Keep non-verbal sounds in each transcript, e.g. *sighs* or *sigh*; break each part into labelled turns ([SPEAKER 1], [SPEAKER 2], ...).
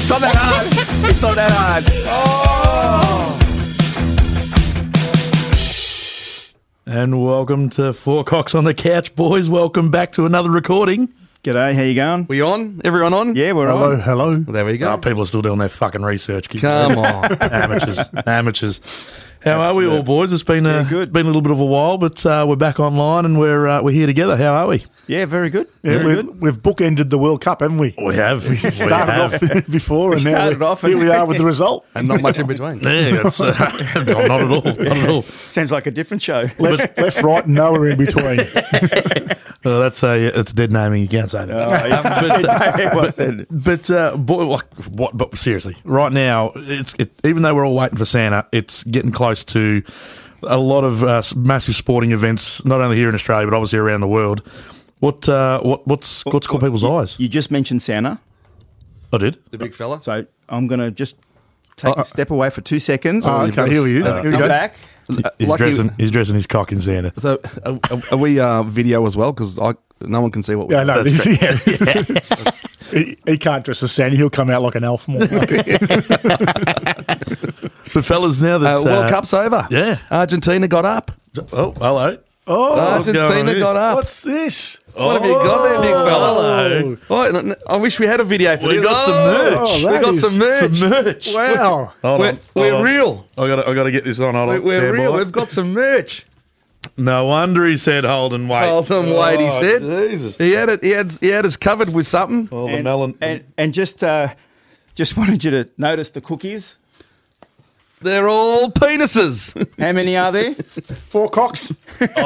[SPEAKER 1] so that hard. It's so that hard.
[SPEAKER 2] And welcome to Four Cocks on the Couch, boys. Welcome back to another recording.
[SPEAKER 1] G'day, how you going?
[SPEAKER 3] We on? Everyone on?
[SPEAKER 1] Yeah, we're
[SPEAKER 4] Hello,
[SPEAKER 1] on.
[SPEAKER 4] hello.
[SPEAKER 3] There we
[SPEAKER 2] Oh,
[SPEAKER 3] go.
[SPEAKER 2] people are still doing their fucking research. Keep
[SPEAKER 3] *laughs* Come on.
[SPEAKER 2] amateurs, amateurs. How are we all, boys? It's been a,
[SPEAKER 1] Yeah, good.
[SPEAKER 2] it's been a little bit of a while, but uh, we're back online and we're uh, we're here together. How are we?
[SPEAKER 1] Yeah, very good.
[SPEAKER 4] Yeah,
[SPEAKER 1] very
[SPEAKER 4] we've,
[SPEAKER 1] good.
[SPEAKER 4] we've bookended the World Cup, haven't we?
[SPEAKER 2] We have. *laughs* We
[SPEAKER 4] Started off *laughs* before, and now
[SPEAKER 1] started
[SPEAKER 4] we,
[SPEAKER 1] off and-
[SPEAKER 4] here we are with the result.
[SPEAKER 3] And not much
[SPEAKER 2] *laughs*
[SPEAKER 3] in between.
[SPEAKER 2] Yeah, it's, uh, no, not at all. Not at all.
[SPEAKER 1] Sounds like a different show.
[SPEAKER 4] Left, left, right, and nowhere in between.
[SPEAKER 2] Uh, that's a it's dead naming. You can't
[SPEAKER 3] Oh,
[SPEAKER 2] *laughs* say that. but, uh,
[SPEAKER 1] It was it.
[SPEAKER 2] But uh, boy, like, what? But seriously, right now, it's it, even though we're all waiting for Santa, it's getting close to a lot of uh, s- massive sporting events, not only here in Australia but obviously around the world. What uh, what what's what's caught people's eyes?
[SPEAKER 1] You just mentioned Santa,
[SPEAKER 2] I did.
[SPEAKER 3] The big fella.
[SPEAKER 1] so I'm going to just take a step away for two seconds.
[SPEAKER 4] Oh, okay, here we
[SPEAKER 1] Uh,
[SPEAKER 4] are. Here we
[SPEAKER 1] come
[SPEAKER 4] go.
[SPEAKER 1] back.
[SPEAKER 2] He's
[SPEAKER 3] Lucky-
[SPEAKER 2] dressing he's dressing his cock in Santa.
[SPEAKER 3] So, are, are- are we uh, video as well? Because no one can see what we
[SPEAKER 4] Yeah, no,
[SPEAKER 2] That's
[SPEAKER 4] *laughs* yeah. he, he can't dress as Sandy. He'll come out like an elf more.
[SPEAKER 2] But fellas, now that
[SPEAKER 3] Uh, World
[SPEAKER 2] uh,
[SPEAKER 3] Cup's over.
[SPEAKER 2] yeah.
[SPEAKER 3] Argentina got up.
[SPEAKER 2] Oh, hello.
[SPEAKER 4] Oh,
[SPEAKER 2] what's going on
[SPEAKER 3] Argentina
[SPEAKER 2] here?
[SPEAKER 3] got up.
[SPEAKER 4] what's this?
[SPEAKER 3] What have you got there, big fella?
[SPEAKER 2] Hello.
[SPEAKER 3] Oh, n- n- I wish we had a video for
[SPEAKER 2] We
[SPEAKER 3] this.
[SPEAKER 2] got some
[SPEAKER 3] Oh,
[SPEAKER 2] merch.
[SPEAKER 3] We
[SPEAKER 4] that
[SPEAKER 3] got
[SPEAKER 4] is-
[SPEAKER 3] some merch.
[SPEAKER 2] Some merch.
[SPEAKER 4] Wow.
[SPEAKER 2] Hold
[SPEAKER 3] We're,
[SPEAKER 2] on,
[SPEAKER 3] we're
[SPEAKER 2] hold on.
[SPEAKER 3] real.
[SPEAKER 2] I got I got to get this on. Hold
[SPEAKER 3] We're,
[SPEAKER 2] on.
[SPEAKER 3] we're
[SPEAKER 2] stand
[SPEAKER 3] real.
[SPEAKER 2] by.
[SPEAKER 3] We've got some merch.
[SPEAKER 2] No wonder he said, "Hold and wait."
[SPEAKER 3] Hold and wait, he said.
[SPEAKER 2] Oh, Jesus.
[SPEAKER 3] He had it. He had. He had us covered with something.
[SPEAKER 2] All the
[SPEAKER 1] And,
[SPEAKER 2] melon.
[SPEAKER 1] and, and just, uh, just wanted you to notice the cookies.
[SPEAKER 3] They're all penises. *laughs*
[SPEAKER 1] How many are there?
[SPEAKER 4] Four cocks.
[SPEAKER 2] oh, *laughs*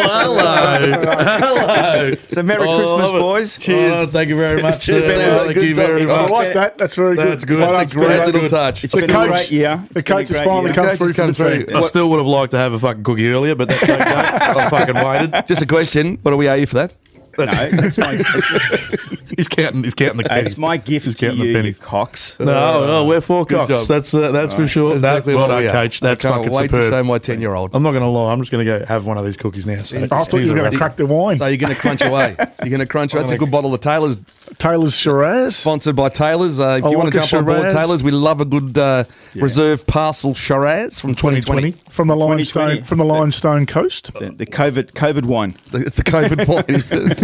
[SPEAKER 2] hello. hello.
[SPEAKER 1] So Merry
[SPEAKER 2] Oh,
[SPEAKER 1] Christmas,
[SPEAKER 2] love it.
[SPEAKER 1] boys.
[SPEAKER 2] Oh, thank you very much.
[SPEAKER 3] Cheers,
[SPEAKER 2] Uh,
[SPEAKER 3] man.
[SPEAKER 2] thank
[SPEAKER 3] Good
[SPEAKER 2] you very
[SPEAKER 3] job.
[SPEAKER 4] I
[SPEAKER 2] much.
[SPEAKER 4] like
[SPEAKER 1] Okay.
[SPEAKER 4] that. That's very
[SPEAKER 2] That's good.
[SPEAKER 4] good. Well
[SPEAKER 2] That's
[SPEAKER 4] done,
[SPEAKER 3] Great
[SPEAKER 4] Steve.
[SPEAKER 3] little
[SPEAKER 2] good.
[SPEAKER 3] touch.
[SPEAKER 1] It's
[SPEAKER 4] The
[SPEAKER 1] been
[SPEAKER 4] coach-
[SPEAKER 1] a great year.
[SPEAKER 4] The coach has finally
[SPEAKER 3] year. Coach
[SPEAKER 4] come through
[SPEAKER 3] has
[SPEAKER 4] for the
[SPEAKER 3] come
[SPEAKER 4] team.
[SPEAKER 3] through.
[SPEAKER 2] I
[SPEAKER 3] What-
[SPEAKER 2] still would have liked to have a fucking cookie earlier, but *laughs* that's okay. I fucking
[SPEAKER 3] *laughs*
[SPEAKER 2] waited.
[SPEAKER 3] Just a question. What do we owe you for that?
[SPEAKER 1] No, that's my,
[SPEAKER 2] He's counting. He's counting the pennies.
[SPEAKER 1] it's my gift to
[SPEAKER 2] counting the
[SPEAKER 1] you, you
[SPEAKER 2] pennies.
[SPEAKER 1] cocks.
[SPEAKER 2] No, no, we're four
[SPEAKER 3] Good
[SPEAKER 2] cocks.
[SPEAKER 3] job.
[SPEAKER 2] That's uh, that's for sure. That's
[SPEAKER 3] Exactly
[SPEAKER 2] well
[SPEAKER 3] what we
[SPEAKER 2] done,
[SPEAKER 3] are.
[SPEAKER 2] coach. That's
[SPEAKER 3] I can't
[SPEAKER 2] fucking
[SPEAKER 3] wait to show
[SPEAKER 2] superb.
[SPEAKER 3] my ten-year-old.
[SPEAKER 2] I'm not going to lie. I'm just going to go have one of these cookies now. So
[SPEAKER 4] I thought you were going to crack the wine.
[SPEAKER 3] So you're going to crunch away. You're going to crunch. That's a good bottle of Taylor's,
[SPEAKER 4] Taylor's Shiraz.
[SPEAKER 3] sponsored by Taylor's. Uh, if
[SPEAKER 4] I
[SPEAKER 3] you want
[SPEAKER 4] like
[SPEAKER 3] to
[SPEAKER 4] a
[SPEAKER 3] jump on board
[SPEAKER 4] Shiraz.
[SPEAKER 3] Taylor's, we love a good uh, reserve parcel Shiraz from 2020.
[SPEAKER 4] From the limestone,
[SPEAKER 1] 2020.
[SPEAKER 4] from the limestone coast.
[SPEAKER 1] The, the COVID COVID wine.
[SPEAKER 3] *laughs* It's the COVID point.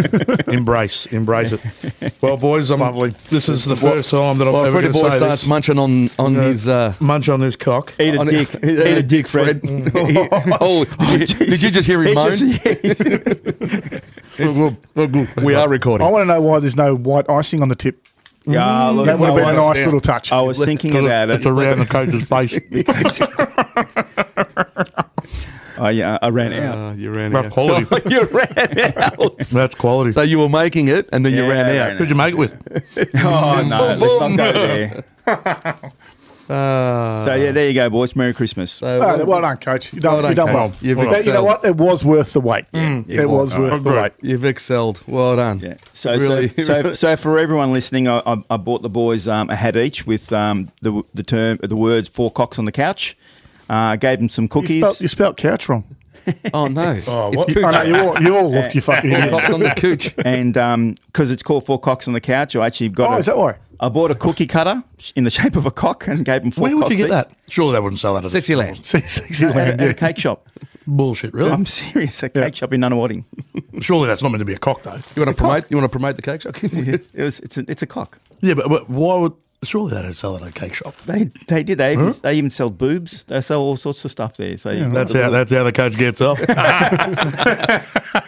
[SPEAKER 2] embrace, embrace it.
[SPEAKER 3] *laughs*
[SPEAKER 2] Well, boys, I'm, lovely. This is the
[SPEAKER 3] Well-
[SPEAKER 2] first time that I've
[SPEAKER 3] well,
[SPEAKER 2] ever
[SPEAKER 3] Freddie
[SPEAKER 2] going to
[SPEAKER 3] Boy
[SPEAKER 2] say
[SPEAKER 3] starts
[SPEAKER 2] this.
[SPEAKER 3] munching on on his. Uh,
[SPEAKER 2] Munch on this cock.
[SPEAKER 1] Eat a
[SPEAKER 3] on- *laughs*
[SPEAKER 1] dick. Eat a dick, Fred.
[SPEAKER 3] oh, did you, did you just hear him
[SPEAKER 1] He
[SPEAKER 3] moan?
[SPEAKER 1] just-
[SPEAKER 3] We are
[SPEAKER 4] I
[SPEAKER 3] recording.
[SPEAKER 4] want to know why there's no white icing on the tip.
[SPEAKER 1] Yeah, look,
[SPEAKER 4] Mm-hmm. That would have
[SPEAKER 1] I
[SPEAKER 4] been a
[SPEAKER 1] was-
[SPEAKER 4] nice little touch.
[SPEAKER 1] I was thinking about
[SPEAKER 2] It's
[SPEAKER 1] it.
[SPEAKER 2] around the coach's
[SPEAKER 3] *laughs*
[SPEAKER 2] face.
[SPEAKER 1] *laughs* I, Oh, yeah, I ran
[SPEAKER 4] Uh,
[SPEAKER 1] out.
[SPEAKER 3] you ran
[SPEAKER 2] That's quality.
[SPEAKER 3] you *laughs* ran out.
[SPEAKER 2] That's quality.
[SPEAKER 3] So you were making it, and then you
[SPEAKER 1] Yeah,
[SPEAKER 3] ran
[SPEAKER 1] I
[SPEAKER 3] out.
[SPEAKER 1] ran
[SPEAKER 2] Who'd you make it with?
[SPEAKER 1] Oh no, let's not go
[SPEAKER 4] *laughs*
[SPEAKER 1] there.
[SPEAKER 3] Uh,
[SPEAKER 1] So yeah, there you go, boys. Merry Christmas.
[SPEAKER 3] so
[SPEAKER 4] Oh, well done, coach. You
[SPEAKER 3] Uh,
[SPEAKER 4] done,
[SPEAKER 3] Well done,
[SPEAKER 4] you done
[SPEAKER 3] coach.
[SPEAKER 4] well.
[SPEAKER 3] You've
[SPEAKER 4] But you know
[SPEAKER 3] excelled. Mm.
[SPEAKER 4] what? It was worth the wait.
[SPEAKER 3] Yeah,
[SPEAKER 4] it was
[SPEAKER 3] well,
[SPEAKER 4] worth the
[SPEAKER 2] Agreed.
[SPEAKER 4] wait.
[SPEAKER 3] You've excelled. Well done.
[SPEAKER 1] Yeah. So,
[SPEAKER 3] Really-
[SPEAKER 1] so,
[SPEAKER 4] *laughs*
[SPEAKER 1] so, so for everyone listening, I, I, I bought the boys um, a hat each with um, the the term the words four cocks on the couch. Uh, gave them some
[SPEAKER 4] You
[SPEAKER 1] cookies.
[SPEAKER 4] spelt, *laughs* you spelt
[SPEAKER 3] *laughs*
[SPEAKER 4] couch wrong.
[SPEAKER 3] Oh no.
[SPEAKER 2] Oh,
[SPEAKER 3] It's
[SPEAKER 2] what?
[SPEAKER 3] cooch.
[SPEAKER 4] I know, you all, you all looked,
[SPEAKER 3] *laughs*
[SPEAKER 4] you fucking idiots.
[SPEAKER 3] Cocked on the *laughs* cooch.
[SPEAKER 1] and because it's called Four Cocks on the Couch, I actually got.
[SPEAKER 4] Oh,
[SPEAKER 1] a-
[SPEAKER 4] is that why?
[SPEAKER 1] I bought a cookie cutter in the shape of a cock and gave them four.
[SPEAKER 2] Where would you
[SPEAKER 1] cocks
[SPEAKER 2] get
[SPEAKER 1] each.
[SPEAKER 2] that? Surely they wouldn't sell that. as
[SPEAKER 3] Sexy
[SPEAKER 2] *laughs*
[SPEAKER 3] land.
[SPEAKER 4] See, Sexy land,
[SPEAKER 1] At a
[SPEAKER 4] yeah.
[SPEAKER 1] cake shop.
[SPEAKER 2] Bullshit, really.
[SPEAKER 1] I'm serious. A cake shop in Nunawading.
[SPEAKER 2] Surely that's not meant to be a cock, though.
[SPEAKER 3] You want to promote? You want to promote the *laughs* cake shop?
[SPEAKER 1] *laughs* it was. It's a. It's a cock.
[SPEAKER 2] Yeah, but, but why would? Surely they don't sell that at a cake shop.
[SPEAKER 1] They they did. They even, they even sell boobs. They sell all sorts of stuff there. So you
[SPEAKER 2] That's how that's how the coach gets *laughs* off.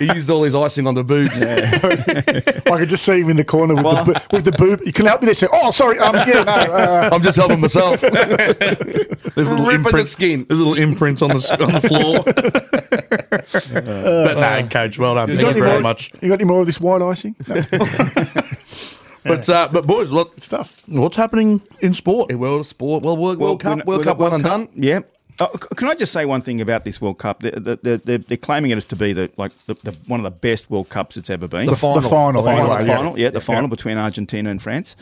[SPEAKER 3] he used all his icing on the boobs.
[SPEAKER 4] I could just see him in the corner with, the, bo- with the boob. You can help me this. Oh, sorry. Um, yeah, no. Uh,
[SPEAKER 3] I'm just helping *laughs* myself.
[SPEAKER 2] There's little
[SPEAKER 3] Ripping the
[SPEAKER 2] imprints,
[SPEAKER 3] skin.
[SPEAKER 2] There's little imprints on the s- on the floor. *laughs* but no, coach, well done.
[SPEAKER 4] got
[SPEAKER 2] Thank
[SPEAKER 4] any
[SPEAKER 2] you very
[SPEAKER 4] more-
[SPEAKER 2] much.
[SPEAKER 4] you got any more of this white icing?
[SPEAKER 3] *laughs*
[SPEAKER 4] No,
[SPEAKER 2] But uh, but boys, what
[SPEAKER 4] stuff.
[SPEAKER 2] what's happening in sport?
[SPEAKER 3] Yeah, World sport. Well, World, World Cup. World Cup one and done.
[SPEAKER 1] Yeah. Oh, c- can I just say one thing about this World Cup? They- they- They're, they're, they're claiming it as to be the like the, the, one of the best World Cups it's ever been.
[SPEAKER 3] The final. The
[SPEAKER 4] final,
[SPEAKER 1] final,
[SPEAKER 3] final.
[SPEAKER 4] anyway,
[SPEAKER 1] the
[SPEAKER 4] yeah.
[SPEAKER 1] final, yeah, the final between Argentina and France.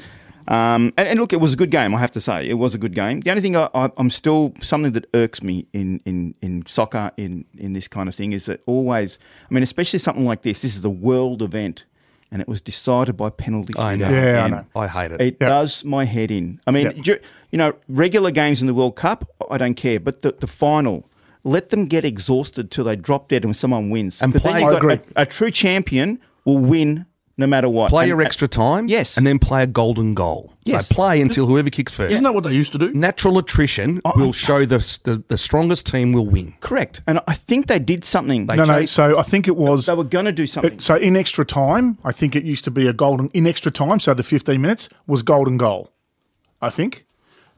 [SPEAKER 1] Um, and, and look, it was a good game. I have to say, it was a good game. The only thing I, I, I'm still something that irks me in, in, in soccer in in this kind of thing is that always, I mean, especially something like this. This is the world event, and it was decided by penalty.
[SPEAKER 3] I know.
[SPEAKER 1] shootout.
[SPEAKER 4] Yeah, I
[SPEAKER 1] And
[SPEAKER 4] know.
[SPEAKER 3] I hate it.
[SPEAKER 1] It does my head in. I mean, ju- you know, regular games in the World Cup, I don't care, but the, the final. Let them get exhausted till they drop dead and someone wins.
[SPEAKER 3] And
[SPEAKER 1] 'Cause
[SPEAKER 3] play-
[SPEAKER 1] then you've
[SPEAKER 4] I
[SPEAKER 1] got
[SPEAKER 4] agree.
[SPEAKER 1] a, a true champion will win no matter what.
[SPEAKER 3] Play
[SPEAKER 1] And-
[SPEAKER 3] your extra time.
[SPEAKER 1] Yes.
[SPEAKER 3] And then play a golden goal.
[SPEAKER 1] Yes.
[SPEAKER 3] They play until whoever kicks 1st
[SPEAKER 2] Isn't that what they used to do?
[SPEAKER 3] Natural attrition will show the, the the strongest team will win.
[SPEAKER 1] Correct. And I think they did something. They,
[SPEAKER 4] No, no. So I think it was.
[SPEAKER 1] they were going to do something.
[SPEAKER 4] So in extra time, I think it used to be a golden. In extra time, so the 15 minutes was golden goal, I think.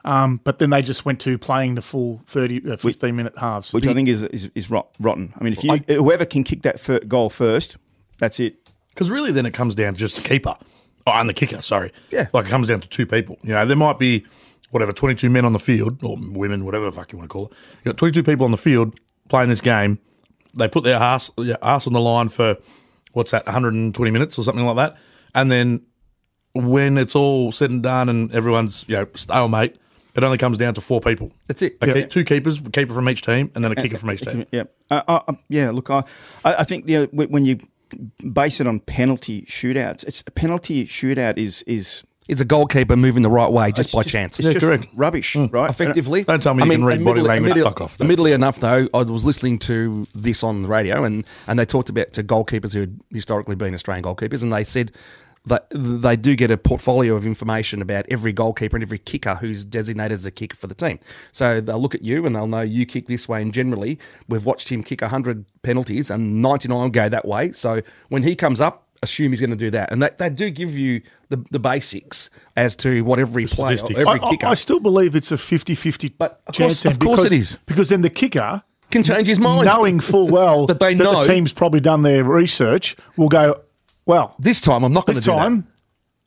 [SPEAKER 4] Um, but then they just went to playing the full 30, uh, 15 minute halves.
[SPEAKER 1] which I think is is, is rot, rotten. I mean, if you whoever can kick that fir- goal first, that's it.
[SPEAKER 2] Because really, then it comes down to just the keeper oh, and the kicker. Sorry,
[SPEAKER 1] Yeah.
[SPEAKER 2] like it comes down to two people. You know, there might be whatever twenty-two men on the field or women, whatever the fuck you want to call it. You got twenty-two people on the field playing this game. They put their ass, their ass on the line for what's that, one hundred and twenty minutes or something like that, and then when it's all said and done and everyone's you know stalemate. It only comes down to four people.
[SPEAKER 1] That's it.
[SPEAKER 2] A
[SPEAKER 1] Yeah.
[SPEAKER 2] keep- two keepers, a keeper from each team, and then a kicker from each team.
[SPEAKER 1] Yeah, uh, uh, uh, yeah. Look, I, I I think you know, when when you base it on penalty shootouts, it's a penalty shootout is is
[SPEAKER 3] It's a goalkeeper moving the right way just
[SPEAKER 1] it's
[SPEAKER 3] by
[SPEAKER 1] just-
[SPEAKER 3] chance.
[SPEAKER 1] It's just
[SPEAKER 2] correct.
[SPEAKER 1] Rubbish, right?
[SPEAKER 3] effectively.
[SPEAKER 2] uh, Don't tell me you can read body
[SPEAKER 3] admittedly-
[SPEAKER 2] language.
[SPEAKER 3] admittedly-
[SPEAKER 2] Fuck off, though.
[SPEAKER 3] Admittedly enough, though, I was listening to this on the radio, and, and they talked about to goalkeepers who had historically been Australian goalkeepers, and they said that they do get a portfolio of information about every goalkeeper and every kicker who's designated as a kicker for the team. So they'll look at you and they'll know you kick this way, and generally we've watched him kick 100 penalties and 99 go that way. So when he comes up, assume he's going to do that. And they, they do give you the, the basics as to what every player,
[SPEAKER 2] statistics.
[SPEAKER 3] every
[SPEAKER 4] I, I-
[SPEAKER 3] kicker...
[SPEAKER 4] I still believe it's a 50 50
[SPEAKER 3] But of
[SPEAKER 4] chance.
[SPEAKER 3] course- of
[SPEAKER 4] then
[SPEAKER 3] course
[SPEAKER 4] because-
[SPEAKER 3] it is.
[SPEAKER 4] Because then the kicker,
[SPEAKER 3] can change his mind.
[SPEAKER 4] knowing full
[SPEAKER 3] *laughs*
[SPEAKER 4] well
[SPEAKER 3] That they know.
[SPEAKER 4] the team's probably done their research, will go, well, this,
[SPEAKER 3] This time I'm not going to do that.
[SPEAKER 4] time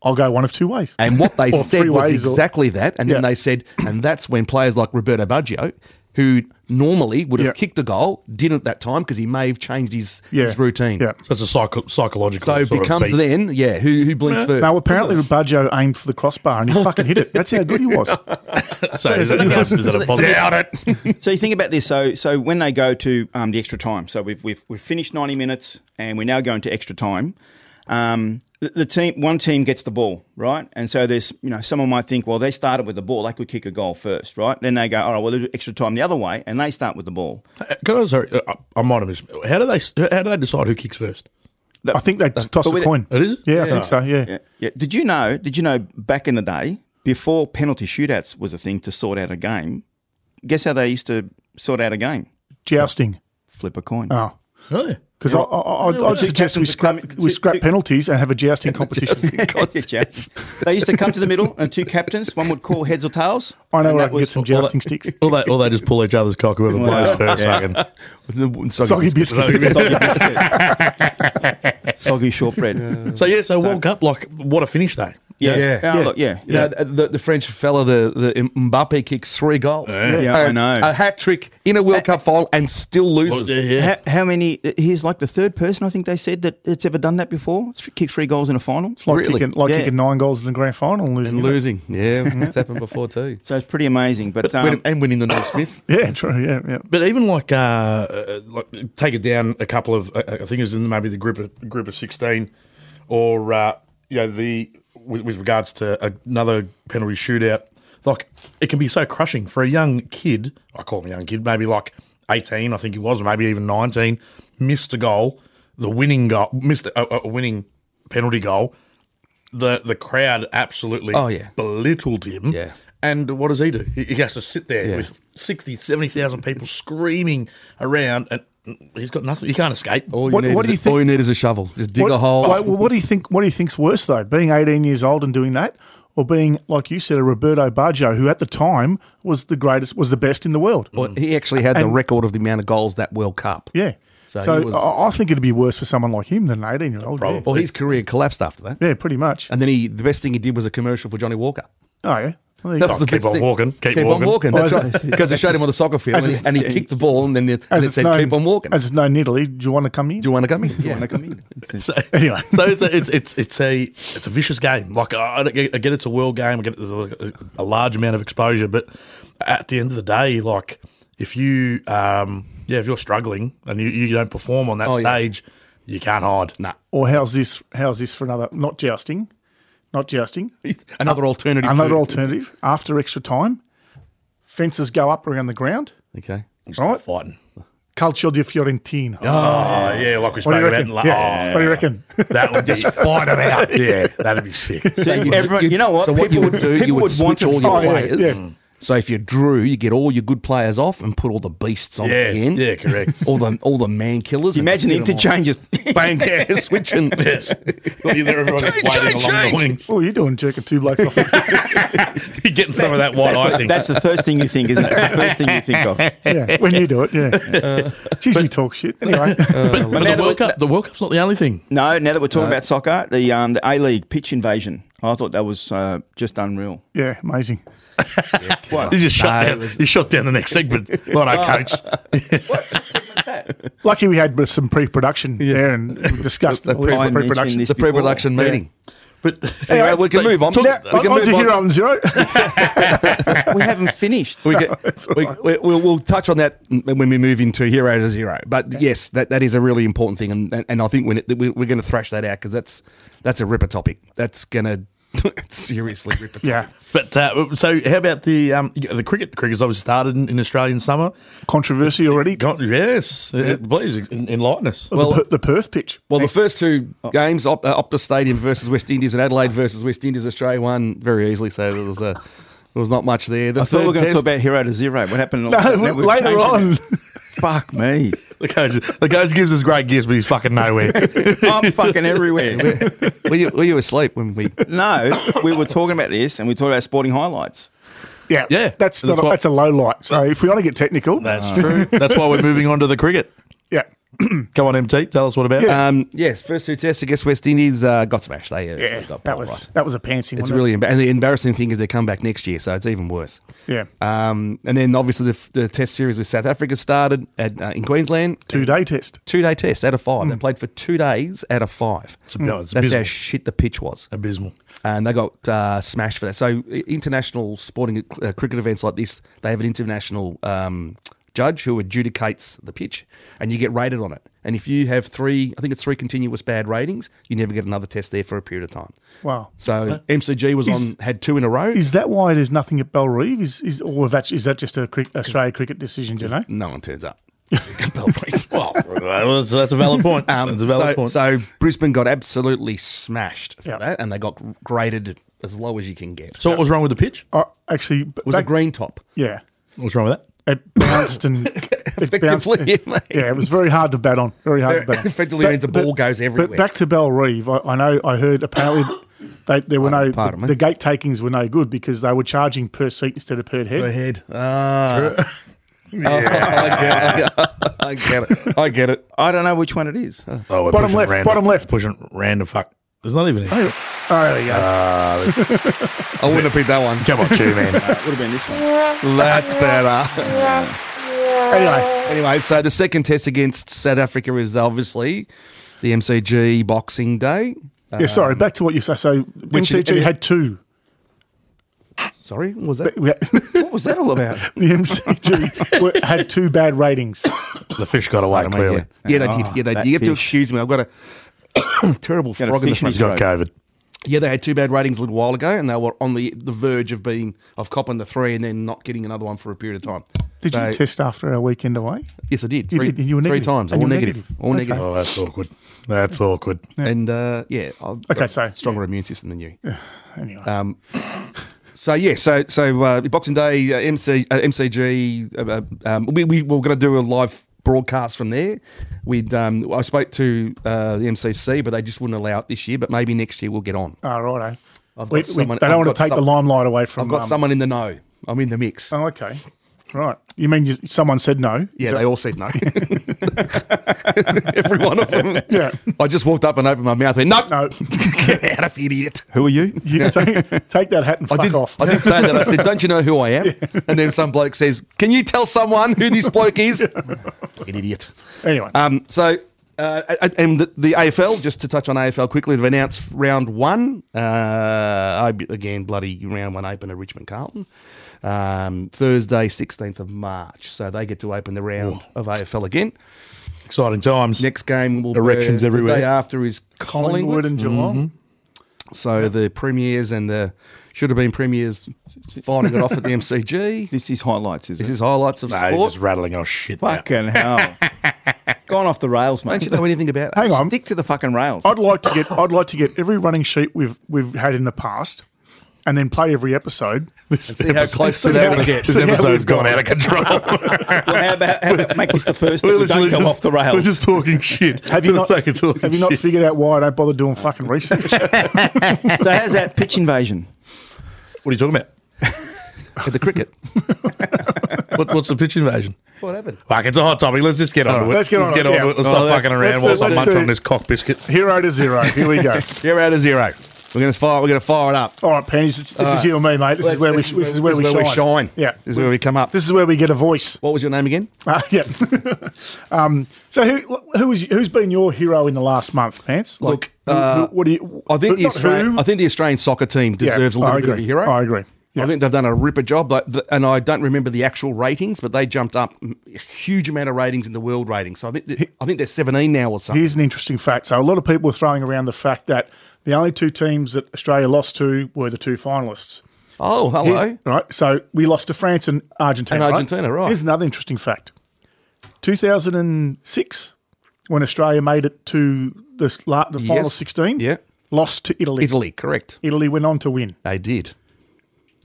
[SPEAKER 4] I'll go one of two ways.
[SPEAKER 3] And what they
[SPEAKER 4] Or
[SPEAKER 3] said
[SPEAKER 4] three
[SPEAKER 3] was
[SPEAKER 4] ways or-
[SPEAKER 3] exactly that. And then
[SPEAKER 4] Yeah.
[SPEAKER 3] they said, and that's when players like Roberto Baggio, who normally would have
[SPEAKER 4] Yeah.
[SPEAKER 3] kicked a goal, didn't that time because he may have changed his,
[SPEAKER 4] *laughs* yeah.
[SPEAKER 3] his routine.
[SPEAKER 4] Yeah.
[SPEAKER 2] So it's a psycho- psychological.
[SPEAKER 3] So it
[SPEAKER 2] sort of
[SPEAKER 3] becomes
[SPEAKER 2] beat.
[SPEAKER 3] then, yeah, who, who blinks first?
[SPEAKER 4] Now, apparently, Baggio aimed for the crossbar and
[SPEAKER 3] *laughs*
[SPEAKER 4] he fucking hit it. That's how good he was.
[SPEAKER 2] So is that, is that a positive? Doubt it.
[SPEAKER 1] So you think about this. So so when they go to um, the extra time, so we've, we've we've finished ninety minutes, and we're now going to extra time. Um, the, the team, one team gets the ball, right? And so there's, you know, someone might think, well, they started with the ball, they could kick a goal first, right? Then they go, all right, well, there's extra time the other way, and they start with the ball.
[SPEAKER 2] Can I, sorry, I, I might have missed. How do they? How do they decide who kicks first?
[SPEAKER 4] I think they toss
[SPEAKER 1] with
[SPEAKER 4] a
[SPEAKER 1] it-
[SPEAKER 4] coin.
[SPEAKER 2] It is.
[SPEAKER 4] Yeah, I think so. Yeah.
[SPEAKER 1] Yeah, yeah. Did you know? Did you know back in the day, before penalty shootouts was a thing to sort out a game, guess how they used to sort out a game?
[SPEAKER 4] Jousting.
[SPEAKER 1] Flip a coin.
[SPEAKER 4] Oh.
[SPEAKER 2] Oh, yeah.
[SPEAKER 4] Because I, I, I'd, I'd suggest we
[SPEAKER 1] Captains
[SPEAKER 4] scrap,
[SPEAKER 1] come-
[SPEAKER 4] we scrap penalties and have a jousting competition.
[SPEAKER 1] Yeah, Jack. They used to come to the middle, and two captains, one would call heads or tails.
[SPEAKER 4] I know
[SPEAKER 1] and
[SPEAKER 4] where I
[SPEAKER 1] that
[SPEAKER 4] can get
[SPEAKER 1] was-
[SPEAKER 4] some jousting sticks.
[SPEAKER 2] Or they, or they just pull each other's cock. Whoever plays first, fucking.
[SPEAKER 4] Soggy
[SPEAKER 2] *laughs*
[SPEAKER 4] biscuit.
[SPEAKER 1] soggy biscuit. soggy shortbread.
[SPEAKER 2] So yeah, so World Cup, like what a finish day.
[SPEAKER 1] Yeah, yeah,
[SPEAKER 3] Yeah.
[SPEAKER 1] Oh, look, yeah.
[SPEAKER 3] Yeah, uh, the, the French fella, the, the Mbappe kicks three goals. Yeah,
[SPEAKER 1] I know.
[SPEAKER 3] A hat trick in a World Cup final and still loses.
[SPEAKER 1] How, how many? uh, He's like the third person I think they said that it's ever done that before. It's Kicked three goals in a final.
[SPEAKER 4] Like,
[SPEAKER 3] Really?
[SPEAKER 4] kicking, like
[SPEAKER 1] Yeah.
[SPEAKER 4] kicking nine goals in the grand final and losing.
[SPEAKER 3] And losing. Yeah, it's happened before too.
[SPEAKER 1] So it's pretty amazing. But um,
[SPEAKER 3] and winning the Norm Smith.
[SPEAKER 4] Yeah, true. Yeah, yeah.
[SPEAKER 2] But even like, uh, uh, like take it down a couple of. I I think it was in maybe the group of group of sixteen, or uh, you know the with, with regards to another penalty shootout. Like it can be so crushing for a young kid. I call him a young kid, maybe like eighteen. I think he was, or maybe even nineteen. Missed a goal, the winning goal, missed a, a- a winning penalty goal. The the crowd absolutely
[SPEAKER 3] Oh, yeah.
[SPEAKER 2] belittled him.
[SPEAKER 3] Yeah.
[SPEAKER 2] And what does he do? He, he has to sit there
[SPEAKER 3] Yeah.
[SPEAKER 2] with 60, 70,000 people screaming around, and he's got nothing. He can't escape.
[SPEAKER 3] All you,
[SPEAKER 4] What-
[SPEAKER 3] need
[SPEAKER 4] what
[SPEAKER 3] is
[SPEAKER 4] do
[SPEAKER 3] a-
[SPEAKER 4] you think-
[SPEAKER 3] all you need is a shovel. Just dig
[SPEAKER 4] What,
[SPEAKER 3] a hole.
[SPEAKER 4] wait, well, what do you think? What do you think's worse though, being 18 years old and doing that, or being like you said, a Roberto Baggio, who at the time was the greatest, was the best in the world.
[SPEAKER 3] Well, he actually had the record of the amount of goals that World Cup.
[SPEAKER 4] Yeah.
[SPEAKER 3] So
[SPEAKER 4] So,
[SPEAKER 3] he was-
[SPEAKER 4] I, I think it'd be worse for someone like him than an 18 year old. Yeah.
[SPEAKER 3] Well, his career collapsed after that.
[SPEAKER 4] yeah, pretty much.
[SPEAKER 3] And then he, the best thing he did was a commercial for Johnny Walker.
[SPEAKER 4] Oh yeah. Well, there
[SPEAKER 3] That was
[SPEAKER 4] you go.
[SPEAKER 3] the
[SPEAKER 2] keep
[SPEAKER 3] best
[SPEAKER 2] on
[SPEAKER 3] thing.
[SPEAKER 2] walking, keep
[SPEAKER 3] keep
[SPEAKER 2] walking.
[SPEAKER 3] on walking. That's
[SPEAKER 4] Well,
[SPEAKER 3] right. Because I showed him on the soccer field
[SPEAKER 4] as
[SPEAKER 3] and,
[SPEAKER 4] it's-
[SPEAKER 3] and he kicked the ball and then it, and it said,
[SPEAKER 4] known-
[SPEAKER 3] keep on walking.
[SPEAKER 4] As it's known in Italy, do you want to come in?
[SPEAKER 3] Do you want to come in? Yeah.
[SPEAKER 2] So,
[SPEAKER 3] *laughs*
[SPEAKER 4] Anyway.
[SPEAKER 2] so it's, a, it's it's it's a it's a vicious game. Like I, I get I get it's a world game. I get there's a, a large amount of exposure, but at the end of the day, like if you um yeah if you're struggling and you, you don't perform on that
[SPEAKER 3] Oh, yeah.
[SPEAKER 2] stage, you can't hide.
[SPEAKER 3] Nah.
[SPEAKER 4] or how's this? How's this for another? Not jousting, not jousting.
[SPEAKER 3] *laughs* Another alternative.
[SPEAKER 4] Another
[SPEAKER 3] to-
[SPEAKER 4] alternative after extra time. Fences go up around the ground.
[SPEAKER 3] Okay.
[SPEAKER 4] Right,
[SPEAKER 2] Fighting.
[SPEAKER 3] Oh,
[SPEAKER 4] Calcio di Fiorentina.
[SPEAKER 2] Oh, yeah, like we
[SPEAKER 4] What do
[SPEAKER 2] spoke
[SPEAKER 4] you
[SPEAKER 2] about.
[SPEAKER 4] reckon?
[SPEAKER 2] and Like,
[SPEAKER 4] yeah.
[SPEAKER 2] oh,
[SPEAKER 4] What do you reckon?
[SPEAKER 2] That would
[SPEAKER 4] *laughs*
[SPEAKER 2] just fight it
[SPEAKER 3] *laughs*
[SPEAKER 2] out. Yeah, that'd be sick.
[SPEAKER 1] So
[SPEAKER 3] you-
[SPEAKER 1] everyone,
[SPEAKER 3] you-
[SPEAKER 1] you know what?
[SPEAKER 3] So what you would do, you
[SPEAKER 1] people
[SPEAKER 3] would
[SPEAKER 1] want
[SPEAKER 3] switch
[SPEAKER 1] to
[SPEAKER 3] all your
[SPEAKER 4] Oh, yeah,
[SPEAKER 3] players.
[SPEAKER 4] yeah.
[SPEAKER 3] So if you drew, you get all your good players off and put all the beasts on
[SPEAKER 2] Yeah,
[SPEAKER 3] at the end.
[SPEAKER 2] yeah, correct.
[SPEAKER 3] *laughs* All the all the man killers. and
[SPEAKER 1] Imagine
[SPEAKER 3] get 'em all.
[SPEAKER 4] *laughs*
[SPEAKER 1] interchanges.
[SPEAKER 3] Bang, yeah, switching.
[SPEAKER 2] Yes. You're there, everyone's
[SPEAKER 3] Change,
[SPEAKER 2] waiting
[SPEAKER 3] change,
[SPEAKER 2] along the
[SPEAKER 3] change.
[SPEAKER 2] wings.
[SPEAKER 4] Oh, you're doing jerking two blokes off. yeah.
[SPEAKER 2] You're getting some of that white icing.
[SPEAKER 1] That's the first thing you think, isn't it? That's the first thing you think
[SPEAKER 4] *laughs*
[SPEAKER 1] of.
[SPEAKER 4] When you do it, *laughs* yeah.
[SPEAKER 3] Uh,
[SPEAKER 4] Jeez, we talk shit.
[SPEAKER 3] *laughs*
[SPEAKER 4] Anyway,
[SPEAKER 2] but but
[SPEAKER 1] now
[SPEAKER 2] the,
[SPEAKER 1] that
[SPEAKER 2] World
[SPEAKER 1] we-
[SPEAKER 2] Cup, the World Cup's not the only thing.
[SPEAKER 1] No, now that we're talking about soccer, the um, the A League pitch invasion. I thought that was uh, just
[SPEAKER 4] *laughs*
[SPEAKER 1] unreal.
[SPEAKER 4] yeah, amazing.
[SPEAKER 2] You just shut
[SPEAKER 3] No,
[SPEAKER 2] down. You shut down the next segment. Right, coach.
[SPEAKER 4] Lucky we had some pre-production there
[SPEAKER 3] *laughs*
[SPEAKER 4] and we discussed all this
[SPEAKER 1] I mentioned
[SPEAKER 4] pre-production.
[SPEAKER 1] this
[SPEAKER 3] The pre-production
[SPEAKER 1] before.
[SPEAKER 3] meeting.
[SPEAKER 2] But
[SPEAKER 3] Anyway, we can
[SPEAKER 2] But-
[SPEAKER 3] move on.
[SPEAKER 4] Now,
[SPEAKER 3] we
[SPEAKER 4] on,
[SPEAKER 3] can
[SPEAKER 4] on to
[SPEAKER 3] move on.
[SPEAKER 4] Hero
[SPEAKER 3] *laughs*
[SPEAKER 4] and Zero.
[SPEAKER 1] Yeah. we haven't finished.
[SPEAKER 3] We can, we, we, we'll, we'll touch on that m- when we move into hero to zero. But yes, that, that is a really important thing, and and, and I think when it, we, we're going to thrash that out because that's that's a ripper topic. That's going to *laughs* seriously ripper. Topic.
[SPEAKER 4] yeah,
[SPEAKER 2] but uh, so how about the um, the cricket? Cricket's obviously started in, in Australian summer.
[SPEAKER 4] controversy already.
[SPEAKER 2] God, yes, uh, please en- enlighten us.
[SPEAKER 4] Well, the, Per- the Perth
[SPEAKER 3] *laughs*
[SPEAKER 4] pitch.
[SPEAKER 3] Well, the first two games, Op- uh, Optus Stadium versus West Indies and Adelaide versus West Indies, Australia won very easily. So there was a there was not much there. The
[SPEAKER 1] I thought we were
[SPEAKER 3] third
[SPEAKER 1] going to
[SPEAKER 3] test-
[SPEAKER 1] talk
[SPEAKER 3] *laughs*
[SPEAKER 1] about Hero to Zero. What happened?
[SPEAKER 4] No, later on.
[SPEAKER 1] *laughs* Fuck me.
[SPEAKER 2] the coach, the coach gives us great gifts, but he's fucking nowhere.
[SPEAKER 1] I'm fucking everywhere.
[SPEAKER 3] were, you, were you asleep when we?
[SPEAKER 1] No, we were talking about this and we talked about sporting highlights.
[SPEAKER 4] Yeah,
[SPEAKER 2] Yeah,
[SPEAKER 4] That's
[SPEAKER 2] and
[SPEAKER 4] not,
[SPEAKER 2] that's what-
[SPEAKER 4] that's a low light. So if we want to get technical,
[SPEAKER 3] Uh,
[SPEAKER 2] That's true. Uh, That's why we're moving on to the cricket.
[SPEAKER 4] yeah,
[SPEAKER 2] Go on, MT. Tell us what about. it.
[SPEAKER 3] Um, yes, first two tests against West Indies uh, got smashed. They uh,
[SPEAKER 4] yeah,
[SPEAKER 3] got
[SPEAKER 4] that
[SPEAKER 3] right.
[SPEAKER 4] was that was a pantsy.
[SPEAKER 3] It's
[SPEAKER 4] wasn't it?
[SPEAKER 3] really embar- and the embarrassing thing is they come back next year, so it's even worse.
[SPEAKER 4] Yeah.
[SPEAKER 3] Um, and then obviously the, the test series with South Africa started at, uh, in Queensland.
[SPEAKER 4] two day test.
[SPEAKER 3] Two day test out of five. They played for two days out of five. Hmm.
[SPEAKER 2] It's ab- no, it's
[SPEAKER 3] That's how
[SPEAKER 2] abysmal.
[SPEAKER 3] shit the pitch was,
[SPEAKER 2] abysmal.
[SPEAKER 3] and they got uh, smashed for that. So i- international sporting uh, cricket events like this, they have an international um, judge who adjudicates the pitch, and you get rated on it. And if you have three, I think it's three continuous bad ratings, you never get another test there for a period of time.
[SPEAKER 4] Wow. Uh,
[SPEAKER 3] So MCG was
[SPEAKER 4] Is-
[SPEAKER 3] on had two in a row.
[SPEAKER 4] Is that why there's nothing at Bell Reeve? Is is or that is that just a cric- Australia cricket decision? Do you know?
[SPEAKER 3] no one turns
[SPEAKER 4] *laughs*
[SPEAKER 3] up. *laughs*
[SPEAKER 2] Well, that's, that's a valid point. *laughs* that's a valid
[SPEAKER 3] um, so,
[SPEAKER 2] point.
[SPEAKER 3] so Brisbane got absolutely smashed for
[SPEAKER 4] Yeah.
[SPEAKER 3] that, and they got graded as low as you can get.
[SPEAKER 2] so what was wrong with the pitch?
[SPEAKER 4] Uh, actually, b-
[SPEAKER 3] it was
[SPEAKER 4] back,
[SPEAKER 3] a green top,
[SPEAKER 4] yeah,
[SPEAKER 2] What's wrong with that?
[SPEAKER 4] it
[SPEAKER 3] *laughs*
[SPEAKER 4] bounced and it bounced.
[SPEAKER 3] Effectively, yeah, mate.
[SPEAKER 4] yeah, it was very hard to bat on. Very hard to bat. On.
[SPEAKER 3] Effectively means the ball goes everywhere.
[SPEAKER 4] But back to Bell Reeve, I, I know I heard apparently. They, there were no
[SPEAKER 3] pardon me.
[SPEAKER 4] the, the gate takings were no good because they were charging per seat instead of per head.
[SPEAKER 3] the head. Ah. *laughs* Oh, I, get it. I get it. I get it.
[SPEAKER 1] I don't know which one it is.
[SPEAKER 2] Oh, we're
[SPEAKER 4] Bottom
[SPEAKER 2] pushing
[SPEAKER 4] left,
[SPEAKER 2] random-
[SPEAKER 4] bottom left.
[SPEAKER 2] Pushing random fuck. There's not even. A,
[SPEAKER 4] Oh, there you go.
[SPEAKER 3] I wouldn't have picked that one.
[SPEAKER 2] come on, two man.
[SPEAKER 1] It would have been this one.
[SPEAKER 3] That's better.
[SPEAKER 4] anyway,
[SPEAKER 3] Anyway, so the second test against South Africa is obviously the MCG Boxing Day.
[SPEAKER 4] yeah,
[SPEAKER 3] Um,
[SPEAKER 4] sorry. Back to what you said. So MCG had two.
[SPEAKER 3] Uh, Sorry, what was that?
[SPEAKER 4] We had- *laughs* the
[SPEAKER 1] What was that all about?
[SPEAKER 3] *laughs*
[SPEAKER 4] MCG were, had two bad ratings.
[SPEAKER 2] The fish got away
[SPEAKER 3] Mate,
[SPEAKER 2] clearly.
[SPEAKER 3] Yeah,
[SPEAKER 4] Oh,
[SPEAKER 3] yeah they did. Yeah, they
[SPEAKER 1] that
[SPEAKER 3] did. You have to
[SPEAKER 1] fish.
[SPEAKER 3] excuse me. I've got a *coughs* terrible
[SPEAKER 1] Got a
[SPEAKER 3] frog in the
[SPEAKER 1] fish in
[SPEAKER 3] front.
[SPEAKER 2] He's got COVID.
[SPEAKER 3] Yeah, they had two bad ratings a little while ago, and they were on the, the verge of being of copping the three, and then not getting another one for a period of time.
[SPEAKER 4] Did
[SPEAKER 3] So-
[SPEAKER 4] you test after our weekend away?
[SPEAKER 3] Yes, I did.
[SPEAKER 4] You
[SPEAKER 3] three,
[SPEAKER 4] did, and you were
[SPEAKER 3] three
[SPEAKER 4] negative.
[SPEAKER 3] times,
[SPEAKER 4] And
[SPEAKER 3] all
[SPEAKER 4] you were
[SPEAKER 3] negative.
[SPEAKER 4] negative.
[SPEAKER 3] all
[SPEAKER 4] Okay.
[SPEAKER 2] *laughs*
[SPEAKER 3] negative.
[SPEAKER 2] Oh, that's awkward. That's awkward.
[SPEAKER 3] And uh, yeah, I've
[SPEAKER 4] Okay,
[SPEAKER 3] got
[SPEAKER 4] so-
[SPEAKER 3] a stronger immune system than you.
[SPEAKER 4] Anyway,
[SPEAKER 3] Um, so yeah, so so uh, Boxing Day, uh, MC, uh, MCG. Uh, um, we, we were going to do a live broadcast from there. We'd um, I spoke to uh, the MCC, but they just wouldn't allow it this year. But maybe next year we'll get on.
[SPEAKER 4] oh, righto.
[SPEAKER 3] I've got
[SPEAKER 4] We, we-
[SPEAKER 3] someone-
[SPEAKER 4] they don't
[SPEAKER 3] I've
[SPEAKER 4] want
[SPEAKER 3] got
[SPEAKER 4] to take
[SPEAKER 3] some-
[SPEAKER 4] the limelight away from.
[SPEAKER 3] I've got
[SPEAKER 4] um,
[SPEAKER 3] someone in the know. I'm in the mix.
[SPEAKER 4] Oh, okay. Right. You mean you, someone said no?
[SPEAKER 3] Yeah, they all
[SPEAKER 4] *laughs*
[SPEAKER 3] said no. *laughs* Every one of them.
[SPEAKER 4] Yeah.
[SPEAKER 3] I just walked up and opened my mouth and nope,
[SPEAKER 4] No.
[SPEAKER 3] *laughs* get out of here, idiot.
[SPEAKER 1] Who are you?
[SPEAKER 4] You *laughs* take, take that hat and fuck
[SPEAKER 3] I did,
[SPEAKER 4] off.
[SPEAKER 3] I
[SPEAKER 4] *laughs*
[SPEAKER 3] did say that. I said, don't you know who I am? And then some bloke says, can you tell someone who this bloke is? An idiot.
[SPEAKER 4] Anyway.
[SPEAKER 3] Um, so, uh, a- and the, the AFL, just to touch on AFL quickly, they've announced round one. Uh, I, again, bloody round one opener, Richmond Carlton. Um, Thursday, 16th of March. So they get to open the round of AFL again.
[SPEAKER 2] Exciting times.
[SPEAKER 3] Next game will
[SPEAKER 2] Erections
[SPEAKER 3] be,
[SPEAKER 2] everywhere.
[SPEAKER 3] The day after is Collingwood. Mm-hmm.
[SPEAKER 4] Collingwood and Geelong.
[SPEAKER 3] So the premiers and the should have been premiers fighting it off at the *laughs* MCG.
[SPEAKER 1] This is highlights, is
[SPEAKER 3] This
[SPEAKER 1] it?
[SPEAKER 3] is highlights of
[SPEAKER 2] No, he's
[SPEAKER 3] sport.
[SPEAKER 2] just rattling off shit. now.
[SPEAKER 1] Fucking hell. Gone off the rails,
[SPEAKER 3] Don't
[SPEAKER 1] mate.
[SPEAKER 3] you know anything about?
[SPEAKER 4] Hang on.
[SPEAKER 1] Stick to the fucking rails.
[SPEAKER 4] I'd like to get I'd like to get every running sheet we've we've had in the past and then play
[SPEAKER 3] *laughs*
[SPEAKER 4] every episode.
[SPEAKER 2] This
[SPEAKER 3] See how close to
[SPEAKER 2] episode-
[SPEAKER 3] that we
[SPEAKER 2] *laughs*
[SPEAKER 4] get.
[SPEAKER 2] This
[SPEAKER 4] See how
[SPEAKER 2] episode's
[SPEAKER 4] we've
[SPEAKER 2] gone
[SPEAKER 4] gone.
[SPEAKER 2] out of
[SPEAKER 4] *laughs*
[SPEAKER 2] control.
[SPEAKER 1] Well, how, about, how about make this the first
[SPEAKER 2] We're
[SPEAKER 1] one? Don't
[SPEAKER 2] literally
[SPEAKER 1] go
[SPEAKER 2] just-
[SPEAKER 1] off the
[SPEAKER 2] We're
[SPEAKER 1] rails.
[SPEAKER 2] just talking shit.
[SPEAKER 4] Have you
[SPEAKER 2] For the
[SPEAKER 4] not,
[SPEAKER 2] sake of talking
[SPEAKER 4] have you not
[SPEAKER 2] shit.
[SPEAKER 4] figured out why I don't bother doing fucking research?
[SPEAKER 1] So how's that pitch invasion?
[SPEAKER 2] What are you talking about?
[SPEAKER 4] *laughs*
[SPEAKER 3] The cricket.
[SPEAKER 2] *laughs* What, what's the pitch invasion?
[SPEAKER 3] what happened?
[SPEAKER 2] Fuck, it's a hot topic. Let's just get on to it.
[SPEAKER 4] Let's get on it, yeah.
[SPEAKER 2] Let's
[SPEAKER 4] Oh,
[SPEAKER 2] stop
[SPEAKER 4] let's-
[SPEAKER 2] fucking
[SPEAKER 4] let's
[SPEAKER 2] around
[SPEAKER 4] do-
[SPEAKER 2] whilst I
[SPEAKER 4] let's
[SPEAKER 2] munch
[SPEAKER 4] do
[SPEAKER 2] on
[SPEAKER 4] it.
[SPEAKER 2] this cock biscuit.
[SPEAKER 4] *laughs* Hero to zero. Here we go.
[SPEAKER 3] Zero out of zero. We're gonna fire. We're gonna fire it up.
[SPEAKER 4] All right, panties. It's, this is you and me, mate. This is where we this is where we shine. Yeah.
[SPEAKER 3] This is where we come up.
[SPEAKER 4] This is where we get a voice. *laughs*
[SPEAKER 3] what was your name again?
[SPEAKER 4] Uh, yeah. *laughs* um, so who who is who's been your hero in the last month, Pants? Like,
[SPEAKER 3] Look,
[SPEAKER 4] who-
[SPEAKER 3] uh,
[SPEAKER 4] who- what do you?
[SPEAKER 3] I think the
[SPEAKER 4] not
[SPEAKER 3] Australian,
[SPEAKER 4] who.
[SPEAKER 3] I think the Australian soccer team
[SPEAKER 4] Yeah,
[SPEAKER 3] deserves a little
[SPEAKER 4] I
[SPEAKER 3] bit of a
[SPEAKER 4] agree.
[SPEAKER 3] hero.
[SPEAKER 4] I agree. Yeah.
[SPEAKER 3] I think they've done a ripper job, like the, and I don't remember the actual ratings, but they jumped up a huge amount of ratings in the world ratings. So I think th- I think they're seventeen now or something.
[SPEAKER 4] Here's an interesting fact. So a lot of people are throwing around the fact that the only two teams that Australia lost to were the two finalists.
[SPEAKER 3] Oh,
[SPEAKER 4] Here's-
[SPEAKER 3] hello.
[SPEAKER 4] Right. So we lost to France and Argentina.
[SPEAKER 3] And Argentina, right.
[SPEAKER 4] Here's another interesting fact. 2006, when Australia made it to the, la- the final
[SPEAKER 3] Yes.
[SPEAKER 4] 16,
[SPEAKER 3] Yeah.
[SPEAKER 4] lost to Italy.
[SPEAKER 3] Italy, correct.
[SPEAKER 4] Italy went on to win.
[SPEAKER 3] They did.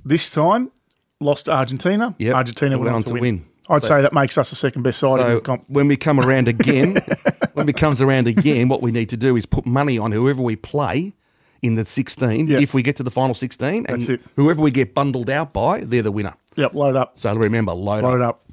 [SPEAKER 4] This time, lost to Argentina.
[SPEAKER 3] Yep.
[SPEAKER 4] Argentina
[SPEAKER 3] They
[SPEAKER 4] went, on to win. I'd
[SPEAKER 3] So-
[SPEAKER 4] say that makes us the second best side in
[SPEAKER 3] So
[SPEAKER 4] the comp.
[SPEAKER 3] when we come around
[SPEAKER 4] *laughs*
[SPEAKER 3] again, when it comes around again, what we need to do is put money on whoever we play in the 16
[SPEAKER 4] Yeah.
[SPEAKER 3] if we get to the final 16 and
[SPEAKER 4] That's it.
[SPEAKER 3] whoever we get bundled out by, they're the winner.
[SPEAKER 4] Yep, load up.
[SPEAKER 3] So remember, load,
[SPEAKER 4] Load
[SPEAKER 3] up.
[SPEAKER 4] up.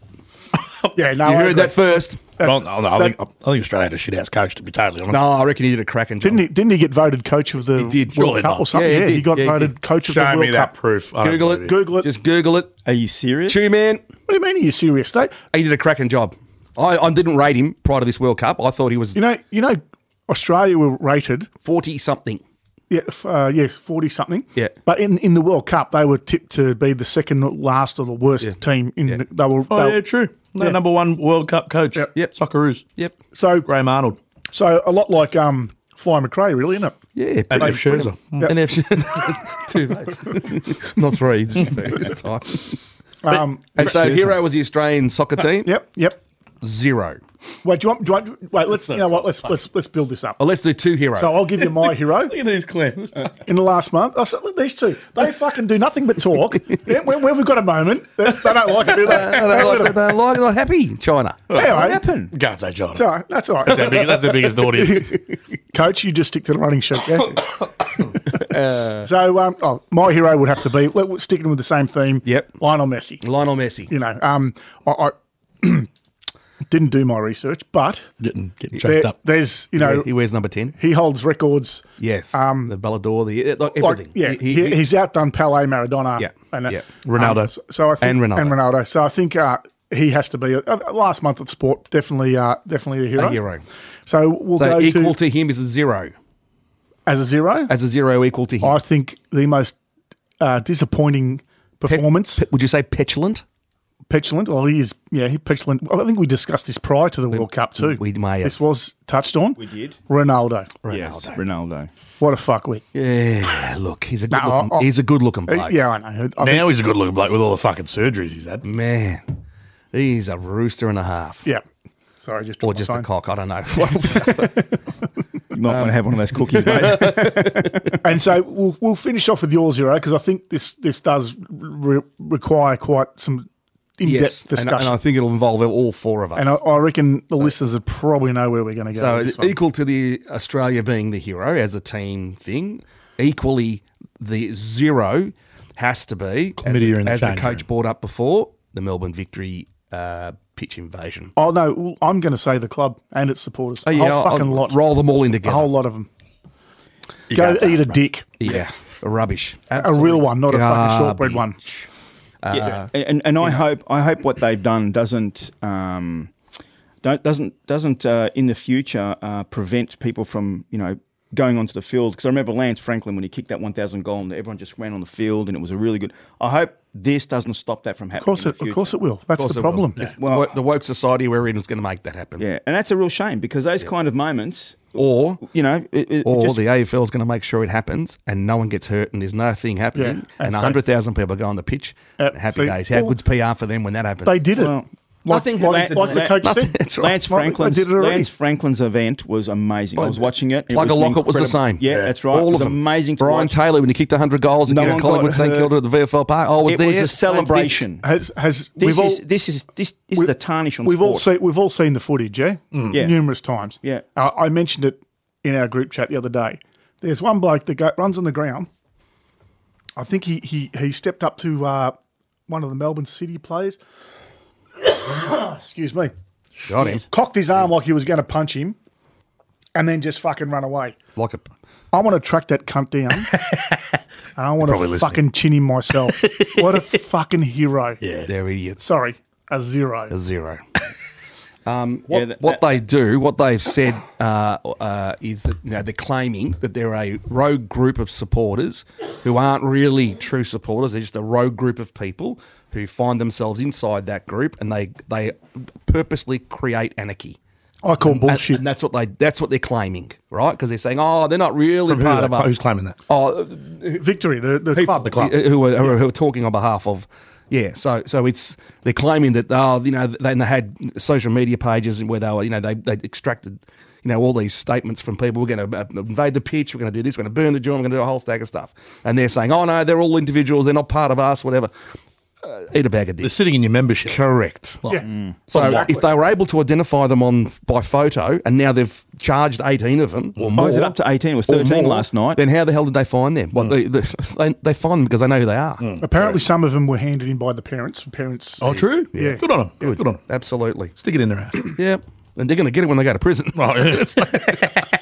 [SPEAKER 4] *laughs* yeah, no.
[SPEAKER 3] You
[SPEAKER 4] I
[SPEAKER 3] heard
[SPEAKER 4] agree.
[SPEAKER 3] that first.
[SPEAKER 2] Well, no, no, I,
[SPEAKER 4] that-
[SPEAKER 2] think, I think Australia had a shit house coach, to be totally honest.
[SPEAKER 3] No, I reckon he did a cracking job.
[SPEAKER 4] Didn't he, didn't he get voted coach of the
[SPEAKER 3] did.
[SPEAKER 4] World
[SPEAKER 2] Surely
[SPEAKER 4] Cup
[SPEAKER 2] not.
[SPEAKER 4] or something?
[SPEAKER 3] Yeah,
[SPEAKER 4] Yeah,
[SPEAKER 3] he
[SPEAKER 4] he,
[SPEAKER 3] did.
[SPEAKER 4] got
[SPEAKER 3] Yeah, he
[SPEAKER 4] voted
[SPEAKER 3] did.
[SPEAKER 4] coach of
[SPEAKER 2] Show
[SPEAKER 4] the World
[SPEAKER 2] me that
[SPEAKER 4] Cup.
[SPEAKER 2] proof. I don't
[SPEAKER 3] Google
[SPEAKER 2] believe
[SPEAKER 3] it.
[SPEAKER 2] you.
[SPEAKER 4] Google it.
[SPEAKER 3] Just Google it.
[SPEAKER 1] Are you serious?
[SPEAKER 3] Two man.
[SPEAKER 4] What do you mean? Are you serious? They,
[SPEAKER 3] He did a cracking job. I, I didn't rate him prior to this World Cup. I thought he was
[SPEAKER 4] you know, you know, Australia were rated,
[SPEAKER 3] 40 something.
[SPEAKER 4] yeah, f- uh, yeah, forty something.
[SPEAKER 3] Yeah.
[SPEAKER 4] but in, in the World Cup, they were tipped to be the second last or the worst team. In the, they were,
[SPEAKER 2] Oh,
[SPEAKER 4] they
[SPEAKER 2] yeah,
[SPEAKER 4] were-
[SPEAKER 2] true. No,
[SPEAKER 4] Yeah.
[SPEAKER 2] number one World Cup coach.
[SPEAKER 4] Yep.
[SPEAKER 3] Yep.
[SPEAKER 2] Socceroos.
[SPEAKER 3] Yep.
[SPEAKER 4] so
[SPEAKER 2] Graham Arnold.
[SPEAKER 4] so a lot like um, Fly McRae, really, isn't it?
[SPEAKER 3] Yeah.
[SPEAKER 2] And
[SPEAKER 3] pretty-
[SPEAKER 2] F. Scherzer.
[SPEAKER 4] Yep.
[SPEAKER 3] And *laughs* F- two votes. Not three. just two this time.
[SPEAKER 4] Um,
[SPEAKER 3] *laughs* And so Hero was the Australian soccer team.
[SPEAKER 4] yep, yep.
[SPEAKER 3] Zero.
[SPEAKER 4] Wait, do you want? Do you want? Wait, let's. You know what? Let's let's let's build this up.
[SPEAKER 3] Well, let's do two heroes.
[SPEAKER 4] So I'll give you
[SPEAKER 3] *laughs*
[SPEAKER 4] my hero
[SPEAKER 2] Look at these, *laughs* Claire.
[SPEAKER 4] in the last month. I said, look, these two, they fucking do nothing
[SPEAKER 3] *laughs*
[SPEAKER 4] but talk. Yeah, when, when we've got a moment, they, they don't like it, do they?
[SPEAKER 3] I don't like, I don't like, not happy. China.
[SPEAKER 1] What
[SPEAKER 4] Anyway,
[SPEAKER 1] happened?
[SPEAKER 2] Can't say John.
[SPEAKER 4] *laughs* it's all right. That's all
[SPEAKER 2] That's their
[SPEAKER 4] right.
[SPEAKER 2] big- that's their biggest audience.
[SPEAKER 4] Coach, you just stick to the running sheet. Yeah?
[SPEAKER 3] *coughs* Uh,
[SPEAKER 4] so, um, oh, my hero would have to be let, sticking with the same theme.
[SPEAKER 3] Yep.
[SPEAKER 4] Lionel Messi.
[SPEAKER 3] Lionel Messi.
[SPEAKER 4] You know, um, I, I *clears throat* didn't do my research, but
[SPEAKER 2] Getting, getting
[SPEAKER 4] there,
[SPEAKER 2] choked up.
[SPEAKER 4] there's you know
[SPEAKER 3] He wears number 10.
[SPEAKER 4] he holds records.
[SPEAKER 3] Yes.
[SPEAKER 4] Um,
[SPEAKER 3] the Ballador, the like
[SPEAKER 4] like,
[SPEAKER 3] everything.
[SPEAKER 4] yeah,
[SPEAKER 3] He- he-
[SPEAKER 4] he- he's outdone Pele, Maradona,
[SPEAKER 3] Yeah,
[SPEAKER 4] and uh,
[SPEAKER 3] yeah.
[SPEAKER 2] Ronaldo.
[SPEAKER 4] um, so, so I think,
[SPEAKER 3] And Ronaldo.
[SPEAKER 4] and Ronaldo. So I think uh, he has to be uh, uh, last month at sport. Definitely, uh, definitely a hero.
[SPEAKER 3] A hero.
[SPEAKER 4] So we'll
[SPEAKER 3] so
[SPEAKER 4] go
[SPEAKER 3] equal
[SPEAKER 4] to
[SPEAKER 3] to him is a zero.
[SPEAKER 4] as a zero.
[SPEAKER 3] As a zero equal to him.
[SPEAKER 4] I think the most uh, disappointing performance,
[SPEAKER 3] Would you say petulant?
[SPEAKER 4] petulant. Well, he is, yeah, he petulant. I think we discussed this prior to the World Cup too.
[SPEAKER 3] we may have.
[SPEAKER 4] This was touched on. We
[SPEAKER 1] did.
[SPEAKER 4] Ronaldo.
[SPEAKER 1] Yes, Ronaldo.
[SPEAKER 4] What a fuckwit.
[SPEAKER 3] Yeah, look, he's a good
[SPEAKER 4] No,
[SPEAKER 3] looking,
[SPEAKER 4] I- I-
[SPEAKER 3] he's a good looking bloke.
[SPEAKER 4] Yeah, I know. I think,
[SPEAKER 2] Now he's a good looking bloke with all the fucking surgeries he's
[SPEAKER 3] Mm,
[SPEAKER 2] had.
[SPEAKER 3] Man, he's a rooster and a half.
[SPEAKER 4] yeah. Sorry, just
[SPEAKER 3] Or
[SPEAKER 4] dropped my
[SPEAKER 3] just a
[SPEAKER 4] phone.
[SPEAKER 3] cock, I don't know.
[SPEAKER 4] *laughs*
[SPEAKER 1] You might want to have one of those cookies, mate.
[SPEAKER 4] And so we'll we'll finish off with your zero because I think this this does re- require quite some in depth
[SPEAKER 3] yes, and,
[SPEAKER 4] discussion.
[SPEAKER 3] and I think it'll involve all four of us.
[SPEAKER 4] And I, I reckon the listeners would probably know where we're going to go.
[SPEAKER 3] So
[SPEAKER 4] with
[SPEAKER 3] it's
[SPEAKER 4] this one.
[SPEAKER 3] equal to the Australia being the hero as a team thing, equally the zero has to be as,
[SPEAKER 2] Chlamydia in the
[SPEAKER 3] as the
[SPEAKER 2] change
[SPEAKER 3] coach
[SPEAKER 2] room.
[SPEAKER 3] brought up before the Melbourne victory uh, pitch invasion.
[SPEAKER 4] Oh no, well, I'm going to say the club and its supporters.
[SPEAKER 3] Oh,
[SPEAKER 4] a whole fucking lot,
[SPEAKER 3] Roll them all in
[SPEAKER 4] a
[SPEAKER 3] together.
[SPEAKER 4] whole lot of them.
[SPEAKER 3] You
[SPEAKER 4] Go
[SPEAKER 3] can't say
[SPEAKER 4] eat a
[SPEAKER 3] rubbish.
[SPEAKER 4] dick,
[SPEAKER 3] Yeah, rubbish.
[SPEAKER 4] a real one, not a fucking shortbread
[SPEAKER 3] Garbage.
[SPEAKER 4] one. Uh-huh.
[SPEAKER 1] yeah, and and I hope I hope what they've done doesn't um, don't, doesn't doesn't uh, in the future uh, prevent people from you know going onto the field because I remember Lance Franklin when he kicked that one thousand goal and everyone just ran on the field and it was a really good. I hope this doesn't stop that from happening.
[SPEAKER 4] Of course,
[SPEAKER 1] in
[SPEAKER 4] it,
[SPEAKER 1] the future.
[SPEAKER 4] of course it will. That's
[SPEAKER 3] course
[SPEAKER 4] the
[SPEAKER 3] it will.
[SPEAKER 4] problem.
[SPEAKER 3] It's
[SPEAKER 1] Well-
[SPEAKER 3] the, wo- the woke society we're in is going to make that happen.
[SPEAKER 1] Yeah, and that's a real shame because those kind of moments,
[SPEAKER 3] Or
[SPEAKER 1] you know, it, it- it
[SPEAKER 3] or
[SPEAKER 1] just-
[SPEAKER 3] the AFL is going to make sure it happens and no one gets hurt and there's no thing happening
[SPEAKER 4] Yeah,
[SPEAKER 3] and
[SPEAKER 4] and
[SPEAKER 3] and
[SPEAKER 4] so-
[SPEAKER 3] 100,000 people go on the pitch.
[SPEAKER 4] Uh,
[SPEAKER 3] happy
[SPEAKER 4] so-
[SPEAKER 3] days. How
[SPEAKER 4] Well-
[SPEAKER 3] good's PR for them when that happens?
[SPEAKER 4] They did it.
[SPEAKER 1] *laughs* Well,
[SPEAKER 4] like,
[SPEAKER 1] nothing
[SPEAKER 4] like,
[SPEAKER 1] happened.
[SPEAKER 4] like the
[SPEAKER 1] *laughs*
[SPEAKER 4] coach
[SPEAKER 1] Nothing-
[SPEAKER 4] said.
[SPEAKER 3] that's right.
[SPEAKER 1] Lance Franklin's
[SPEAKER 4] I did it already.
[SPEAKER 1] Lance Franklin's event was amazing. I was watching it. it
[SPEAKER 3] Plug a
[SPEAKER 1] was
[SPEAKER 3] Lockett was the same.
[SPEAKER 1] incredible- Yeah, that's right.
[SPEAKER 3] All
[SPEAKER 1] it was
[SPEAKER 3] of them.
[SPEAKER 1] amazing. To
[SPEAKER 3] Brian
[SPEAKER 1] watch.
[SPEAKER 3] Taylor when he kicked 100 goals
[SPEAKER 1] No
[SPEAKER 3] against
[SPEAKER 1] one got
[SPEAKER 3] Collingwood St
[SPEAKER 1] hurt.
[SPEAKER 3] Kilda at the VFL Park. Oh, I was
[SPEAKER 1] It
[SPEAKER 3] there.
[SPEAKER 1] was a celebration.
[SPEAKER 4] Has has
[SPEAKER 1] This
[SPEAKER 4] we've all
[SPEAKER 1] is this is this is
[SPEAKER 4] we-
[SPEAKER 1] the tarnish on
[SPEAKER 4] we've all
[SPEAKER 1] sport.
[SPEAKER 4] seen we've all seen the footage, yeah,
[SPEAKER 1] Yeah.
[SPEAKER 4] numerous times.
[SPEAKER 1] Yeah.
[SPEAKER 4] uh, I mentioned it in our group chat the other day. There's one bloke that go, runs on the ground. I think he he he stepped up to uh, one of the Melbourne City players. *coughs* Excuse me.
[SPEAKER 3] Shot him
[SPEAKER 4] Cocked his arm like he was going to punch him, and then just fucking run away.
[SPEAKER 3] like a.
[SPEAKER 4] I want to track that cunt down. and I want to fucking chin him myself. what a fucking hero.
[SPEAKER 3] Yeah. They're idiots.
[SPEAKER 4] Sorry, a zero.
[SPEAKER 3] A zero.
[SPEAKER 1] Yeah,
[SPEAKER 3] What,
[SPEAKER 1] that- that-
[SPEAKER 3] what they do, what they've said, uh, uh, is that you know they're claiming that they're a rogue group of supporters who aren't really true supporters. They're just a rogue group of people who find themselves inside that group, and they they purposely create anarchy.
[SPEAKER 4] I call
[SPEAKER 3] And-
[SPEAKER 4] bullshit.
[SPEAKER 3] And, that's what they that's what they're claiming, right? Because they're saying, oh, they're not really
[SPEAKER 2] From who
[SPEAKER 3] part
[SPEAKER 2] they-
[SPEAKER 3] of us.
[SPEAKER 2] who's claiming that?
[SPEAKER 3] Oh,
[SPEAKER 4] Victory, the, the club.
[SPEAKER 3] the club who are, who are- who are talking on behalf of. Yeah, so so it's they're claiming that oh you know they, and they had social media pages where they were you know they they extracted you know all these statements from people we're going to invade the pitch we're going to do this we're going to burn the joint we're going to do a whole stack of stuff and they're saying oh no they're all individuals they're not part of us whatever uh, eat a bag of
[SPEAKER 2] They're
[SPEAKER 3] dicks.
[SPEAKER 2] sitting in your membership.
[SPEAKER 3] Correct.
[SPEAKER 4] Yeah.
[SPEAKER 3] So
[SPEAKER 4] Exactly.
[SPEAKER 3] if they were able to identify them on by photo, and now they've charged eighteen of them or more,
[SPEAKER 1] Oh, is it up to 18? It was 13 last night. Hmm.
[SPEAKER 3] Then how the hell did they find them? Well, they, they, they find them because they know who they are.
[SPEAKER 4] Apparently, some of them were handed in by the parents. The parents.
[SPEAKER 2] Oh, true.
[SPEAKER 4] Yeah.
[SPEAKER 2] Good on them. Good, on them.
[SPEAKER 3] Absolutely.
[SPEAKER 2] Stick it in their ass.
[SPEAKER 3] Yeah. And they're going to get it when they go to prison.
[SPEAKER 2] *laughs* Oh, yeah.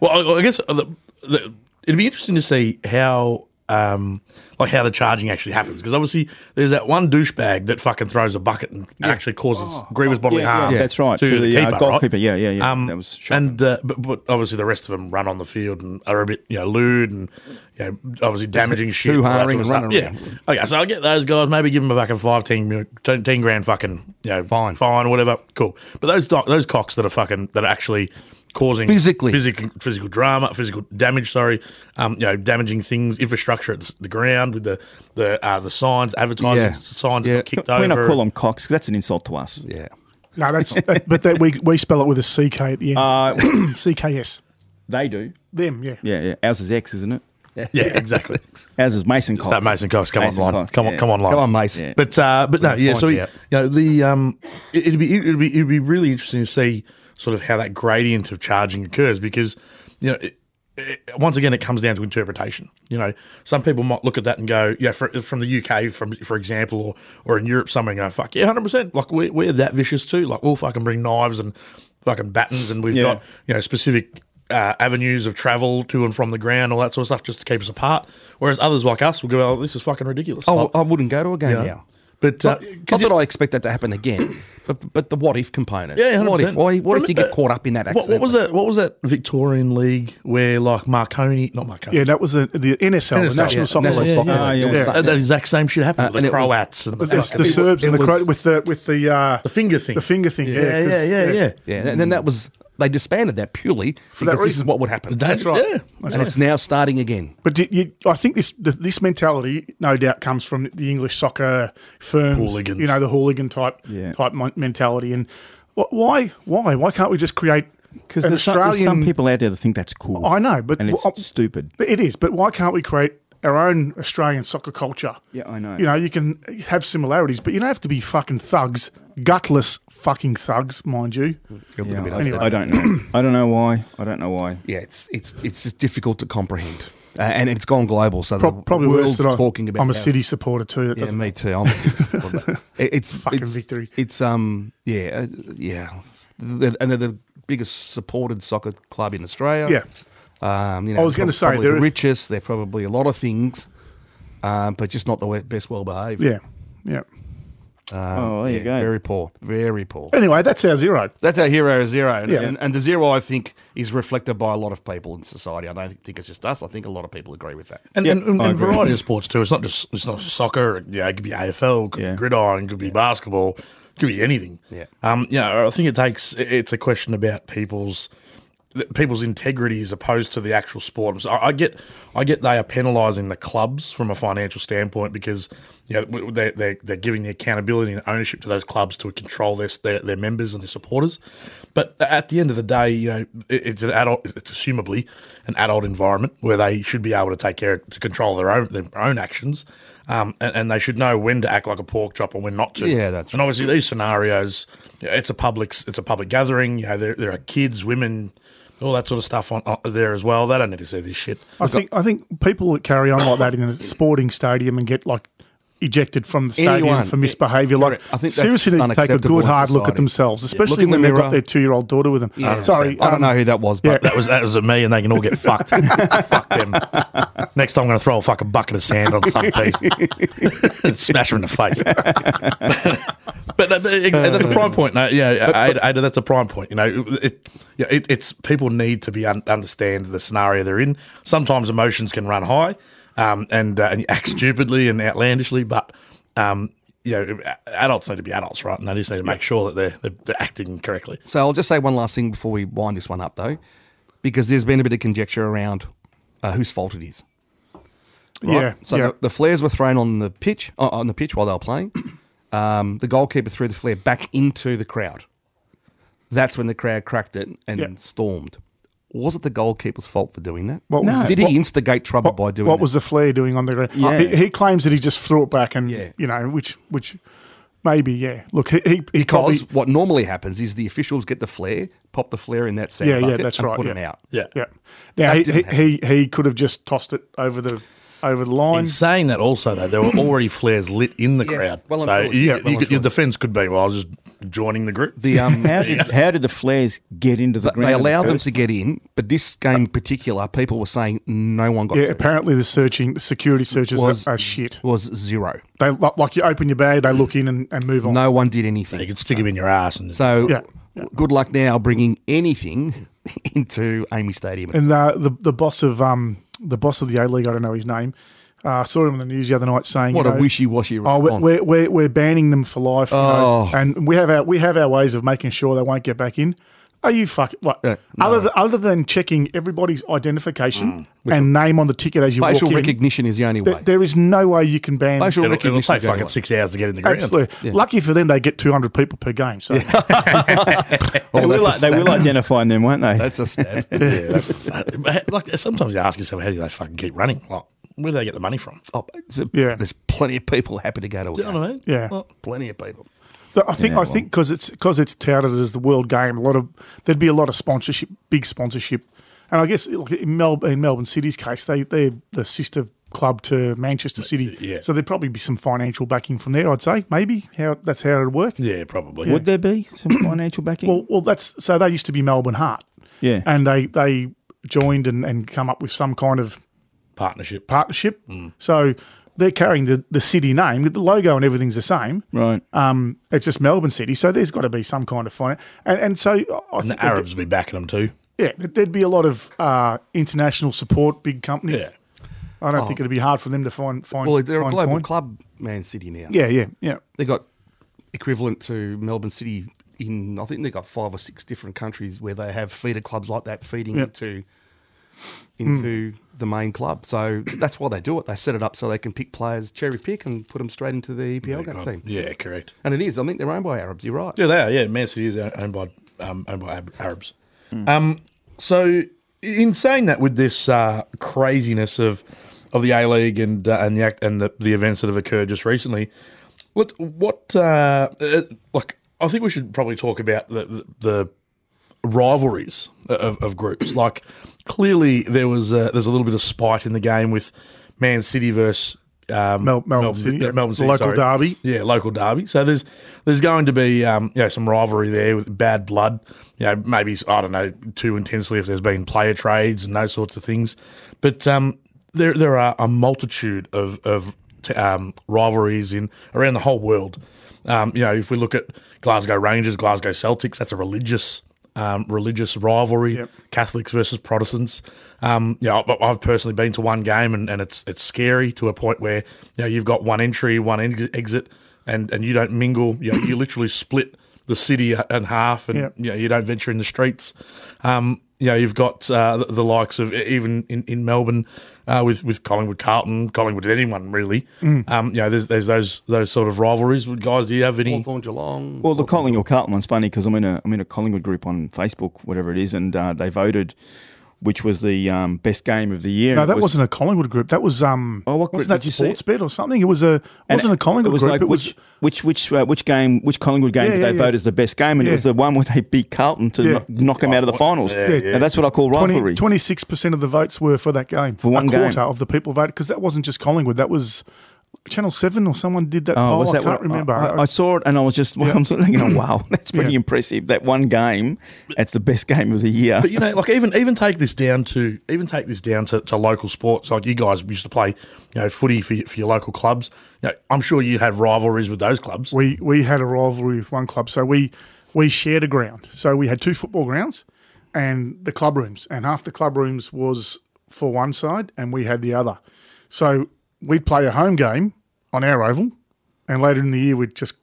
[SPEAKER 2] well, I, I guess uh, the, the, it'd be interesting to see how, um, like how the charging actually happens because obviously there's that one douchebag that fucking throws a bucket and actually causes grievous bodily
[SPEAKER 1] Oh. yeah,
[SPEAKER 2] harm.
[SPEAKER 1] yeah, that's right,
[SPEAKER 2] to, the,
[SPEAKER 1] uh,
[SPEAKER 2] keeper,
[SPEAKER 1] goalkeeper.
[SPEAKER 2] Right?
[SPEAKER 1] Yeah, yeah, yeah.
[SPEAKER 2] Um,
[SPEAKER 1] That was shocking.
[SPEAKER 2] and uh, but, but obviously the rest of them run on the field and are a bit you know lewd and you know
[SPEAKER 1] *laughs*
[SPEAKER 2] obviously damaging shit, all that
[SPEAKER 3] hoo-ha-ing
[SPEAKER 2] sort of
[SPEAKER 3] and
[SPEAKER 2] stuff.
[SPEAKER 3] running
[SPEAKER 2] Yeah. Okay, so I get those guys. Maybe give them a fucking five, ten, mil- ten, ten grand fucking you know fine, fine, or whatever. Cool. But those doc, those cocks that are fucking that are actually causing
[SPEAKER 3] Physically.
[SPEAKER 2] physical physical drama, physical damage. Sorry, um, you know, damaging things, infrastructure at the, the ground with the the uh, the signs, advertising
[SPEAKER 3] Yeah.
[SPEAKER 2] signs
[SPEAKER 3] Yeah.
[SPEAKER 2] that got kicked
[SPEAKER 1] Can we
[SPEAKER 2] over.
[SPEAKER 1] not call them cocks? 'Cause that's an insult to us.
[SPEAKER 3] *laughs* Yeah.
[SPEAKER 4] No, that's that, but that, we we spell it with a ck at the end.
[SPEAKER 1] Uh,
[SPEAKER 4] *clears throat* CKS.
[SPEAKER 1] they do.
[SPEAKER 4] Them, yeah.
[SPEAKER 1] Yeah, yeah. Ours is X, isn't it?
[SPEAKER 2] Yeah,
[SPEAKER 3] *laughs*
[SPEAKER 2] exactly.
[SPEAKER 1] Ours is Mason Cox.
[SPEAKER 2] that Mason Cox, come
[SPEAKER 1] Mason
[SPEAKER 2] online,
[SPEAKER 1] Cox,
[SPEAKER 2] come
[SPEAKER 1] yeah.
[SPEAKER 2] on, come online,
[SPEAKER 3] Come on, Mason.
[SPEAKER 1] Yeah.
[SPEAKER 2] But uh, but no, yeah.
[SPEAKER 3] find
[SPEAKER 2] So
[SPEAKER 3] you
[SPEAKER 2] you
[SPEAKER 3] out.
[SPEAKER 2] know the um, it, it'd be it'd be it'd be really interesting to see sort of how that gradient of charging occurs because you know. It, it, once again, it comes down to interpretation. You know, some people might look at that and go, "Yeah, for, from the UK, from for example, or or in Europe, somewhere, and go, fuck yeah, hundred percent. Like we're, we're that vicious too. Like we'll fucking bring knives and fucking battens, and we've
[SPEAKER 1] Yeah.
[SPEAKER 2] got you know specific uh, avenues of travel to and from the ground, all that sort of stuff, just to keep us apart. Whereas others like us will go, "Oh, this is fucking ridiculous."
[SPEAKER 3] Oh, I wouldn't go to a game
[SPEAKER 2] Yeah.
[SPEAKER 3] now.
[SPEAKER 2] But uh,
[SPEAKER 3] Not,
[SPEAKER 2] 'cause
[SPEAKER 3] not
[SPEAKER 2] it-
[SPEAKER 3] that I expect that to
[SPEAKER 2] *coughs*
[SPEAKER 3] happen again, but but the what if component.
[SPEAKER 2] yeah, 100%.
[SPEAKER 3] what if? Why, what if you get
[SPEAKER 2] Remember-
[SPEAKER 3] caught up in that
[SPEAKER 2] What,
[SPEAKER 3] accident?
[SPEAKER 2] what was that? What was that Victorian league where like Marconi, not Marconi,
[SPEAKER 4] Yeah, that was the, the NSL, the
[SPEAKER 2] NSL,
[SPEAKER 4] National
[SPEAKER 2] yeah.
[SPEAKER 4] Soccer
[SPEAKER 3] National
[SPEAKER 4] League.
[SPEAKER 3] soccer.
[SPEAKER 1] yeah,
[SPEAKER 3] It
[SPEAKER 1] yeah.
[SPEAKER 3] was
[SPEAKER 4] Yeah.
[SPEAKER 2] that,
[SPEAKER 3] that-
[SPEAKER 2] that exact same shit happened
[SPEAKER 3] Uh,
[SPEAKER 2] with
[SPEAKER 3] and
[SPEAKER 2] the
[SPEAKER 3] it was-
[SPEAKER 2] Croats and the,
[SPEAKER 4] But there's
[SPEAKER 2] fucking-
[SPEAKER 4] the Serbs and
[SPEAKER 2] it
[SPEAKER 4] the
[SPEAKER 2] was-
[SPEAKER 4] Croat with the with the uh,
[SPEAKER 2] the finger thing.
[SPEAKER 4] the finger thing. Yeah,
[SPEAKER 2] yeah,
[SPEAKER 4] 'cause-
[SPEAKER 2] yeah, yeah, yeah.
[SPEAKER 3] Yeah, and then that was they disbanded that purely
[SPEAKER 4] that
[SPEAKER 3] because this is
[SPEAKER 4] reason.
[SPEAKER 3] what would happen.
[SPEAKER 2] That's right. Yeah.
[SPEAKER 3] and it's now starting again.
[SPEAKER 4] But you, you, I think this th- this mentality, no doubt, comes from the English soccer firms,
[SPEAKER 2] Hooligans.
[SPEAKER 4] you know, the hooligan type
[SPEAKER 1] Yeah.
[SPEAKER 4] type mon- mentality. And wh- why, why, why can't we just create
[SPEAKER 1] Because
[SPEAKER 4] an
[SPEAKER 1] there's, some- there's
[SPEAKER 4] Australian?
[SPEAKER 1] some people out there that think that's cool.
[SPEAKER 4] I know, but
[SPEAKER 1] and it's
[SPEAKER 4] wh-
[SPEAKER 1] stupid.
[SPEAKER 4] But It is, but why can't we create our own Australian soccer culture?
[SPEAKER 1] Yeah, I know.
[SPEAKER 4] You know, you can have similarities, but you don't have to be fucking thugs, gutless fucking thugs, mind you.
[SPEAKER 1] Yeah,
[SPEAKER 3] bit
[SPEAKER 1] I-
[SPEAKER 3] upset.
[SPEAKER 1] I don't know. I don't know why. I don't know why.
[SPEAKER 3] Yeah, it's it's it's just difficult to comprehend. uh, and it's gone global. So
[SPEAKER 4] Pro-
[SPEAKER 3] the
[SPEAKER 4] probably worse
[SPEAKER 3] world's
[SPEAKER 4] that I,
[SPEAKER 3] talking about.
[SPEAKER 4] I'm a
[SPEAKER 3] how-
[SPEAKER 4] city supporter too. That
[SPEAKER 3] Yeah,
[SPEAKER 4] doesn't-
[SPEAKER 3] me too. I'm a
[SPEAKER 4] *laughs*
[SPEAKER 3] city supporter, but it- it's
[SPEAKER 4] Fucking
[SPEAKER 3] it's-
[SPEAKER 4] victory.
[SPEAKER 3] It's um yeah uh, yeah, The- and they're the biggest supported soccer club in Australia.
[SPEAKER 4] yeah.
[SPEAKER 3] Um, you know,
[SPEAKER 4] I was gonna
[SPEAKER 3] prob-
[SPEAKER 4] say,
[SPEAKER 3] probably
[SPEAKER 4] there-
[SPEAKER 3] the richest. They're probably a lot of things, um, but just not the we- best well behaved.
[SPEAKER 4] Yeah. Yeah.
[SPEAKER 3] Um,
[SPEAKER 1] Oh, there you go.
[SPEAKER 3] Very poor. Very poor.
[SPEAKER 4] Anyway, that's our zero.
[SPEAKER 3] That's our hero zero, and,
[SPEAKER 4] Yeah.
[SPEAKER 3] and, and the zero I think is reflected by a lot of people in society. I don't think it's just us. I think a lot of people agree with that.
[SPEAKER 2] And,
[SPEAKER 1] Yeah,
[SPEAKER 2] and, and,
[SPEAKER 1] I
[SPEAKER 2] and
[SPEAKER 1] agree.
[SPEAKER 2] variety of sports too. It's not just it's not just soccer. Yeah, it could be AFL, it could
[SPEAKER 1] Yeah.
[SPEAKER 2] be gridiron, it could be basketball, it could be anything.
[SPEAKER 3] Yeah.
[SPEAKER 2] Um. Yeah. I think it takes. It's a question about people's th- people's integrity as opposed to the actual sport. So I, I get. I get they are penalising the clubs from a financial standpoint because you know w- they they they're giving the accountability and ownership to those clubs to control their their, their members and their supporters. But at the end of the day, you know, it, it's an adult. It's assumably an adult environment where they should be able to take care to control their own their own actions, um, and, and they should know when to act like a pork chop and when not to.
[SPEAKER 3] Yeah, that's
[SPEAKER 2] and obviously these scenarios, you know, it's a public it's a public gathering. You know, there there are kids, women, all that sort of stuff on, on there as well. They don't need to see this shit.
[SPEAKER 4] I think I think people that carry on like that in a sporting stadium and get like ejected from the stadium
[SPEAKER 3] Anyone.
[SPEAKER 4] for misbehaviour, like
[SPEAKER 3] Correct. I think that's
[SPEAKER 4] seriously, need to take a
[SPEAKER 3] unacceptable
[SPEAKER 4] good
[SPEAKER 3] in
[SPEAKER 4] hard look at
[SPEAKER 3] society.
[SPEAKER 4] themselves, especially
[SPEAKER 3] in the
[SPEAKER 4] when they've got
[SPEAKER 3] mirror.
[SPEAKER 4] their two year old daughter with them. Sorry,
[SPEAKER 3] I don't
[SPEAKER 4] um,
[SPEAKER 3] know who that was, but
[SPEAKER 2] That was that was at me, and they can all get fucked. Fuck them. Next time, I'm going to throw a fucking bucket of sand on some piece *laughs* and smash them in the face. *laughs* but that, that- that's a prime point. No, yeah, Ada, Ada, that's a prime point. You know, it, yeah, it, it's people need to be un- understand the scenario they're in. Sometimes emotions can run high, um, and uh, and you act stupidly and outlandishly, but. Um, you know, a- adults need to be adults, right? And they just need to make sure that they're, they're, they're acting correctly.
[SPEAKER 3] So I'll just say one last thing before we wind this one up, though, because there's been a bit of conjecture around uh, whose fault it is. right?
[SPEAKER 4] Yeah,
[SPEAKER 3] So
[SPEAKER 4] yeah.
[SPEAKER 3] The, the flares were thrown on the pitch uh, on the pitch while they were
[SPEAKER 4] *coughs*
[SPEAKER 3] playing. Um, the goalkeeper threw the flare back into the crowd. That's when the crowd cracked it and
[SPEAKER 4] Yeah.
[SPEAKER 3] stormed. Was it the goalkeeper's fault for doing that?
[SPEAKER 4] What was No. that?
[SPEAKER 3] Did he
[SPEAKER 4] What-
[SPEAKER 3] instigate trouble by doing
[SPEAKER 4] what
[SPEAKER 3] that?
[SPEAKER 4] was the flare doing on the ground? Uh,
[SPEAKER 1] Yeah.
[SPEAKER 4] He, he claims that he just threw it back, and
[SPEAKER 3] Yeah.
[SPEAKER 4] you know, which which maybe yeah. Look, he he, he probably
[SPEAKER 3] Because what normally happens is the officials get the flare, pop the flare in that sand
[SPEAKER 4] Yeah, yeah,
[SPEAKER 3] bucket,
[SPEAKER 4] that's
[SPEAKER 3] and
[SPEAKER 4] right,
[SPEAKER 3] put
[SPEAKER 4] yeah.
[SPEAKER 3] it out.
[SPEAKER 2] Yeah.
[SPEAKER 4] yeah. Now he,
[SPEAKER 3] That didn't
[SPEAKER 4] he, he he could have just tossed it over the over the line.
[SPEAKER 2] In saying that, also though, there were
[SPEAKER 3] *clears throat*
[SPEAKER 2] already flares lit in the
[SPEAKER 3] Yeah,
[SPEAKER 2] crowd.
[SPEAKER 3] well and
[SPEAKER 2] so
[SPEAKER 3] truly.
[SPEAKER 2] you,
[SPEAKER 3] Yeah,
[SPEAKER 2] you
[SPEAKER 3] well and
[SPEAKER 2] could- your
[SPEAKER 3] truly.
[SPEAKER 2] defence could be, well, I was just joining the group.
[SPEAKER 3] The um,
[SPEAKER 1] How
[SPEAKER 2] *laughs*
[SPEAKER 1] did, how did the flares get into the ground?
[SPEAKER 3] They
[SPEAKER 1] in the
[SPEAKER 3] allow them
[SPEAKER 1] first-
[SPEAKER 3] to get in, but this game in particular, people were saying no one got
[SPEAKER 4] Yeah,
[SPEAKER 3] served.
[SPEAKER 4] apparently the searching the security searches
[SPEAKER 3] Was-
[SPEAKER 4] are, are shit.
[SPEAKER 3] was zero.
[SPEAKER 4] They li- like you open your bag, they look in and, and move on.
[SPEAKER 3] No one did
[SPEAKER 2] you
[SPEAKER 3] anything.
[SPEAKER 2] could stick him in your ass and
[SPEAKER 3] So
[SPEAKER 4] Yeah, yeah.
[SPEAKER 3] good luck now bringing anything *laughs* into Amy Stadium.
[SPEAKER 4] And the, the the boss of um the boss of the A League, I don't know his name, uh, saw him on the news the other night saying,
[SPEAKER 3] what
[SPEAKER 4] you
[SPEAKER 3] a
[SPEAKER 4] know,
[SPEAKER 3] wishy-washy
[SPEAKER 4] Oh,
[SPEAKER 3] response.
[SPEAKER 4] we're, we're, we're, we're banning them for life, you know,
[SPEAKER 3] Oh.
[SPEAKER 4] and we have our we have our ways of making sure they won't get back in. Are you fucking what?
[SPEAKER 3] Yeah,
[SPEAKER 4] Other than, other than checking everybody's identification and name on the ticket as you
[SPEAKER 3] Facial
[SPEAKER 4] walk in,
[SPEAKER 3] recognition is the only
[SPEAKER 4] th-
[SPEAKER 3] way.
[SPEAKER 4] there is no way you can ban.
[SPEAKER 3] Facial
[SPEAKER 2] it'll, it'll
[SPEAKER 3] recognition
[SPEAKER 2] take
[SPEAKER 3] is the only
[SPEAKER 2] fucking
[SPEAKER 3] way.
[SPEAKER 2] six hours to get in the ground.
[SPEAKER 4] Absolutely. Lucky for them, they get two hundred people per game. So
[SPEAKER 1] They,
[SPEAKER 3] Oh,
[SPEAKER 1] will,
[SPEAKER 3] that's a
[SPEAKER 1] they will
[SPEAKER 3] stab.
[SPEAKER 1] identify them, won't they?
[SPEAKER 3] That's a
[SPEAKER 4] *laughs*
[SPEAKER 3] stab.
[SPEAKER 2] But, like sometimes you ask yourself, how do they fucking keep running? Like, where do they get the money from?
[SPEAKER 3] Oh, so
[SPEAKER 4] Yeah.
[SPEAKER 3] There's plenty of people happy to go to a
[SPEAKER 2] Do you know
[SPEAKER 3] game.
[SPEAKER 2] what I mean?
[SPEAKER 4] Yeah.
[SPEAKER 2] Well,
[SPEAKER 3] Plenty of people.
[SPEAKER 4] Th- I think I think because it's because it's touted as the world game. A lot of there'd be a lot of sponsorship, big sponsorship, and I guess look, in, Mel- in Melbourne City's case, they they're the sister club to Manchester City,
[SPEAKER 2] yeah.
[SPEAKER 4] so there'd probably be some financial backing from there. I'd say maybe how that's how it'd work.
[SPEAKER 2] yeah, probably.
[SPEAKER 1] Would there be some financial backing?
[SPEAKER 4] Well, well, that's so they used to be Melbourne Heart,
[SPEAKER 1] Yeah.
[SPEAKER 4] and they they joined and and come up with some kind of
[SPEAKER 2] Partnership.
[SPEAKER 4] partnership. So they're carrying the the city name, the logo, and everything's the same.
[SPEAKER 1] right.
[SPEAKER 4] Um, it's just Melbourne City, so there's got to be some kind of finance, and and so I
[SPEAKER 2] And
[SPEAKER 4] think
[SPEAKER 2] the Arabs will be backing them too.
[SPEAKER 4] yeah, th- there'd be a lot of uh, international support, big companies.
[SPEAKER 2] Yeah.
[SPEAKER 4] I don't
[SPEAKER 1] Oh.
[SPEAKER 4] think it'd be hard for them to find find.
[SPEAKER 3] Well, they're a
[SPEAKER 4] find
[SPEAKER 3] global
[SPEAKER 4] coin.
[SPEAKER 3] club, Man City now.
[SPEAKER 4] Yeah, yeah, yeah.
[SPEAKER 3] they got equivalent to Melbourne City in I think they got five or six different countries where they have feeder clubs like that feeding
[SPEAKER 4] Yep.
[SPEAKER 3] into into the main club. So that's why they do it. They set it up so they can pick players, cherry pick, and put them straight into the EPL game team.
[SPEAKER 2] Yeah, correct.
[SPEAKER 3] And it is. I think they're owned by Arabs. You're right.
[SPEAKER 2] Yeah, they are. Yeah, Man City is owned by um, owned by Ab- Arabs. Um, so, in saying that, with this uh, craziness of of the A League and uh, and the act and the, the events that have occurred just recently, what what uh, uh, like I think we should probably talk about the the, the rivalries of, of groups. Like clearly there was a, there's a little bit of spite in the game with Man City versus um,
[SPEAKER 4] Mel- Melbourne City, yeah.
[SPEAKER 2] Melbourne City, sorry.
[SPEAKER 4] Local derby.
[SPEAKER 2] Yeah, local derby. So there's there's going to be um, you know some rivalry there with bad blood. You know, maybe I don't know too intensely if there's been player trades and those sorts of things. But um, there there are a multitude of of t- um, rivalries in around the whole world. Um, you know, if we look at Glasgow Rangers, Glasgow Celtics, that's a religious um, religious rivalry.
[SPEAKER 4] Yep.
[SPEAKER 2] Catholics versus Protestants. Um, you know, I- I've personally been to one game, and, and it's it's scary to a point where you know you've got one entry, one en- exit, and and you don't mingle. You know, you literally split the city in half, and
[SPEAKER 4] Yep.
[SPEAKER 2] you know you don't venture in the streets. Um, you know, you've got uh, the, the likes of even in, in Melbourne uh, with with Collingwood, Carlton, Collingwood, anyone really. Um, you know, there's there's those those sort of rivalries. Guys, do you have any?
[SPEAKER 3] Hawthorne, Geelong.
[SPEAKER 1] Well, the Collingwood Carlton one's funny because I'm in a I'm in a Collingwood group on Facebook, whatever it is, and uh, they voted which was the um, best game of the year.
[SPEAKER 4] No,
[SPEAKER 1] It
[SPEAKER 4] that
[SPEAKER 1] was-
[SPEAKER 4] wasn't a Collingwood group. That was um.
[SPEAKER 1] Oh, what group
[SPEAKER 4] wasn't that
[SPEAKER 1] did you see it?
[SPEAKER 4] sports bet or something? It was a
[SPEAKER 1] and
[SPEAKER 4] wasn't a Collingwood
[SPEAKER 1] it was
[SPEAKER 4] group.
[SPEAKER 1] Like
[SPEAKER 4] it was
[SPEAKER 1] which which which, uh, which game which Collingwood game
[SPEAKER 4] Yeah,
[SPEAKER 1] did
[SPEAKER 4] yeah,
[SPEAKER 1] they
[SPEAKER 4] yeah.
[SPEAKER 1] vote as the best game, and it
[SPEAKER 4] Yeah.
[SPEAKER 1] was the one where they beat Carlton to
[SPEAKER 4] Yeah.
[SPEAKER 1] knock, knock them out of the finals.
[SPEAKER 4] yeah.
[SPEAKER 1] And that's what I call rivalry.
[SPEAKER 4] 26 percent of the votes were for that game. For
[SPEAKER 1] one
[SPEAKER 4] a
[SPEAKER 1] game.
[SPEAKER 4] quarter of the people voted because that wasn't just Collingwood. That was Channel Seven or someone did that. poll.
[SPEAKER 1] Oh, was
[SPEAKER 4] oh, I can't
[SPEAKER 1] what-
[SPEAKER 4] remember.
[SPEAKER 1] I, I saw it and I was just, *laughs* well,
[SPEAKER 4] Yeah.
[SPEAKER 1] I'm sort of thinking, wow, that's pretty
[SPEAKER 4] Yeah.
[SPEAKER 1] impressive. That one game, that's the best game of the year.
[SPEAKER 2] But you know, like even even take this down to even take this down to, to local sports. Like you guys used to play, you know, footy for, your- for your local clubs. You know, I'm sure you had rivalries with those clubs.
[SPEAKER 4] we we had a rivalry with one club, so we we shared a ground. So we had two football grounds and the club rooms, and half the club rooms was for one side, and we had the other. So we'd play a home game on our oval, and later in the year we'd just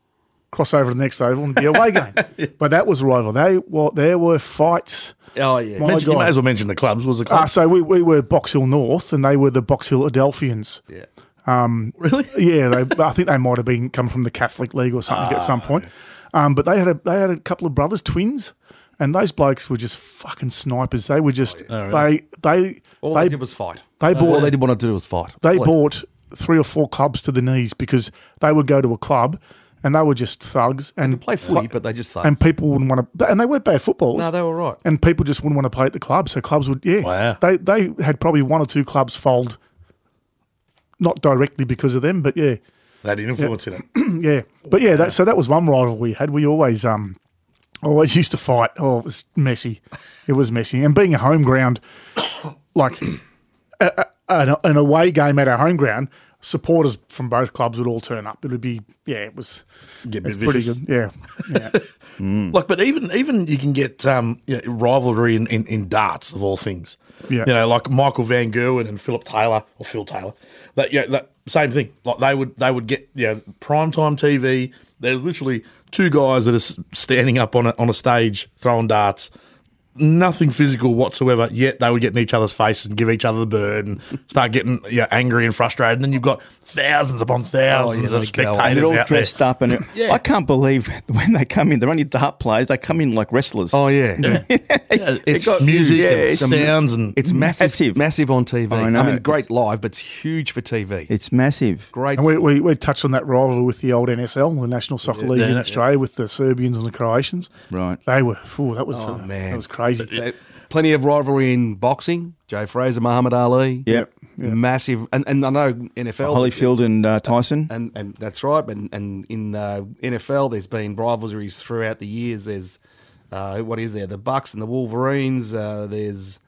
[SPEAKER 4] cross over to the next oval and be away
[SPEAKER 2] *laughs*
[SPEAKER 4] game. But that was a rival. They well, there were fights.
[SPEAKER 3] oh yeah.
[SPEAKER 4] My
[SPEAKER 2] Mention- you may
[SPEAKER 4] God.
[SPEAKER 2] as well mention the clubs. Was the
[SPEAKER 4] Ah,
[SPEAKER 2] club
[SPEAKER 4] so we, we were Box Hill North, and they were the Box Hill Adelphians.
[SPEAKER 3] yeah.
[SPEAKER 4] um,
[SPEAKER 2] really?
[SPEAKER 4] Yeah, they, I think they might have been come from the Catholic League or something at some
[SPEAKER 3] Ah,
[SPEAKER 4] point. Um, but they had a they had a couple of brothers, twins, and those blokes were just fucking snipers. They were just
[SPEAKER 3] Oh,
[SPEAKER 4] they they
[SPEAKER 3] All they,
[SPEAKER 4] they
[SPEAKER 3] did was fight. All
[SPEAKER 4] they bought
[SPEAKER 3] they did want to do was fight.
[SPEAKER 4] they
[SPEAKER 3] All
[SPEAKER 4] bought three or four clubs to the knees because they would go to a club and they were just thugs and
[SPEAKER 3] play footy, but they just thugs.
[SPEAKER 4] and people wouldn't want to and they weren't bad footballers.
[SPEAKER 3] No, they were right.
[SPEAKER 4] and people just wouldn't want to play at the club. So clubs would, yeah,
[SPEAKER 2] Wow.
[SPEAKER 4] they they had probably one or two clubs fold, not directly because of them, but yeah,
[SPEAKER 2] That influence in it.
[SPEAKER 4] yeah, but yeah. That, so that was one rival we had. We always um always *laughs* used to fight. Oh, it was messy. It was messy, and being a home ground, *coughs* like a, a, an, an away game at our home ground. Supporters from both clubs would all turn up. It would be, yeah, it was
[SPEAKER 2] Get a
[SPEAKER 4] it's
[SPEAKER 2] bit
[SPEAKER 4] pretty
[SPEAKER 2] vicious.
[SPEAKER 4] good. Yeah, yeah.
[SPEAKER 1] Mm.
[SPEAKER 2] Like, but even even you can get um, you know, rivalry in, in, in darts of all things.
[SPEAKER 4] Yeah.
[SPEAKER 2] you know, like Michael Van Gerwen and Philip Taylor or Phil Taylor. That yeah, that same thing. Like they would they would get you know, primetime TV. There's literally two guys that are s- standing up on a, on a stage throwing darts. Nothing physical whatsoever. Yet they would get in each other's face and give each other the bird
[SPEAKER 1] *laughs*
[SPEAKER 2] and start getting you know, angry and frustrated. And then you've got thousands upon
[SPEAKER 1] Oh,
[SPEAKER 2] thousands
[SPEAKER 3] they go.
[SPEAKER 2] of spectators
[SPEAKER 1] and they're all
[SPEAKER 2] out there.
[SPEAKER 1] dressed up, and it, I can't believe *laughs* when they come in, they're only dart players. They come in like wrestlers.
[SPEAKER 3] Oh yeah. *laughs* it's
[SPEAKER 1] got-
[SPEAKER 2] music
[SPEAKER 1] Yeah,
[SPEAKER 2] and
[SPEAKER 1] it's-
[SPEAKER 2] sounds and
[SPEAKER 3] It's massive,
[SPEAKER 1] Massive.
[SPEAKER 3] massive, on TV.
[SPEAKER 1] I
[SPEAKER 3] I,
[SPEAKER 1] know.
[SPEAKER 3] mean, great live, but it's huge for TV.
[SPEAKER 1] It's massive.
[SPEAKER 3] great.
[SPEAKER 4] And we, we, we touched on that rivalry with the old NSL, the National Soccer League
[SPEAKER 2] yeah,
[SPEAKER 4] in
[SPEAKER 2] yeah.
[SPEAKER 4] Australia, with the Serbians and the Croatians.
[SPEAKER 1] Right.
[SPEAKER 4] They were, phew, that was, uh,
[SPEAKER 3] man.
[SPEAKER 4] that was crazy.
[SPEAKER 3] Uh, plenty of rivalry in boxing. Joe Fraser, Muhammad Ali.
[SPEAKER 1] Yep.
[SPEAKER 3] Massive, and, and I know NFL.
[SPEAKER 1] Holyfield and uh, Tyson.
[SPEAKER 3] and, and that's right. And and in uh, NFL, there's been rivalries throughout the years. There's uh, what is there? The Bucks and the Wolverines. Uh, there's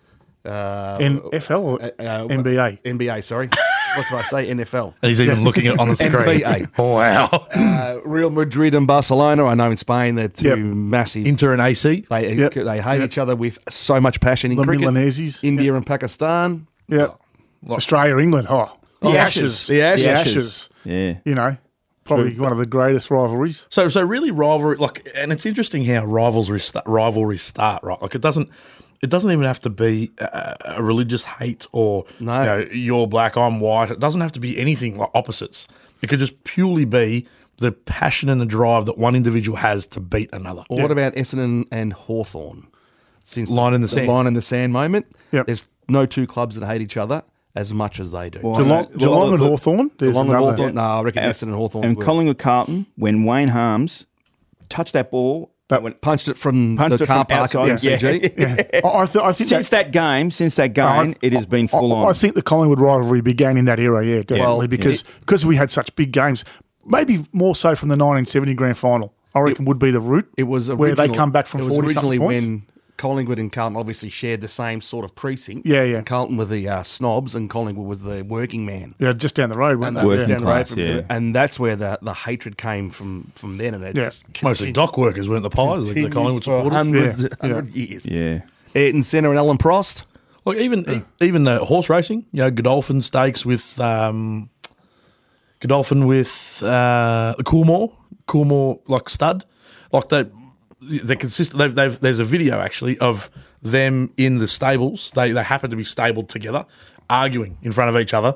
[SPEAKER 3] uh,
[SPEAKER 4] NFL or NBA?
[SPEAKER 3] NBA.
[SPEAKER 1] *laughs*
[SPEAKER 3] Sorry, what did I say? NFL.
[SPEAKER 2] And he's even looking at on the screen.
[SPEAKER 3] *laughs* NBA.
[SPEAKER 2] Wow.
[SPEAKER 3] Uh, Real Madrid and Barcelona. I know in Spain they're two
[SPEAKER 4] Yep.
[SPEAKER 3] massive.
[SPEAKER 2] Inter and AC.
[SPEAKER 3] they
[SPEAKER 4] Yep.
[SPEAKER 3] they hate each other with so much passion in
[SPEAKER 4] The
[SPEAKER 3] cricket.
[SPEAKER 4] Milaneses.
[SPEAKER 3] India and Pakistan.
[SPEAKER 4] Yeah. Australia, England, oh. The
[SPEAKER 3] Oh,
[SPEAKER 4] Ashes.
[SPEAKER 3] Ashes. The Ashes.
[SPEAKER 4] Ashes.
[SPEAKER 1] Yeah.
[SPEAKER 4] You know, probably one of the greatest rivalries.
[SPEAKER 2] So, so really rivalry. Like, and it's interesting how rivalries start, rivalries start, right? Like, it doesn't. It doesn't even have to be a, a religious hate or
[SPEAKER 3] No.
[SPEAKER 2] you are black, I'm white. It doesn't have to be anything like opposites. It could just purely be the passion and the drive that one individual has to beat another.
[SPEAKER 3] Or what about Essendon and Hawthorn? Since
[SPEAKER 2] Line in the sand.
[SPEAKER 3] line in the sand moment,
[SPEAKER 4] Yep.
[SPEAKER 3] there's no two clubs that hate each other as much as they do.
[SPEAKER 4] Geelong, Geelong and Hawthorn. There's
[SPEAKER 3] Geelong and
[SPEAKER 4] another.
[SPEAKER 3] Hawthorn. No, I reckon Essendon and Hawthorn.
[SPEAKER 1] And Collingwood Carlton, when Wayne Harms touched that ball
[SPEAKER 4] That
[SPEAKER 1] When-
[SPEAKER 3] Punched it from
[SPEAKER 1] Punched
[SPEAKER 3] the
[SPEAKER 1] it from
[SPEAKER 3] car park
[SPEAKER 1] outside,
[SPEAKER 3] at MCG.
[SPEAKER 4] yeah. I, I, th- I
[SPEAKER 1] *laughs*
[SPEAKER 4] think
[SPEAKER 1] Since that game, since that
[SPEAKER 4] I-
[SPEAKER 1] game, it has been
[SPEAKER 4] I-
[SPEAKER 1] full
[SPEAKER 4] I,
[SPEAKER 1] on.
[SPEAKER 4] I think the Collingwood rivalry began in that era, yeah, definitely,
[SPEAKER 3] Well,
[SPEAKER 4] because because we had such big games. Maybe more so from the 1970 grand final. I reckon would be the route.
[SPEAKER 3] *laughs* It was
[SPEAKER 4] where they
[SPEAKER 3] original-
[SPEAKER 4] come back from
[SPEAKER 3] It was
[SPEAKER 4] 40
[SPEAKER 3] originally
[SPEAKER 4] something points.
[SPEAKER 3] when Collingwood and Carlton obviously shared the same sort of precinct.
[SPEAKER 4] Yeah, yeah.
[SPEAKER 3] Carlton were the uh, snobs, and Collingwood was the working man.
[SPEAKER 4] yeah, just down the road,
[SPEAKER 3] And
[SPEAKER 4] weren't they?
[SPEAKER 3] that was
[SPEAKER 1] Working
[SPEAKER 4] Yeah.
[SPEAKER 3] down the road
[SPEAKER 1] class,
[SPEAKER 3] from-
[SPEAKER 1] yeah.
[SPEAKER 3] and that's where the, the hatred came from from then, and it
[SPEAKER 4] Yeah.
[SPEAKER 3] just
[SPEAKER 2] Mostly dock workers weren't the pies, the, the
[SPEAKER 3] continued
[SPEAKER 2] Collingwood
[SPEAKER 3] for
[SPEAKER 2] supporters.
[SPEAKER 3] hundreds,
[SPEAKER 4] Yeah, yeah.
[SPEAKER 3] hundred years.
[SPEAKER 1] yeah.
[SPEAKER 3] Ayrton Senna and Alan Prost.
[SPEAKER 2] Like even
[SPEAKER 1] Hmm.
[SPEAKER 2] e- even the horse racing, you know, Godolphin stakes with um, Godolphin with uh, Coolmore, Coolmore like stud, like they they're consistent. They've, they've, there's a video actually of them in the stables. They they happen to be stabled together, arguing in front of each other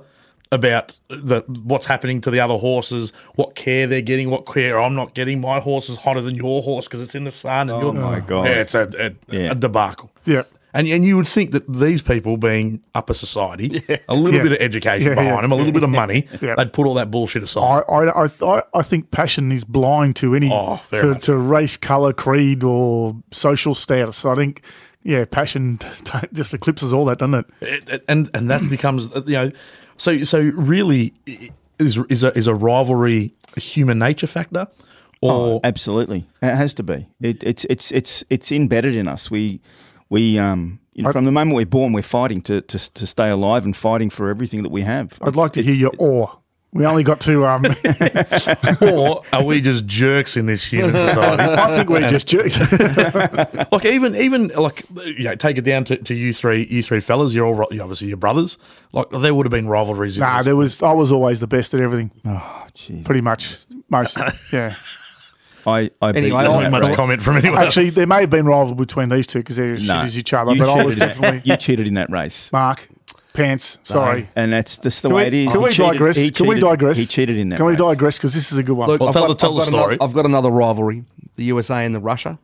[SPEAKER 2] about the what's happening to the other horses, what care they're getting, what care I'm not getting. My horse is hotter than your horse because it's in the sun. And oh your,
[SPEAKER 1] my God.
[SPEAKER 2] Yeah, it's a a,
[SPEAKER 1] Yeah.
[SPEAKER 2] a debacle.
[SPEAKER 4] Yeah.
[SPEAKER 2] And, and you would think that these people, being upper society, a little
[SPEAKER 4] *laughs* Yeah.
[SPEAKER 2] bit of education
[SPEAKER 4] Yeah,
[SPEAKER 2] behind
[SPEAKER 4] *laughs* yeah.
[SPEAKER 2] them, a little bit of money,
[SPEAKER 4] Yeah.
[SPEAKER 2] they'd put all that bullshit aside.
[SPEAKER 4] I, I, I- I, I think passion is blind to any
[SPEAKER 2] Oh, fair
[SPEAKER 4] to,
[SPEAKER 2] enough.
[SPEAKER 4] to race, color, creed, or social status. I think, yeah, passion *laughs* just eclipses all that, doesn't it?
[SPEAKER 2] It- it- and and that becomes uh, you know, so so really i- is is a, is a rivalry a human nature factor, or
[SPEAKER 1] Absolutely, it has to be. It, it's it's it's it's embedded in us. We we um you know, from the moment we're born, we're fighting to, to to stay alive and fighting for everything that we have.
[SPEAKER 4] I'd like to hear your awe. We only got
[SPEAKER 1] *laughs*
[SPEAKER 4] to. Um, *laughs* Oh.
[SPEAKER 2] *laughs* or are we just jerks in this
[SPEAKER 4] *laughs*
[SPEAKER 2] human society?
[SPEAKER 4] I think we're just jerks.
[SPEAKER 2] like even even like you know, take it down to, to you three you three fellas. You're all ri- you're obviously your brothers. Like there would have been rivalries. in
[SPEAKER 4] *laughs* Nah,
[SPEAKER 2] this.
[SPEAKER 4] there was. I was always the best at everything,
[SPEAKER 1] Oh, jeez.
[SPEAKER 4] pretty much.
[SPEAKER 1] *laughs*
[SPEAKER 4] Most, yeah.
[SPEAKER 1] I I beat
[SPEAKER 3] Anyway,
[SPEAKER 1] you.
[SPEAKER 3] I
[SPEAKER 2] There's
[SPEAKER 3] Oh,
[SPEAKER 2] not much
[SPEAKER 3] right.
[SPEAKER 2] comment from anyone. else.
[SPEAKER 4] Actually, there may have been rival between these two because they're as shit
[SPEAKER 1] No.
[SPEAKER 4] as each other.
[SPEAKER 1] You
[SPEAKER 4] But I was
[SPEAKER 1] cheated in-
[SPEAKER 4] definitely
[SPEAKER 1] you cheated in that race,
[SPEAKER 4] Mark pants. Sorry.
[SPEAKER 1] and that's just the
[SPEAKER 4] Can we,
[SPEAKER 1] way it is.
[SPEAKER 4] can
[SPEAKER 1] He
[SPEAKER 4] we
[SPEAKER 1] cheated-
[SPEAKER 4] digress?
[SPEAKER 1] he
[SPEAKER 4] can we
[SPEAKER 1] cheated-
[SPEAKER 4] digress?
[SPEAKER 1] He cheated in that.
[SPEAKER 4] Can we
[SPEAKER 1] race.
[SPEAKER 4] digress? Because this is a good one.
[SPEAKER 3] Look,
[SPEAKER 2] Well,
[SPEAKER 3] I've
[SPEAKER 2] tell
[SPEAKER 3] got-
[SPEAKER 2] the- tell
[SPEAKER 3] I've
[SPEAKER 2] the
[SPEAKER 3] got
[SPEAKER 2] story.
[SPEAKER 3] Another, I've got another rivalry: the USA and the Russia,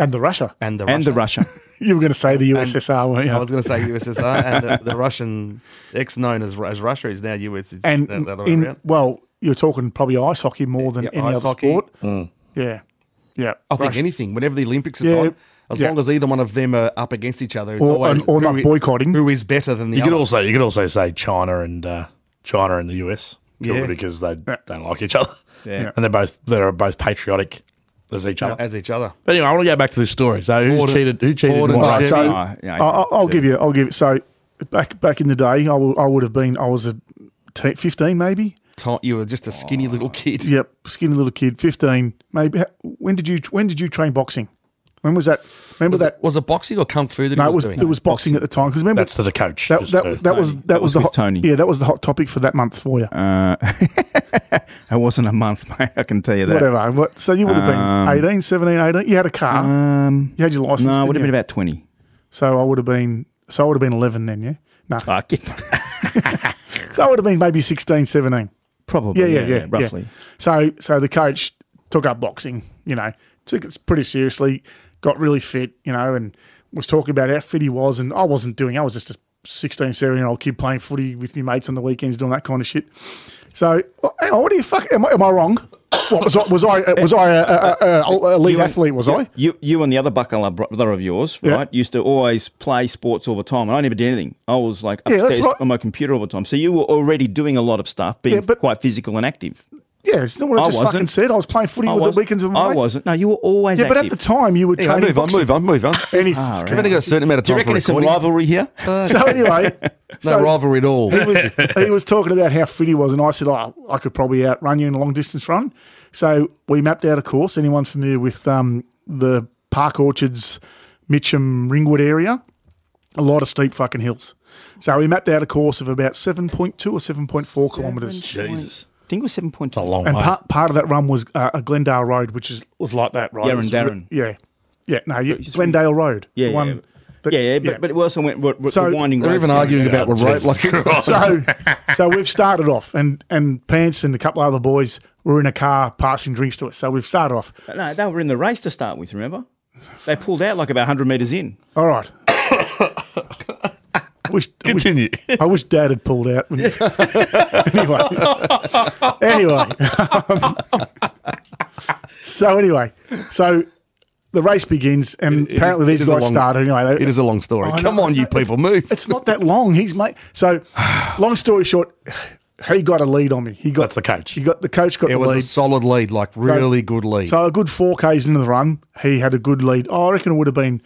[SPEAKER 4] and the Russia. *laughs*
[SPEAKER 3] and the Russia.
[SPEAKER 1] And the Russia.
[SPEAKER 4] You were going to say the USSR, weren't you?
[SPEAKER 3] I was going to say USSR and the, the Russian ex known as, as Russia is now US. It's
[SPEAKER 4] and
[SPEAKER 3] the other way
[SPEAKER 4] in
[SPEAKER 3] around.
[SPEAKER 4] well, you're talking probably ice hockey more than
[SPEAKER 3] Yeah,
[SPEAKER 4] any
[SPEAKER 3] ice
[SPEAKER 4] other
[SPEAKER 3] hockey.
[SPEAKER 4] sport. Yeah. Yeah.
[SPEAKER 3] I think anything, whenever the Olympics is
[SPEAKER 4] Yeah,
[SPEAKER 3] on, as
[SPEAKER 4] yeah.
[SPEAKER 3] long as either one of them are up against each other, it's
[SPEAKER 4] Or-
[SPEAKER 3] always
[SPEAKER 4] and- or
[SPEAKER 3] who
[SPEAKER 4] not
[SPEAKER 3] i-
[SPEAKER 4] boycotting.
[SPEAKER 3] Who is better than the
[SPEAKER 2] You could
[SPEAKER 3] other?
[SPEAKER 2] also you could also say China and uh, China and the US purely
[SPEAKER 3] Yeah.
[SPEAKER 2] because they don't like each other.
[SPEAKER 1] Yeah.
[SPEAKER 2] *laughs* and they're both they're both patriotic as each other.
[SPEAKER 3] as each other.
[SPEAKER 2] But anyway, I want to go back to this story. So who
[SPEAKER 3] Borden-
[SPEAKER 2] cheated? Who cheated?
[SPEAKER 3] Borden-
[SPEAKER 2] in what
[SPEAKER 4] All right,
[SPEAKER 2] race?
[SPEAKER 4] so
[SPEAKER 1] Ah, yeah,
[SPEAKER 4] I- I, I'll
[SPEAKER 1] so-
[SPEAKER 4] give you. I'll give you. So back back in the day, I wou- I would have been. I was a te- fifteen, maybe.
[SPEAKER 3] Tom, you were just a skinny little kid.
[SPEAKER 4] Yep, skinny little kid, fifteen, maybe. When did you When did you train boxing? When was that? Remember
[SPEAKER 3] Was,
[SPEAKER 4] that?
[SPEAKER 3] it, was it boxing or kung fu that
[SPEAKER 4] no,
[SPEAKER 3] he
[SPEAKER 4] it
[SPEAKER 3] was
[SPEAKER 4] was
[SPEAKER 3] doing?
[SPEAKER 4] it was boxing at the time because remember
[SPEAKER 2] That's to the coach.
[SPEAKER 4] that
[SPEAKER 2] just
[SPEAKER 4] that,
[SPEAKER 2] to-
[SPEAKER 4] that was
[SPEAKER 1] Tony.
[SPEAKER 4] that,
[SPEAKER 1] That
[SPEAKER 4] was
[SPEAKER 1] was
[SPEAKER 4] the
[SPEAKER 1] with
[SPEAKER 4] hot,
[SPEAKER 1] Tony.
[SPEAKER 4] Yeah, that was the hot topic for that month for you.
[SPEAKER 1] Uh, it wasn't a month, mate. I can tell you that.
[SPEAKER 4] Whatever. What, so you would have
[SPEAKER 1] Um,
[SPEAKER 4] been 18, 17, 18. You had a car.
[SPEAKER 1] Um,
[SPEAKER 4] you had your license.
[SPEAKER 1] no, it
[SPEAKER 4] didn't
[SPEAKER 1] would have
[SPEAKER 4] you?
[SPEAKER 1] been about twenty.
[SPEAKER 4] So I would have been. So I would have been eleven then. Yeah. No.
[SPEAKER 1] Ah, yeah, *laughs*
[SPEAKER 4] So I would have been maybe 16, 17.
[SPEAKER 1] probably.
[SPEAKER 4] Yeah, yeah, yeah, yeah.
[SPEAKER 1] roughly.
[SPEAKER 4] So, so the coach took up boxing. You know, took it pretty seriously. Got really fit. You know, and was talking about how fit he was, and I wasn't doing. I was just a 16, 17 year old kid playing footy with my mates on the weekends, doing that kind of shit. So, oh, hang on, what do you fuck? Am I, am I wrong? What was I? Was I? Was I a, a, a, a elite
[SPEAKER 1] You and-
[SPEAKER 4] athlete? Was
[SPEAKER 1] you,
[SPEAKER 4] I?
[SPEAKER 1] You, you and the other buckler brother of yours,
[SPEAKER 4] Yeah.
[SPEAKER 1] right, used to always play sports all the time, and I never did anything. I was like
[SPEAKER 4] Yeah, that's
[SPEAKER 1] upstairs
[SPEAKER 4] right.
[SPEAKER 1] on my computer all the time. So you were already doing a lot of stuff, being
[SPEAKER 4] Yeah, but-
[SPEAKER 1] quite physical and active.
[SPEAKER 4] Yeah, it's not what I,
[SPEAKER 1] I
[SPEAKER 4] just
[SPEAKER 1] wasn't.
[SPEAKER 4] fucking said. I was playing footy
[SPEAKER 1] I
[SPEAKER 4] with
[SPEAKER 1] was,
[SPEAKER 4] the weekends with my
[SPEAKER 1] I
[SPEAKER 4] mates.
[SPEAKER 1] wasn't. No, you were always
[SPEAKER 4] Yeah, but at
[SPEAKER 1] active.
[SPEAKER 4] the time you were
[SPEAKER 3] Anyway,
[SPEAKER 4] training
[SPEAKER 3] move on,
[SPEAKER 4] boxing.
[SPEAKER 3] move Ah, on, move on.
[SPEAKER 4] Any,
[SPEAKER 1] right.
[SPEAKER 3] *laughs* We've only got a certain amount of
[SPEAKER 1] Do you
[SPEAKER 3] time for
[SPEAKER 1] reckon it's some
[SPEAKER 3] recording.
[SPEAKER 1] rivalry
[SPEAKER 4] *laughs*
[SPEAKER 1] here?
[SPEAKER 4] So anyway,
[SPEAKER 3] No
[SPEAKER 4] so-
[SPEAKER 3] rivalry at all.
[SPEAKER 4] he was he was talking about how fit he was, and I said, "Oh, I could probably outrun you in a long distance run." So we mapped out a course. Anyone familiar with um, the Park Orchards, Mitcham, Ringwood area? A lot of steep fucking hills. So we mapped out a course of about seven point two or seven point four kilometres.
[SPEAKER 2] Jesus,
[SPEAKER 1] I think it was seven point
[SPEAKER 2] it's a long
[SPEAKER 4] And
[SPEAKER 2] way.
[SPEAKER 4] part, part of that run was uh, a Glendale Road, which is was like that, right?
[SPEAKER 1] Yarran Darren.
[SPEAKER 4] Yeah, yeah. No, you, Glendale Road.
[SPEAKER 1] Yeah,
[SPEAKER 4] the
[SPEAKER 1] yeah,
[SPEAKER 4] one that-
[SPEAKER 1] yeah, yeah, but, but it also went. We're,
[SPEAKER 4] So-
[SPEAKER 1] winding
[SPEAKER 3] They're
[SPEAKER 1] roads
[SPEAKER 3] even
[SPEAKER 1] down.
[SPEAKER 3] arguing
[SPEAKER 2] Yeah,
[SPEAKER 3] about what right.
[SPEAKER 2] Jesus
[SPEAKER 3] Like,
[SPEAKER 4] *laughs*
[SPEAKER 2] Christ.
[SPEAKER 4] so
[SPEAKER 1] *laughs*
[SPEAKER 4] so we've started off and and pants and a couple of other boys were in a car passing drinks to us so we've started off
[SPEAKER 1] No, they were in the race to start with. Remember, they pulled out like about hundred meters in.
[SPEAKER 4] all right *coughs* wish, I wish-
[SPEAKER 2] Continue. *laughs*
[SPEAKER 4] I wish dad had pulled out *laughs* when- anyway *laughs* anyway so anyway so the race begins, and
[SPEAKER 3] It- it
[SPEAKER 4] apparently
[SPEAKER 3] is-
[SPEAKER 4] these
[SPEAKER 3] it is a
[SPEAKER 4] guys
[SPEAKER 3] long-
[SPEAKER 4] started anyway. They-
[SPEAKER 3] It is a long story.
[SPEAKER 4] I know,
[SPEAKER 3] Come on,
[SPEAKER 4] I
[SPEAKER 3] you
[SPEAKER 4] know. It's-
[SPEAKER 3] people, move.
[SPEAKER 4] It's not that long. He's mate.
[SPEAKER 3] *sighs*
[SPEAKER 4] So, long story short, he got a lead on me. He got
[SPEAKER 2] That's the coach.
[SPEAKER 4] He got the coach got
[SPEAKER 3] It
[SPEAKER 4] the
[SPEAKER 3] was a
[SPEAKER 4] lead.
[SPEAKER 3] solid lead, like really good lead.
[SPEAKER 4] So a good four k's into the run, he had a good lead. I reckon it would have been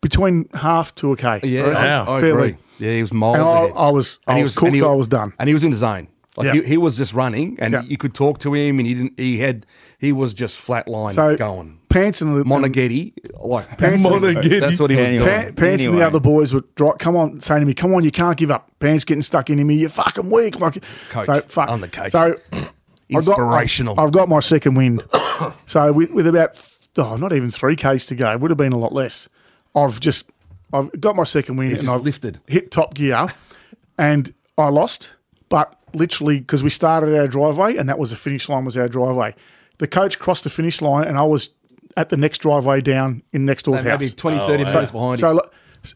[SPEAKER 4] between half to a k.
[SPEAKER 3] yeah,
[SPEAKER 4] I reckon,
[SPEAKER 3] I, I
[SPEAKER 4] fairly.
[SPEAKER 3] agree. Yeah, he was miles
[SPEAKER 4] And I,
[SPEAKER 3] ahead.
[SPEAKER 4] I was, I
[SPEAKER 3] he
[SPEAKER 4] was,
[SPEAKER 3] and
[SPEAKER 4] cooked.
[SPEAKER 3] he-
[SPEAKER 4] I was done.
[SPEAKER 3] And he was in his zone. Like
[SPEAKER 4] Yeah.
[SPEAKER 3] he, he was just running, and
[SPEAKER 4] Yeah.
[SPEAKER 3] you could talk to him, and he didn't. He had he was just flat line
[SPEAKER 4] So
[SPEAKER 3] going.
[SPEAKER 4] Pants and the
[SPEAKER 3] Monaghetti, like
[SPEAKER 4] Pants-
[SPEAKER 2] Monaghetti.
[SPEAKER 3] That's what he was
[SPEAKER 1] Anyway.
[SPEAKER 3] doing.
[SPEAKER 4] Pa-
[SPEAKER 1] Anyway.
[SPEAKER 4] Pants and the other boys would dri come on, saying to me, "Come on, you can't give up." Pants getting stuck into me. You're fucking weak. Like,
[SPEAKER 3] Coach.
[SPEAKER 4] so fuck.
[SPEAKER 3] I'm the coach.
[SPEAKER 4] So I've got-
[SPEAKER 3] Inspirational.
[SPEAKER 4] I've, I've got my second wind. *coughs* so with, with about oh, not even three k's to go, it would have been a lot less. I've just I've got my second wind and
[SPEAKER 3] just
[SPEAKER 4] I've
[SPEAKER 3] lifted.
[SPEAKER 4] hit top gear, and I lost. But literally, because we started our driveway, and that was the finish line was our driveway. The coach crossed the finish line, and I was at the next driveway down in next door's
[SPEAKER 3] And
[SPEAKER 4] house.
[SPEAKER 3] maybe 20, 30 meters behind
[SPEAKER 4] So,
[SPEAKER 3] him.
[SPEAKER 4] look,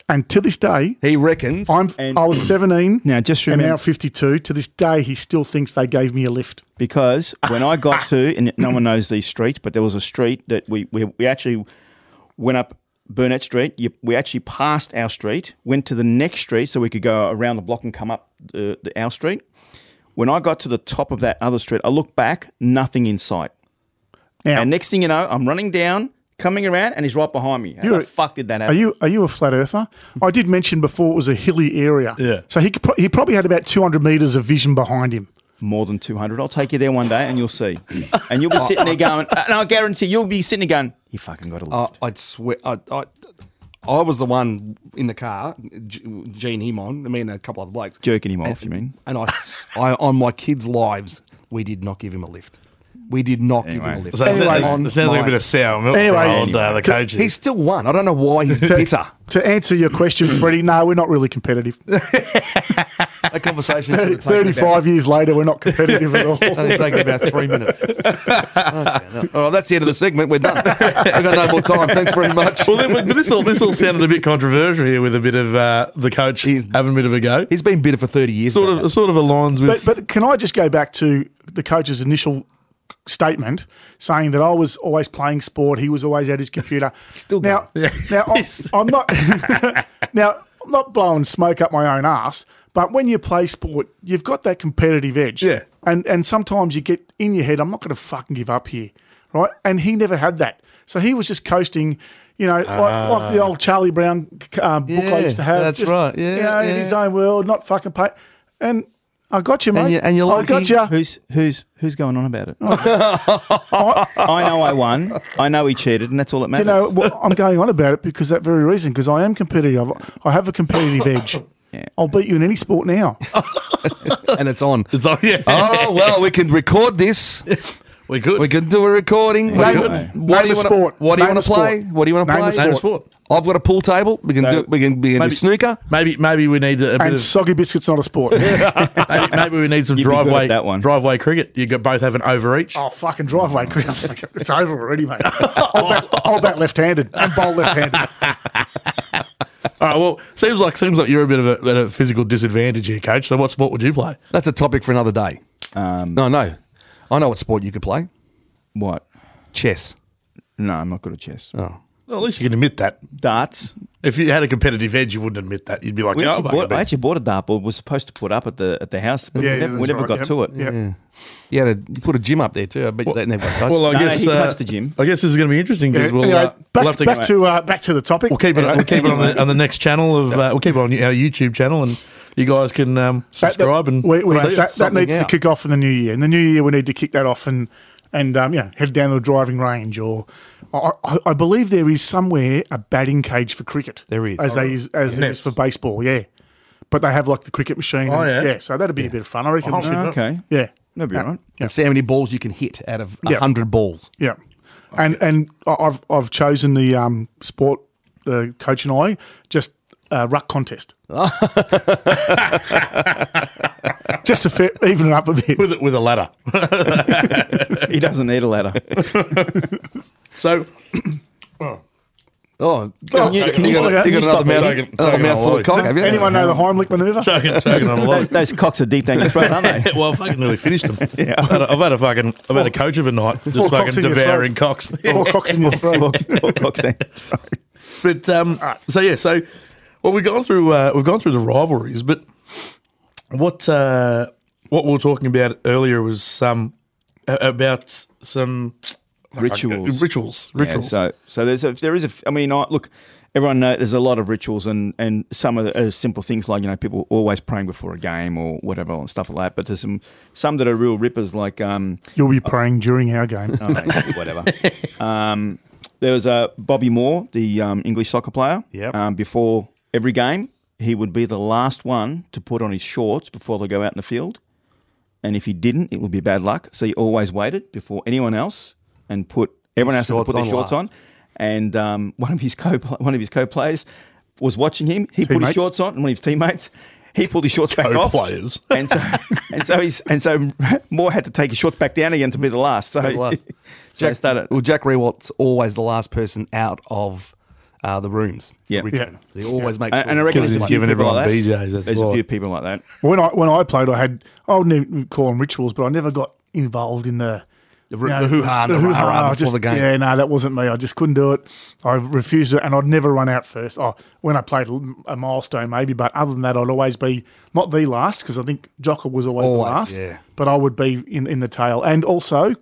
[SPEAKER 4] and to this day,
[SPEAKER 3] He reckons.
[SPEAKER 4] I'm
[SPEAKER 1] And-
[SPEAKER 4] I was 17.
[SPEAKER 1] Now, just
[SPEAKER 4] and now
[SPEAKER 1] remember-
[SPEAKER 4] 52. To this day, he still thinks they gave me a lift.
[SPEAKER 1] because when I got to, and no one knows these streets, but there was a street that we we, we actually went up Burnett Street. You, we actually passed our street, went to the next street so we could go around the block and come up the, the our street. When I got to the top of that other street, I looked back, nothing in sight.
[SPEAKER 4] Now,
[SPEAKER 1] And next thing you know, I'm running down, coming around, and he's right behind me. How
[SPEAKER 4] You're-
[SPEAKER 1] the fuck did that
[SPEAKER 4] are
[SPEAKER 1] happen?
[SPEAKER 4] you are you a flat earther? I did mention before it was a hilly area.
[SPEAKER 2] Yeah.
[SPEAKER 4] So he could pro- he probably had about 200 meters of vision behind him.
[SPEAKER 1] More than 200. I'll take you there one day and you'll
[SPEAKER 4] *coughs*
[SPEAKER 1] see. And you'll be sitting there going, and I guarantee you'll be sitting there going, he fucking got a
[SPEAKER 4] Oh.
[SPEAKER 1] lift.
[SPEAKER 3] I, I'd swear. I, I, I was the one in the car, G- Gene him on, me and a couple other blokes.
[SPEAKER 1] Jerking him
[SPEAKER 3] And-
[SPEAKER 1] off, you mean?
[SPEAKER 3] And I, *laughs* I, on my kids' lives, we did not give him a lift. We did not give him a
[SPEAKER 1] Anyway.
[SPEAKER 3] lift.
[SPEAKER 2] So it sounds-
[SPEAKER 4] Anyway.
[SPEAKER 2] it sounds like a bit of sour milk
[SPEAKER 4] Anyway.
[SPEAKER 2] for old, uh, the coach.
[SPEAKER 3] He still won. I don't know why
[SPEAKER 1] *laughs*
[SPEAKER 3] he's bitter.
[SPEAKER 4] To answer your question, Freddie, no, we're not really competitive.
[SPEAKER 3] A conversation should have taken
[SPEAKER 4] 35 years later, we're not competitive at all.
[SPEAKER 3] About, only taken about
[SPEAKER 1] *laughs*
[SPEAKER 3] three minutes. Okay, no. All right, that's the end of the segment. We're done. I've got no more time. Thanks very much.
[SPEAKER 2] *laughs* Well, then, but this all this all sounded a bit controversial here with a bit of uh, the coach
[SPEAKER 3] He's-
[SPEAKER 2] having a bit of a go.
[SPEAKER 3] He's been bitter for 30 years.
[SPEAKER 2] sort
[SPEAKER 3] about
[SPEAKER 2] of sort of aligns with
[SPEAKER 4] But, but can I just go back to the coach's initial statement saying that I was always playing sport, he was always at his computer. Still now, now I, I'm not *laughs* now I'm not blowing smoke up my own ass, but when you play sport, you've got that competitive edge.
[SPEAKER 2] Yeah.
[SPEAKER 4] and and sometimes you get in your head, I'm not going to fucking give up here, right? And he never had that, so he was just coasting. You know, like, like the old Charlie Brown uh, book I used to
[SPEAKER 3] Ah. Yeah,
[SPEAKER 4] have.
[SPEAKER 3] that's
[SPEAKER 4] just,
[SPEAKER 3] right. Yeah,
[SPEAKER 4] you know, in
[SPEAKER 3] yeah.
[SPEAKER 4] his own world, not fucking pay. And I got you, mate.
[SPEAKER 3] And you- and you're
[SPEAKER 4] I got
[SPEAKER 3] lucky-
[SPEAKER 4] you.
[SPEAKER 1] Who's who's who's going on about it? *laughs* I know I won. I know he cheated, and that's all that
[SPEAKER 4] Oh. You
[SPEAKER 1] matters.
[SPEAKER 4] know, well, I'm going on about it because that very reason. Because I am competitive. I have
[SPEAKER 3] *laughs*
[SPEAKER 4] a competitive edge. I'll beat you in any sport now.
[SPEAKER 3] it, *laughs* and it's on.
[SPEAKER 2] It's like, *laughs* yeah,
[SPEAKER 3] Oh, well, we can record this.
[SPEAKER 2] we could.
[SPEAKER 3] We can do a recording.
[SPEAKER 4] Name
[SPEAKER 3] do- what
[SPEAKER 4] it. Name
[SPEAKER 3] do you
[SPEAKER 4] the
[SPEAKER 3] wanna-
[SPEAKER 4] sport.
[SPEAKER 3] What do you
[SPEAKER 4] Name
[SPEAKER 3] want
[SPEAKER 4] the
[SPEAKER 3] to play?
[SPEAKER 4] sport.
[SPEAKER 3] What do you want to
[SPEAKER 4] Name
[SPEAKER 3] play?
[SPEAKER 4] the
[SPEAKER 2] Name the sport.
[SPEAKER 3] I've got a pool table. We can
[SPEAKER 1] So-
[SPEAKER 3] do. We can. We can
[SPEAKER 2] Maybe-
[SPEAKER 3] do snooker.
[SPEAKER 2] Maybe maybe we need a bit
[SPEAKER 4] and
[SPEAKER 2] of,
[SPEAKER 4] soggy biscuits not
[SPEAKER 3] *laughs*
[SPEAKER 4] a
[SPEAKER 2] *laughs*
[SPEAKER 4] sport.
[SPEAKER 2] maybe, maybe we need
[SPEAKER 1] *laughs*
[SPEAKER 2] some
[SPEAKER 1] You'd be good at
[SPEAKER 2] driveway
[SPEAKER 1] that one.
[SPEAKER 2] driveway cricket. You got both have an overreach.
[SPEAKER 4] Oh fucking driveway! *laughs* It's over already, mate. I'll bat, I'll bat left-handed and
[SPEAKER 2] *laughs*
[SPEAKER 4] bowl left-handed.
[SPEAKER 2] All right. Well, seems like seems like you're a bit of a, at a physical disadvantage here, coach. So what sport would you play?
[SPEAKER 3] That's a topic for another day.
[SPEAKER 1] Um,
[SPEAKER 3] No, no. I know what sport you could play.
[SPEAKER 1] what?
[SPEAKER 3] Chess.
[SPEAKER 1] No, I'm not good at chess.
[SPEAKER 3] Oh.
[SPEAKER 2] Well, at least you can admit that.
[SPEAKER 1] Darts.
[SPEAKER 2] If you had a competitive edge, you wouldn't admit that. You'd be like,
[SPEAKER 1] We
[SPEAKER 2] yeah,
[SPEAKER 1] actually
[SPEAKER 2] I'm
[SPEAKER 1] bought, I
[SPEAKER 2] a bit-
[SPEAKER 1] actually bought a dartboard. Was supposed to put up at the at the house. But we never, we never got to it.
[SPEAKER 4] Yeah.
[SPEAKER 3] You had to put a gym up there too. I bet that never got touched.
[SPEAKER 2] well,
[SPEAKER 1] No,
[SPEAKER 2] I
[SPEAKER 1] no,
[SPEAKER 2] guess
[SPEAKER 1] he
[SPEAKER 2] uh,
[SPEAKER 1] touched the gym.
[SPEAKER 2] I guess this is going to be interesting because we'll,
[SPEAKER 4] Anyway,
[SPEAKER 2] uh,
[SPEAKER 4] back,
[SPEAKER 2] we'll have to
[SPEAKER 4] back to uh, back to the topic.
[SPEAKER 2] We'll keep it. We'll keep it on the, on the next channel of. Uh, we'll keep it on our YouTube channel, and you guys can um,
[SPEAKER 4] That- that-
[SPEAKER 2] subscribe and.
[SPEAKER 4] we- we-
[SPEAKER 2] see
[SPEAKER 4] that,
[SPEAKER 2] us.
[SPEAKER 4] that needs to
[SPEAKER 3] out.
[SPEAKER 4] kick off in the new year. In the new year, we need to kick that off and and um, yeah, head down to the driving range. Or I, I, I believe there is somewhere a batting cage for cricket.
[SPEAKER 3] There is.
[SPEAKER 4] as they use, as it is
[SPEAKER 2] Nets.
[SPEAKER 4] for baseball. Yeah, but they have like the cricket machine.
[SPEAKER 2] Oh,
[SPEAKER 4] and-
[SPEAKER 2] yeah. Oh,
[SPEAKER 4] so that'd be a bit of fun. I reckon.
[SPEAKER 2] shit, no.
[SPEAKER 1] Okay,
[SPEAKER 4] Yeah,
[SPEAKER 1] that'll be all right.
[SPEAKER 4] yeah.
[SPEAKER 3] see how many balls you can hit out of
[SPEAKER 4] Yeah.
[SPEAKER 3] hundred balls.
[SPEAKER 4] Yeah, and and I- I've I've chosen the um, sport. The coach and I just uh, ruck contest. just to fair, even it up a bit.
[SPEAKER 2] with with a ladder. *laughs*
[SPEAKER 1] He doesn't need a ladder.
[SPEAKER 2] So,
[SPEAKER 3] Oh,
[SPEAKER 1] Can you- can you-
[SPEAKER 3] got,
[SPEAKER 1] can
[SPEAKER 3] you
[SPEAKER 1] you
[SPEAKER 3] got another
[SPEAKER 2] stop
[SPEAKER 3] mouth,
[SPEAKER 2] taking-
[SPEAKER 3] another
[SPEAKER 2] taking
[SPEAKER 3] mouthful
[SPEAKER 2] away.
[SPEAKER 3] of cock, have you? *laughs*
[SPEAKER 4] Anyone know the Heimlich manoeuvre? *laughs*
[SPEAKER 2] Choking, choking on a
[SPEAKER 1] Those,
[SPEAKER 2] lot.
[SPEAKER 1] those cocks are deep down your throat,
[SPEAKER 2] *laughs*
[SPEAKER 1] aren't they? *laughs*
[SPEAKER 2] well, I fucking nearly finished *laughs* them. I've, had a, I've had a fucking, I've had a coach of a night just fucking
[SPEAKER 4] cocks in your
[SPEAKER 2] devouring cocks. *laughs*
[SPEAKER 4] Or cocks in your throat.
[SPEAKER 1] Four cocks down.
[SPEAKER 2] But um, so yeah, so well, we've gone through uh, we've gone through the rivalries, but what uh, what we were talking about earlier was um, a- about some
[SPEAKER 1] Rituals.
[SPEAKER 2] rituals,
[SPEAKER 1] *laughs*
[SPEAKER 2] rituals.
[SPEAKER 1] Yeah, so, so there's a, there is a. I mean, I, look, everyone knows there's a lot of rituals, and and some of the are simple things like you know people always praying before a game or whatever and stuff like that. But there's some some that are real rippers, like um,
[SPEAKER 4] You'll be praying during our game.
[SPEAKER 1] *laughs* oh, mate, whatever. Um, there was uh, Bobby Moore, the um, English soccer player.
[SPEAKER 2] Yep.
[SPEAKER 1] Um, before every game, he would be the last one to put on his shorts before they go out in the field. And if he didn't, it would be bad luck. So he always waited before anyone else and put everyone else had to
[SPEAKER 3] Shorts
[SPEAKER 1] put their
[SPEAKER 3] on
[SPEAKER 1] shorts
[SPEAKER 3] last.
[SPEAKER 1] on. And um, one of his co one of his co players was watching him. He put his
[SPEAKER 4] Teammates?
[SPEAKER 1] shorts on, and one of his teammates he pulled his shorts back off
[SPEAKER 2] Co-players.
[SPEAKER 1] and so and so he's and so *laughs* Moore had to take his shorts back down again to be the last. So, *laughs*
[SPEAKER 3] the *laughs* last.
[SPEAKER 1] so I started.
[SPEAKER 3] Well, Jack Rewalt's always the last person out of uh, the rooms.
[SPEAKER 1] Yeah.
[SPEAKER 3] originally.
[SPEAKER 4] Yeah.
[SPEAKER 3] They always make.
[SPEAKER 1] And, and I reckon
[SPEAKER 2] Because
[SPEAKER 1] there's a
[SPEAKER 2] he's
[SPEAKER 1] few
[SPEAKER 2] given
[SPEAKER 1] people like
[SPEAKER 2] everyone
[SPEAKER 1] that.
[SPEAKER 2] BJs, that's
[SPEAKER 1] There's a
[SPEAKER 2] why.
[SPEAKER 1] few people like that.
[SPEAKER 4] When I when I played, I had I wouldn't even call them rituals, but I never got involved in the
[SPEAKER 3] The ru- the hoo-ha and the rah-rah
[SPEAKER 4] I
[SPEAKER 3] before
[SPEAKER 4] just-
[SPEAKER 3] the game.
[SPEAKER 4] Yeah, no, that wasn't me. I just couldn't do it. I refused it, and I'd never run out first. Oh, when I played a milestone, maybe, but other than that, I'd always be not the last because I think Jocker was always,
[SPEAKER 3] Always,
[SPEAKER 4] the last.
[SPEAKER 3] yeah.
[SPEAKER 4] But I would be in, in the tail, and also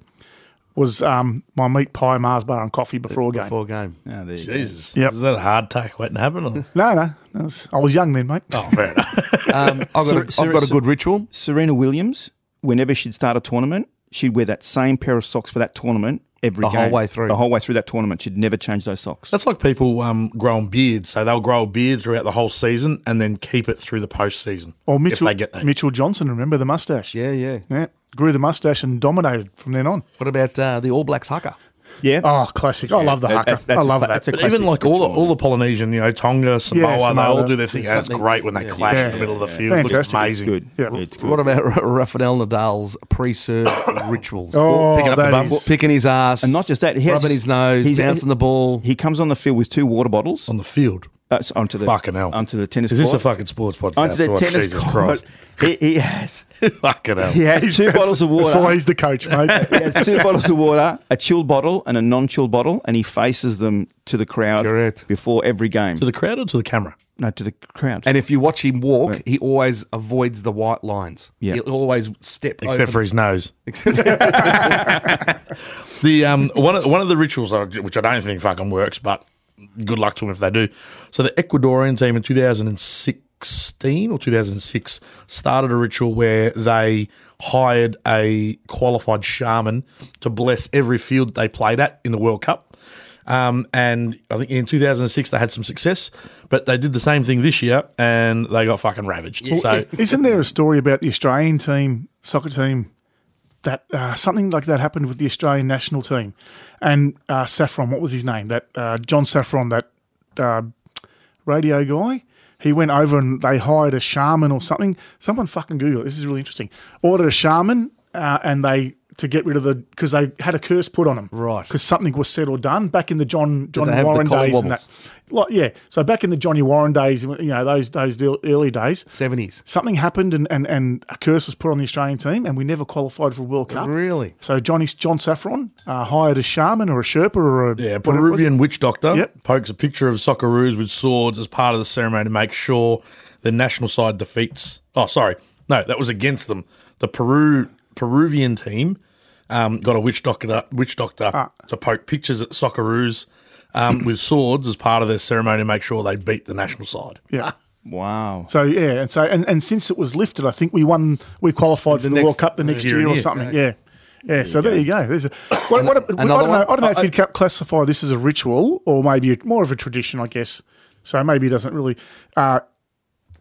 [SPEAKER 4] was um, my meat pie, Mars bar, and coffee before a game.
[SPEAKER 3] before game.
[SPEAKER 1] Oh, there you go.
[SPEAKER 2] Jesus,
[SPEAKER 4] Yep.
[SPEAKER 2] is that a hard tack waiting to happen? *laughs* Or?
[SPEAKER 4] No, no, that was- I was young then, mate.
[SPEAKER 2] oh, fair enough.
[SPEAKER 3] Um, I've, got a,
[SPEAKER 1] Sir-
[SPEAKER 3] I've got a
[SPEAKER 1] sir-
[SPEAKER 3] good ritual.
[SPEAKER 1] Serena Williams, whenever she'd start a tournament, she'd wear that same pair of socks for that tournament every
[SPEAKER 3] The
[SPEAKER 1] game.
[SPEAKER 3] whole way through.
[SPEAKER 1] The whole way through that tournament, she'd never change those socks.
[SPEAKER 2] That's like people um, growing beards. So they'll grow a beard throughout the whole season and then keep it through the postseason.
[SPEAKER 4] Or Mitchell,
[SPEAKER 2] if they get that.
[SPEAKER 4] Mitchell Johnson, remember the mustache?
[SPEAKER 3] Yeah, yeah.
[SPEAKER 4] Yeah, grew the mustache and dominated from then on.
[SPEAKER 3] What about uh, the All Blacks haka?
[SPEAKER 1] yeah.
[SPEAKER 4] Oh, classic! I love the
[SPEAKER 1] That-
[SPEAKER 4] haka.
[SPEAKER 1] that's- that's
[SPEAKER 4] I
[SPEAKER 1] a-
[SPEAKER 4] love that.
[SPEAKER 1] that's a
[SPEAKER 2] But even
[SPEAKER 1] classic
[SPEAKER 2] like all the,
[SPEAKER 1] ritual.
[SPEAKER 2] all the Polynesian, you know, Tonga, Samoa, they all
[SPEAKER 4] Samoa.
[SPEAKER 2] do their thing. Yeah, it's great when they clash in the
[SPEAKER 4] Yeah.
[SPEAKER 2] middle of the field. It looks
[SPEAKER 4] Fantastic.
[SPEAKER 2] amazing.
[SPEAKER 1] good.
[SPEAKER 4] Yeah.
[SPEAKER 1] It's good.
[SPEAKER 3] What about Rafael Nadal's pre-serve *coughs* rituals?
[SPEAKER 4] oh,
[SPEAKER 2] picking up the
[SPEAKER 4] that
[SPEAKER 2] bum-
[SPEAKER 4] is-
[SPEAKER 3] Picking his ass,
[SPEAKER 1] and not just that, he has-
[SPEAKER 3] rubbing his nose,
[SPEAKER 1] he's-
[SPEAKER 3] bouncing the ball.
[SPEAKER 1] He comes on the field with two water bottles
[SPEAKER 2] On the field.
[SPEAKER 1] uh, so onto the
[SPEAKER 2] Fucking hell.
[SPEAKER 1] onto the tennis
[SPEAKER 2] Is
[SPEAKER 1] court.
[SPEAKER 2] this a fucking sports podcast?
[SPEAKER 1] onto the
[SPEAKER 2] Oh,
[SPEAKER 1] tennis
[SPEAKER 2] Jesus
[SPEAKER 1] court. He, he has
[SPEAKER 2] Christ. *laughs* fucking hell.
[SPEAKER 1] he has two bottles of water.
[SPEAKER 4] That's why he's the coach, mate.
[SPEAKER 1] He has *laughs* two bottles of water, a chilled bottle and a non-chilled bottle, and he faces them to the crowd
[SPEAKER 3] Correct.
[SPEAKER 1] before every game.
[SPEAKER 2] *laughs* To the crowd or to the camera?
[SPEAKER 1] no, to the crowd.
[SPEAKER 3] And if you watch him walk, he always avoids the white lines.
[SPEAKER 1] Yeah.
[SPEAKER 3] He'll always step over
[SPEAKER 2] Except for his nose. *laughs* the um one of, one of the rituals, uh, which I don't think fucking works, but good luck to him if they do. So the Ecuadorian team in 2016 or 2006 started a ritual where they hired a qualified shaman to bless every field they played at in the World Cup. Um, and I think in 2006 they had some success, but they did the same thing this year and they got fucking ravaged. So
[SPEAKER 4] Isn't there a story about the Australian team, soccer team, that uh, something like that happened with the Australian national team and uh, Saffron? What was his name? That uh, John Saffron, that uh, radio guy. He went over and they hired a shaman or something. Someone fucking Google. it. This is really interesting. Ordered a shaman uh, and they to get rid of the because they had a curse put on them,
[SPEAKER 3] Right.
[SPEAKER 4] Because something was said or done back in the John John
[SPEAKER 3] they have the
[SPEAKER 4] Warren
[SPEAKER 3] collar
[SPEAKER 4] days and that. Like yeah, so back in the Johnny Warren days, you know those those early days,
[SPEAKER 3] 70s.
[SPEAKER 4] something happened and, and, and a curse was put on the Australian team and we never qualified for a World Cup.
[SPEAKER 3] Really?
[SPEAKER 4] So Johnny John Saffron uh, hired a shaman or a Sherpa or a
[SPEAKER 2] Yeah, a
[SPEAKER 4] whatever it was.
[SPEAKER 2] Peruvian witch doctor
[SPEAKER 4] Yep.
[SPEAKER 2] pokes a picture of Socceroos with swords as part of the ceremony to make sure the national side defeats. Oh, sorry, no, that was against them. The Peru Peruvian team um, got a witch doctor witch doctor to poke pictures at Socceroos um, with swords as part of their ceremony to make sure they beat the national side.
[SPEAKER 4] Yeah.
[SPEAKER 1] wow.
[SPEAKER 4] So yeah, and so and, and since it was lifted, I think we won. We qualified for the
[SPEAKER 3] next-
[SPEAKER 4] World Cup the next
[SPEAKER 2] year
[SPEAKER 4] year,
[SPEAKER 2] and
[SPEAKER 4] or
[SPEAKER 2] year.
[SPEAKER 4] something. Yeah, yeah. so there you go. There's a, what, what, I don't
[SPEAKER 3] another
[SPEAKER 4] know. I
[SPEAKER 3] one?
[SPEAKER 4] don't know if you'd ca- classify this as a ritual or maybe a- more of a tradition, I guess. So maybe it doesn't really. Uh,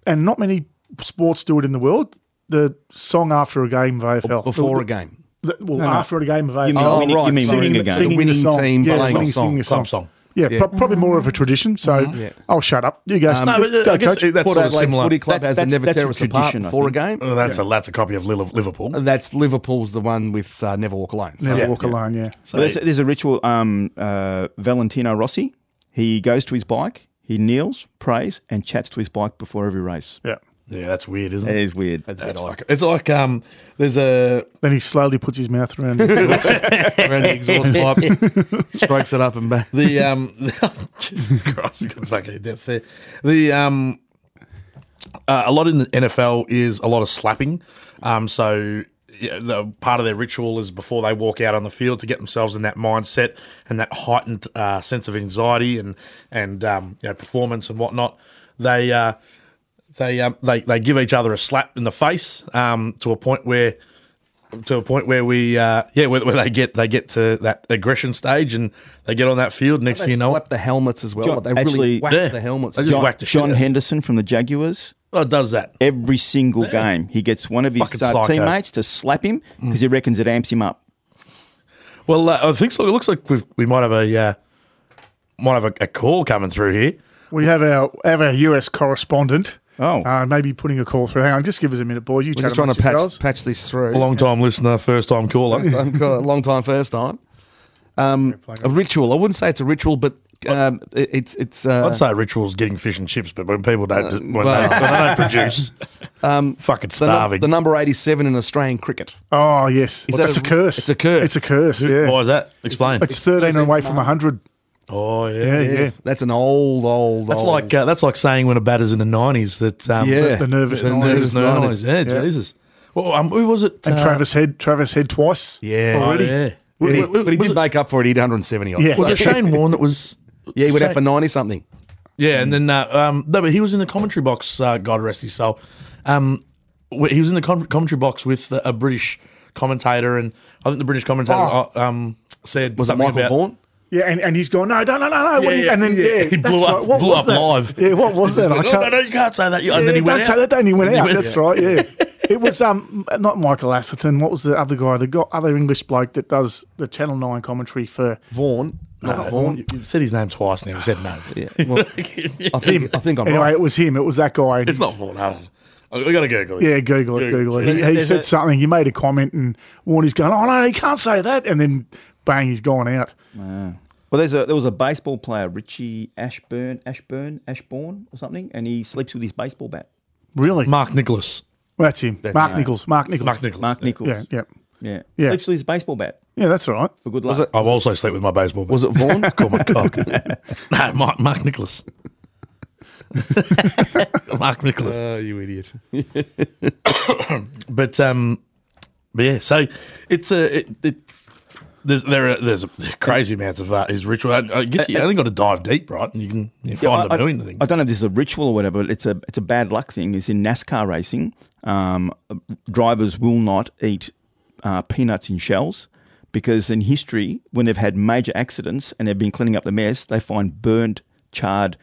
[SPEAKER 4] and not many sports do it in the world. The song after a game of AFL
[SPEAKER 3] Before a game.
[SPEAKER 4] The- well, after a game of AFL.
[SPEAKER 1] You mean,
[SPEAKER 3] Oh,
[SPEAKER 1] winning,
[SPEAKER 3] right,
[SPEAKER 1] you mean
[SPEAKER 3] so
[SPEAKER 1] winning
[SPEAKER 4] singing,
[SPEAKER 1] a game?
[SPEAKER 4] singing
[SPEAKER 3] winning
[SPEAKER 4] the song.
[SPEAKER 3] team
[SPEAKER 4] yeah,
[SPEAKER 3] playing
[SPEAKER 4] winning,
[SPEAKER 3] a song, Mm-hmm.
[SPEAKER 4] singing a
[SPEAKER 2] club
[SPEAKER 4] song.
[SPEAKER 2] song.
[SPEAKER 4] Yeah, pro- probably more of a tradition. So I'll shut up. You
[SPEAKER 3] Um,
[SPEAKER 4] guys,
[SPEAKER 2] No, but, uh,
[SPEAKER 4] go,
[SPEAKER 2] I guess
[SPEAKER 4] coach.
[SPEAKER 2] that's
[SPEAKER 3] Port
[SPEAKER 2] sort of
[SPEAKER 3] Adelaide
[SPEAKER 2] similar.
[SPEAKER 3] Footy Club
[SPEAKER 1] That's-
[SPEAKER 3] has the
[SPEAKER 1] that's-
[SPEAKER 3] Never
[SPEAKER 1] that's a
[SPEAKER 3] Tear Us Apart
[SPEAKER 1] tradition, I
[SPEAKER 3] before a game.
[SPEAKER 2] Oh, that's a that's a copy of Lil- Liverpool.
[SPEAKER 3] That's Liverpool's the one with uh, Never Walk Alone. So
[SPEAKER 4] Never walk alone. Yeah.
[SPEAKER 1] Well, there's, there's a ritual. Um, uh, Valentino Rossi He goes to his bike, he kneels, prays, and chats to his bike before every race.
[SPEAKER 4] Yeah.
[SPEAKER 2] Yeah, that's weird, isn't
[SPEAKER 1] It
[SPEAKER 2] it?
[SPEAKER 1] is weird.
[SPEAKER 2] That's fucking- *laughs* it's like um, there's a
[SPEAKER 4] Then he slowly puts his mouth
[SPEAKER 3] *laughs*
[SPEAKER 4] around it.
[SPEAKER 3] around the *laughs* exhaust pipe, strokes it up and back.
[SPEAKER 2] the um Jesus Christ, you got fucking in depth there. The um uh, a lot in the NFL is a lot of slapping. Um, so yeah, the part of their ritual is before they walk out on the field to get themselves in that mindset and that heightened uh, sense of anxiety and and um, you know, performance and whatnot. They uh, they um, they they give each other a slap in the face um, to a point where to a point where we uh, yeah where, where they get they get to that aggression stage and they get on that field next thing
[SPEAKER 3] *laughs* They
[SPEAKER 2] you know it-
[SPEAKER 3] slapped the helmets as well.
[SPEAKER 1] John-
[SPEAKER 3] but they really
[SPEAKER 1] actually-
[SPEAKER 3] whacked
[SPEAKER 2] Yeah.
[SPEAKER 3] the helmets.
[SPEAKER 2] They just
[SPEAKER 1] John,
[SPEAKER 2] whacked the shit
[SPEAKER 1] John
[SPEAKER 2] out.
[SPEAKER 1] Henderson from the Jaguars,
[SPEAKER 2] oh, it does that
[SPEAKER 1] every single game, he gets one of his
[SPEAKER 2] Fucking
[SPEAKER 1] uh,
[SPEAKER 2] psycho.
[SPEAKER 1] teammates to slap him because he reckons it amps him up.
[SPEAKER 2] well uh, I think so it looks like we've, we might have a uh, might have a, a call coming through here
[SPEAKER 4] we have our have our US correspondent.
[SPEAKER 1] Oh.
[SPEAKER 4] Uh, maybe putting a call through. Hang on, just give us a minute, boys. You
[SPEAKER 3] We're
[SPEAKER 4] chat
[SPEAKER 3] just trying to
[SPEAKER 4] amongst
[SPEAKER 3] patch,
[SPEAKER 4] yourselves.
[SPEAKER 3] patch this through.
[SPEAKER 2] a long time listener first time caller
[SPEAKER 3] I've got a *laughs* long time first time. Um, a ritual. I wouldn't say it's a ritual, but um, it, it's it's. Uh,
[SPEAKER 2] I'd say rituals getting fish and chips but when people don't when,
[SPEAKER 3] well-
[SPEAKER 2] they,
[SPEAKER 3] Um,
[SPEAKER 2] when they don't
[SPEAKER 3] *laughs*
[SPEAKER 2] produce fucking
[SPEAKER 3] the, num-
[SPEAKER 2] starving
[SPEAKER 3] the number eighty-seven in Australian cricket.
[SPEAKER 4] Oh yes,
[SPEAKER 3] that
[SPEAKER 4] that's
[SPEAKER 3] a-
[SPEAKER 4] a, curse.
[SPEAKER 3] it's a curse.
[SPEAKER 4] It's a curse.
[SPEAKER 2] why
[SPEAKER 4] Yeah,
[SPEAKER 2] is that explain
[SPEAKER 4] it's thirteen away from hundred.
[SPEAKER 2] oh
[SPEAKER 4] Yeah, yeah.
[SPEAKER 3] That's an old, old,
[SPEAKER 2] That's
[SPEAKER 3] old.
[SPEAKER 2] like uh, that's like saying when a batter's in the nineties that um,
[SPEAKER 3] Yeah.
[SPEAKER 4] The nervous.
[SPEAKER 2] the
[SPEAKER 4] nineties.
[SPEAKER 2] nervous nineties. Yeah,
[SPEAKER 4] Yeah.
[SPEAKER 2] Jesus. Well, um, who was it?
[SPEAKER 4] And
[SPEAKER 2] uh,
[SPEAKER 4] Travis head. Travis head twice.
[SPEAKER 3] yeah,
[SPEAKER 2] oh,
[SPEAKER 4] already.
[SPEAKER 2] yeah.
[SPEAKER 3] But he,
[SPEAKER 2] Was it-
[SPEAKER 3] but he did make up for it. He would 170 odd.
[SPEAKER 4] Yeah.
[SPEAKER 2] Was it Shane Warne that was?
[SPEAKER 3] yeah, he went
[SPEAKER 2] Shane-
[SPEAKER 3] out for 90 something.
[SPEAKER 2] Yeah, and then uh, um, no, but he was in the commentary box. Uh, God rest his soul. Um, wh- he was in the com- commentary box with uh, a British commentator, and I think the British commentator
[SPEAKER 4] Oh.
[SPEAKER 2] uh, um, said
[SPEAKER 3] Was it
[SPEAKER 2] something
[SPEAKER 3] Michael
[SPEAKER 2] about,
[SPEAKER 3] Vaughan?
[SPEAKER 4] Yeah, and, and he's gone, no, no, no, no, no.
[SPEAKER 2] Yeah,
[SPEAKER 4] what are you,
[SPEAKER 2] yeah,
[SPEAKER 4] and then,
[SPEAKER 2] yeah.
[SPEAKER 4] yeah,
[SPEAKER 2] *laughs* He
[SPEAKER 4] that's
[SPEAKER 2] blew up-
[SPEAKER 4] right. What
[SPEAKER 2] blew
[SPEAKER 4] was
[SPEAKER 2] up
[SPEAKER 4] that?
[SPEAKER 2] live.
[SPEAKER 4] Yeah, what was that? I
[SPEAKER 2] No,
[SPEAKER 4] can't,
[SPEAKER 2] "Oh, no, no, you can't say that. and
[SPEAKER 4] yeah,
[SPEAKER 2] then he went
[SPEAKER 4] don't say
[SPEAKER 2] out.
[SPEAKER 4] that. Then he went
[SPEAKER 2] he
[SPEAKER 4] out.
[SPEAKER 2] went
[SPEAKER 4] That's right,
[SPEAKER 2] *laughs*
[SPEAKER 4] yeah. it was um not Michael Atherton. What was the other guy, the go- other English bloke that does the Channel 9 commentary for.
[SPEAKER 3] Vaughan. Not
[SPEAKER 2] Ah,
[SPEAKER 3] Vaughan.
[SPEAKER 2] You said his name twice now. He said no.
[SPEAKER 3] Yeah. Well, I, think, I think I'm
[SPEAKER 4] Anyway,
[SPEAKER 3] right.
[SPEAKER 4] it was him. It was that guy. and
[SPEAKER 2] It's not
[SPEAKER 4] he's-
[SPEAKER 2] Vaughan. Hold on. I, I got to Google it.
[SPEAKER 4] Yeah, Google it,
[SPEAKER 2] Google.
[SPEAKER 4] Google it. He, he
[SPEAKER 2] There's
[SPEAKER 4] said
[SPEAKER 2] a-
[SPEAKER 4] something. He made a comment, and Warney's going, oh, no, he can't say that. And then, bang, he's gone out.
[SPEAKER 1] Well, there's a, there was a baseball player, Richie Ashburn, Ashburn, Ashbourne or something, and he sleeps with his baseball bat.
[SPEAKER 4] Really?
[SPEAKER 2] Mark Nicholas.
[SPEAKER 4] Well, that's him. Mark Nichols. Mark Nichols.
[SPEAKER 2] Mark Nicholas.
[SPEAKER 1] Mark Nichols.
[SPEAKER 4] Yeah, yeah.
[SPEAKER 1] Yeah.
[SPEAKER 4] Yeah.
[SPEAKER 1] Sleeps with his baseball bat
[SPEAKER 4] Yeah, that's all right.
[SPEAKER 1] for good luck.
[SPEAKER 2] I've also slept with my baseball bat.
[SPEAKER 3] Was it
[SPEAKER 2] *laughs*
[SPEAKER 3] Vaughan?
[SPEAKER 2] Call my
[SPEAKER 3] *laughs*
[SPEAKER 2] cock. no, Mark, Mark Nicholas. *laughs* Mark Nicholas.
[SPEAKER 3] Oh, you idiot.
[SPEAKER 2] *coughs* But um, but yeah. So it's a it. it there's, there are there's a crazy amounts of uh, his ritual. I, I
[SPEAKER 3] Uh,
[SPEAKER 2] guess you only got to dive deep, right? And you can you find them
[SPEAKER 1] I,
[SPEAKER 2] doing the thing.
[SPEAKER 1] I don't know if this is a ritual or whatever, but it's a it's a bad luck thing. It's in NASCAR racing. Um, drivers will not eat uh, peanuts in shells because in history, when they've had major accidents and they've been cleaning up the mess, they find burned, charred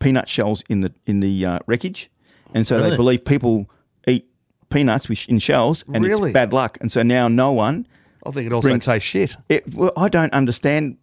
[SPEAKER 1] peanut shells in the in the uh, wreckage, and so
[SPEAKER 2] Really?
[SPEAKER 1] they believe people eat peanuts with, in shells, and
[SPEAKER 3] Really?
[SPEAKER 1] it's bad luck. And so now no one.
[SPEAKER 3] I think it also
[SPEAKER 1] Brings-
[SPEAKER 3] tastes shit.
[SPEAKER 1] It, well, I don't understand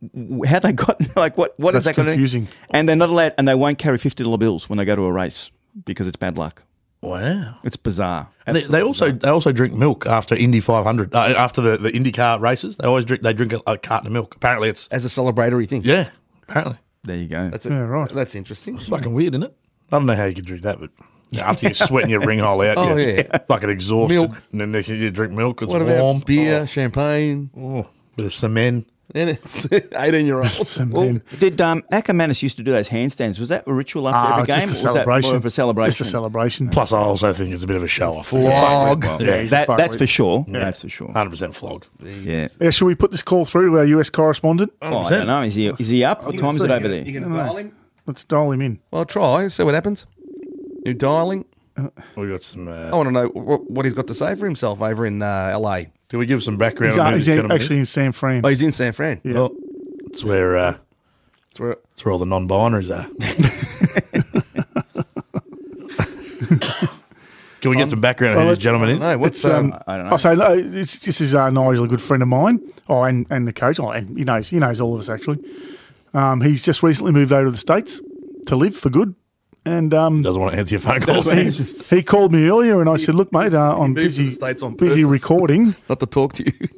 [SPEAKER 1] how they got *laughs* like what what is
[SPEAKER 4] That's
[SPEAKER 1] that gonna-
[SPEAKER 4] confusing.
[SPEAKER 1] And they're not allowed, and they won't carry fifty dollar bills when they go to a race because it's bad luck.
[SPEAKER 2] wow.
[SPEAKER 1] It's bizarre.
[SPEAKER 2] And they, they also they also drink milk after Indy 500 uh, after the the IndyCar races. They always drink they drink a, a carton of milk. Apparently it's
[SPEAKER 3] As a celebratory thing.
[SPEAKER 2] yeah. Apparently
[SPEAKER 1] There you go.
[SPEAKER 3] That's it.
[SPEAKER 4] Yeah, right.
[SPEAKER 3] That's interesting.
[SPEAKER 2] it's fucking weird, isn't it? I don't know how you could drink that, but yeah, after you're sweating your ring hole out,
[SPEAKER 3] *laughs* Oh,
[SPEAKER 2] you're
[SPEAKER 3] yeah.
[SPEAKER 2] fucking exhausted.
[SPEAKER 3] Milk.
[SPEAKER 2] And then next thing you drink milk. It's
[SPEAKER 3] What about
[SPEAKER 2] warm
[SPEAKER 3] beer, champagne?
[SPEAKER 2] Oh, bit of cement.
[SPEAKER 3] And it's *laughs* 18 year olds.
[SPEAKER 4] And
[SPEAKER 3] Well,
[SPEAKER 4] then-
[SPEAKER 1] Did um, Ackermanis used to do those handstands? Was that a ritual after
[SPEAKER 4] Ah,
[SPEAKER 1] every game?
[SPEAKER 4] just a
[SPEAKER 1] or was that
[SPEAKER 4] celebration.
[SPEAKER 1] more of a Uh, celebration?
[SPEAKER 4] Just a celebration.
[SPEAKER 2] Plus, I also think it's a bit of a show off.
[SPEAKER 3] Flog.
[SPEAKER 2] Yeah,
[SPEAKER 4] he's a
[SPEAKER 1] That, that's
[SPEAKER 4] fuckwit.
[SPEAKER 1] for sure. That's for
[SPEAKER 4] Ah.
[SPEAKER 1] sure.
[SPEAKER 2] hundred percent flog.
[SPEAKER 1] Yeah.
[SPEAKER 4] Yeah, should we put this call through to our US correspondent?
[SPEAKER 1] Oh, I don't know. Is he, is he up? What time is it over there?
[SPEAKER 3] You can dial him.
[SPEAKER 4] Let's dial him in.
[SPEAKER 3] Well, try. See what happens. You dialing?
[SPEAKER 2] We got some.
[SPEAKER 3] I
[SPEAKER 2] Uh,
[SPEAKER 3] want to know what, what he's got to say for himself over in uh, LA.
[SPEAKER 2] do we give some background?
[SPEAKER 4] He's,
[SPEAKER 2] on
[SPEAKER 4] uh,
[SPEAKER 2] who
[SPEAKER 4] he's
[SPEAKER 2] this
[SPEAKER 4] in-
[SPEAKER 2] gentleman
[SPEAKER 4] actually in San Fran.
[SPEAKER 3] Oh, he's in San Fran.
[SPEAKER 2] is? Oh, it's where uh,
[SPEAKER 3] That's where-
[SPEAKER 2] it's where all the non-binaries are. Can we get some background on who
[SPEAKER 4] Well,
[SPEAKER 2] this gentleman
[SPEAKER 3] Um, I
[SPEAKER 2] is?
[SPEAKER 3] don't know. What's
[SPEAKER 4] It's, um,
[SPEAKER 3] um,
[SPEAKER 1] I don't know.
[SPEAKER 4] I say no, this, this is uh, Nigel, a good friend of mine. Oh, and, and the coach. Oh, and he knows he knows all of us actually. Um, he's just recently moved over to the states to live for good, and um,
[SPEAKER 2] Doesn't want to answer your phone calls.
[SPEAKER 4] he, he called me earlier, and I said, "Look, mate, uh, I'm
[SPEAKER 3] moved to
[SPEAKER 4] busy,
[SPEAKER 3] the States on
[SPEAKER 4] busy
[SPEAKER 3] purpose.
[SPEAKER 4] recording."
[SPEAKER 3] Not to talk to you.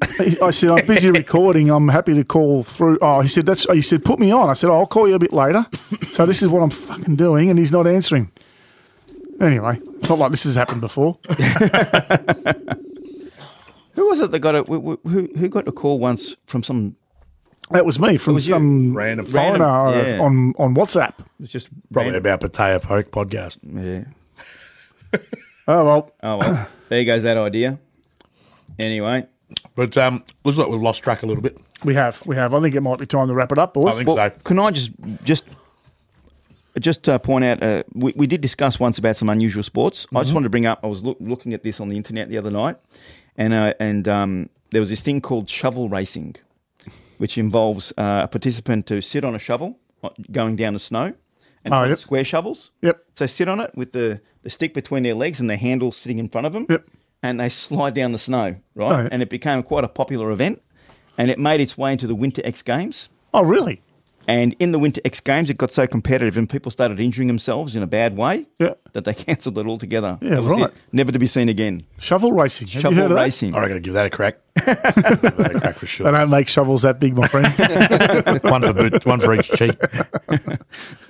[SPEAKER 4] I said, "I'm
[SPEAKER 1] *laughs*
[SPEAKER 4] busy recording. I'm happy to call through." Oh, he said, "That's." He said, "Put me on." I said, "I'll call you a bit later." So this is what I'm fucking doing, and he's not answering. Anyway, it's not like this has happened before.
[SPEAKER 1] *laughs* Who was it that got a who who who got a call once from some?
[SPEAKER 4] That was me from
[SPEAKER 1] was you.
[SPEAKER 4] some
[SPEAKER 3] *laughs*
[SPEAKER 2] Random.
[SPEAKER 4] foreigner
[SPEAKER 1] Random, yeah.
[SPEAKER 4] on on WhatsApp.
[SPEAKER 1] It was just
[SPEAKER 2] Probably
[SPEAKER 1] random-
[SPEAKER 2] about Potato Poke podcast.
[SPEAKER 1] Yeah.
[SPEAKER 4] Oh well,
[SPEAKER 1] Oh well, *coughs* there goes that idea. Anyway,
[SPEAKER 2] But um, looks like we've lost track a little bit.
[SPEAKER 4] we have we have. I think it might be time to wrap it up, boys.
[SPEAKER 2] I think
[SPEAKER 1] well,
[SPEAKER 2] so.
[SPEAKER 1] can I just just just uh, point out uh, we we did discuss once about some unusual sports. I
[SPEAKER 4] Mm-hmm.
[SPEAKER 1] just wanted to bring up. I was look, looking at this on the internet the other night, and uh, and um, there was this thing called shovel racing, which involves uh, a participant to sit on a shovel uh, going down the snow, and
[SPEAKER 4] Oh, yep.
[SPEAKER 1] square shovels.
[SPEAKER 4] Yep.
[SPEAKER 1] So sit on it with the, the stick between their legs and the handle sitting in front of them.
[SPEAKER 4] Yep.
[SPEAKER 1] And they slide down the snow, right?
[SPEAKER 4] Oh, yeah.
[SPEAKER 1] And it became quite a popular event. And it made its way into the Winter X Games.
[SPEAKER 4] Oh really?
[SPEAKER 1] And in the Winter X Games, it got so competitive and people started injuring themselves in a bad way
[SPEAKER 4] Yeah.
[SPEAKER 1] that they *laughs* cancelled it altogether.
[SPEAKER 4] Yeah,
[SPEAKER 1] That was
[SPEAKER 4] right.
[SPEAKER 1] it. Never to be seen again.
[SPEAKER 4] Shovel racing. Have you
[SPEAKER 1] Shovel
[SPEAKER 4] heard of
[SPEAKER 1] racing.
[SPEAKER 2] I reckon I'd give that a
[SPEAKER 3] *laughs*
[SPEAKER 2] crack. give that a crack for
[SPEAKER 4] That?
[SPEAKER 2] sure.
[SPEAKER 4] They don't make shovels that big, my friend.
[SPEAKER 1] *laughs*
[SPEAKER 2] one for boot, one for each cheek.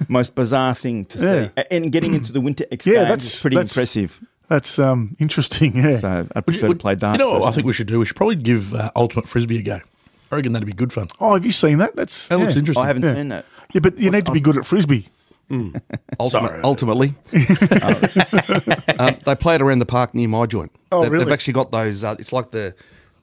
[SPEAKER 1] Most bizarre thing to see.
[SPEAKER 4] Yeah.
[SPEAKER 1] A- And getting into the Winter X
[SPEAKER 4] Yeah,
[SPEAKER 1] Games
[SPEAKER 4] that's-
[SPEAKER 1] is pretty
[SPEAKER 4] that's-
[SPEAKER 1] impressive.
[SPEAKER 4] That's um, interesting. Yeah.
[SPEAKER 1] So I
[SPEAKER 2] Would
[SPEAKER 1] prefer to play darts.
[SPEAKER 2] You know what I
[SPEAKER 1] versus-
[SPEAKER 2] think we should do? We should probably give uh, Ultimate Frisbee a go. I reckon that'd be good fun.
[SPEAKER 4] oh, have you seen that? That's
[SPEAKER 2] That
[SPEAKER 4] yeah.
[SPEAKER 2] looks interesting.
[SPEAKER 1] I haven't
[SPEAKER 4] Yeah.
[SPEAKER 1] seen that.
[SPEAKER 4] Yeah, but you need to be good at frisbee.
[SPEAKER 3] Ultimate,
[SPEAKER 2] Sorry.
[SPEAKER 4] *laughs*
[SPEAKER 3] ultimately, um, they play it around the park near my joint.
[SPEAKER 4] Oh,
[SPEAKER 3] They-
[SPEAKER 4] really?
[SPEAKER 3] They've actually got those. Uh, it's like the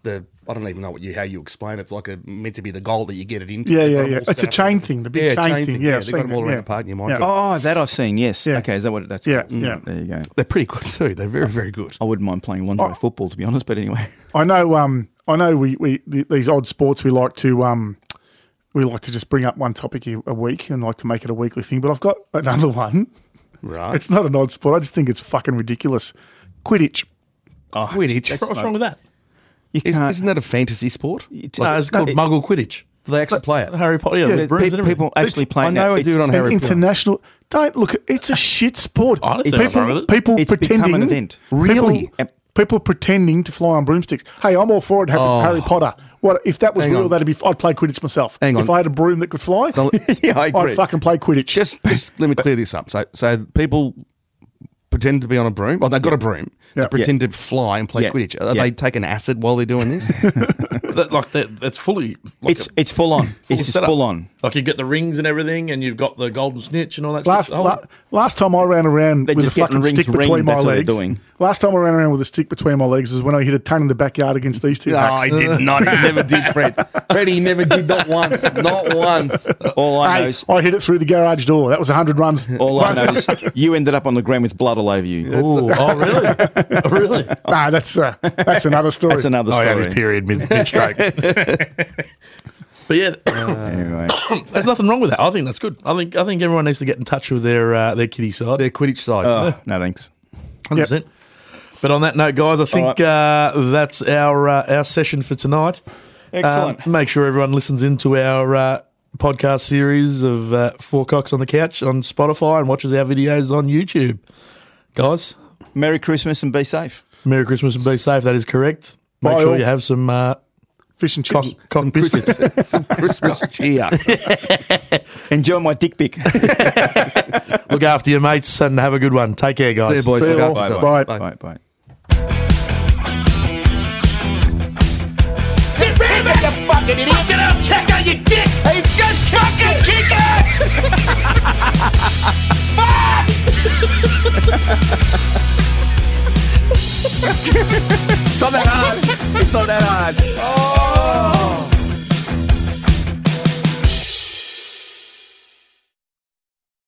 [SPEAKER 3] the I don't even know what you how you explain it. It's like a meant to be the goal that you get it into.
[SPEAKER 4] Yeah,
[SPEAKER 3] They've
[SPEAKER 4] yeah,
[SPEAKER 3] got 'em
[SPEAKER 4] yeah.
[SPEAKER 3] all
[SPEAKER 4] It's
[SPEAKER 3] set
[SPEAKER 4] a
[SPEAKER 3] up.
[SPEAKER 4] chain thing, the big
[SPEAKER 3] Yeah,
[SPEAKER 4] chain, thing. Yeah, I've
[SPEAKER 3] they've got
[SPEAKER 4] seen
[SPEAKER 3] them all
[SPEAKER 4] that,
[SPEAKER 3] around
[SPEAKER 4] yeah.
[SPEAKER 3] the park near my
[SPEAKER 4] Yeah.
[SPEAKER 3] joint.
[SPEAKER 1] Oh, that I've seen, yes.
[SPEAKER 4] Yeah.
[SPEAKER 1] Okay, is that what it- that's
[SPEAKER 4] Yeah,
[SPEAKER 1] called?
[SPEAKER 4] yeah.
[SPEAKER 1] There you go.
[SPEAKER 3] They're pretty good too. They're very very good.
[SPEAKER 1] I wouldn't mind playing one day
[SPEAKER 4] Oh.
[SPEAKER 1] football, to be honest. But anyway,
[SPEAKER 4] I know. Um, I know. We, we th- these odd sports we like to um, we like to just bring up one topic a a week and like to make it a weekly thing. But I've got another *laughs* one.
[SPEAKER 3] Right.
[SPEAKER 4] It's not an odd sport. I just think it's fucking ridiculous. Quidditch.
[SPEAKER 3] Quidditch.
[SPEAKER 2] What's wrong with that?
[SPEAKER 1] you
[SPEAKER 3] Is,
[SPEAKER 1] can't.
[SPEAKER 3] isn't that a fantasy sport?
[SPEAKER 1] It's-
[SPEAKER 2] No, it's called
[SPEAKER 1] it-
[SPEAKER 2] Muggle Quidditch.
[SPEAKER 3] Do they actually play it?
[SPEAKER 2] Harry Potter. Yeah,
[SPEAKER 1] pe-
[SPEAKER 2] there's brooms and
[SPEAKER 1] people,
[SPEAKER 2] everything.
[SPEAKER 1] actually play
[SPEAKER 3] I know
[SPEAKER 1] now.
[SPEAKER 3] I do it on
[SPEAKER 4] An
[SPEAKER 3] Harry Potter.
[SPEAKER 4] international. Don't look. It's a shit sport.
[SPEAKER 2] I don't see what's wrong with
[SPEAKER 4] people,
[SPEAKER 2] it.
[SPEAKER 4] people
[SPEAKER 1] It's become
[SPEAKER 4] pretending.
[SPEAKER 1] an event.
[SPEAKER 3] Really?
[SPEAKER 4] People, people pretending to fly on broomsticks. Hey, I'm all for it. Harry, Harry Potter. What if that was
[SPEAKER 3] Oh. Hang
[SPEAKER 4] real?
[SPEAKER 3] on.
[SPEAKER 4] That'd be. I'd play Quidditch myself.
[SPEAKER 3] Hang
[SPEAKER 4] If
[SPEAKER 3] on.
[SPEAKER 4] I had a broom that could fly,
[SPEAKER 1] *laughs* yeah, I agree.
[SPEAKER 4] *laughs* I'd fucking play Quidditch.
[SPEAKER 3] just, just let me clear this up. So, so people pretend to be on a broom. Well, they've got a broom.
[SPEAKER 4] Yeah.
[SPEAKER 3] They pretend to fly and play
[SPEAKER 1] Yeah.
[SPEAKER 3] Quidditch. Are
[SPEAKER 1] Yeah.
[SPEAKER 3] they taking acid while they're doing this?
[SPEAKER 2] That- like that, that's fully. Like
[SPEAKER 1] It's it's full on. it's just
[SPEAKER 2] setup.
[SPEAKER 1] full on.
[SPEAKER 2] Like you get the rings and everything, and you've got the golden snitch and all that.
[SPEAKER 4] Last
[SPEAKER 2] shit. The whole-
[SPEAKER 4] la- last time I ran around
[SPEAKER 1] They're
[SPEAKER 4] with a
[SPEAKER 1] just getting
[SPEAKER 4] fucking
[SPEAKER 1] rings
[SPEAKER 4] stick between
[SPEAKER 1] ringed,
[SPEAKER 4] my
[SPEAKER 1] that's what they're
[SPEAKER 4] legs.
[SPEAKER 1] doing.
[SPEAKER 4] Last time I ran around with a stick between my legs was when I hit a ton in the backyard against these
[SPEAKER 1] Oh,
[SPEAKER 4] two. hacks.
[SPEAKER 3] did not. *laughs* He never did, Fred. Fred, he never did. Not once. Not once.
[SPEAKER 1] All I know
[SPEAKER 4] Hey,
[SPEAKER 1] is
[SPEAKER 4] I hit it through the garage door. That was
[SPEAKER 1] *laughs*
[SPEAKER 4] hundred runs.
[SPEAKER 1] all I know is you ended up on the ground with blood all over you.
[SPEAKER 2] Ooh, oh,
[SPEAKER 3] *laughs*
[SPEAKER 2] really? Oh, really?
[SPEAKER 4] nah, that's uh, that's another
[SPEAKER 1] *laughs*
[SPEAKER 4] story.
[SPEAKER 1] That's another
[SPEAKER 2] Oh,
[SPEAKER 1] story.
[SPEAKER 2] yeah, his period mid, mid
[SPEAKER 3] *laughs*
[SPEAKER 2] stroke. but yeah,
[SPEAKER 1] Anyway,
[SPEAKER 2] *coughs* there's nothing wrong with that. I think that's good. I think I think everyone needs to get in touch with their uh, their kiddie side.
[SPEAKER 3] Their Quidditch side. *laughs*
[SPEAKER 1] oh, no thanks.
[SPEAKER 2] hundred percent. But on that note, guys, I think uh, that's our uh, our session for tonight.
[SPEAKER 1] Excellent.
[SPEAKER 2] Um, make sure everyone listens into our uh, podcast series of uh, Four Cocks on the Couch on Spotify and watches our videos on YouTube. Guys,
[SPEAKER 1] Merry Christmas and be safe.
[SPEAKER 2] Merry Christmas and be safe. That is correct. Make
[SPEAKER 4] Bye
[SPEAKER 2] sure
[SPEAKER 4] all.
[SPEAKER 2] you have some uh,
[SPEAKER 4] Fish and *laughs*
[SPEAKER 2] cock,
[SPEAKER 4] chips.
[SPEAKER 2] cock biscuits.
[SPEAKER 3] Some Christmas cheer.
[SPEAKER 1] Enjoy my dick pic.
[SPEAKER 2] Look after your mates and have a good one. Take care, guys.
[SPEAKER 3] See you, boys.
[SPEAKER 4] See you
[SPEAKER 3] Look
[SPEAKER 4] all.
[SPEAKER 3] after yourself.
[SPEAKER 4] Bye.
[SPEAKER 1] bye bye.
[SPEAKER 5] This man is a fucking idiot. Fuck it up, check out your dick. Hey, just fucking kick it. Fuck!
[SPEAKER 1] It's not that hard. It's not that hard.
[SPEAKER 5] Oh.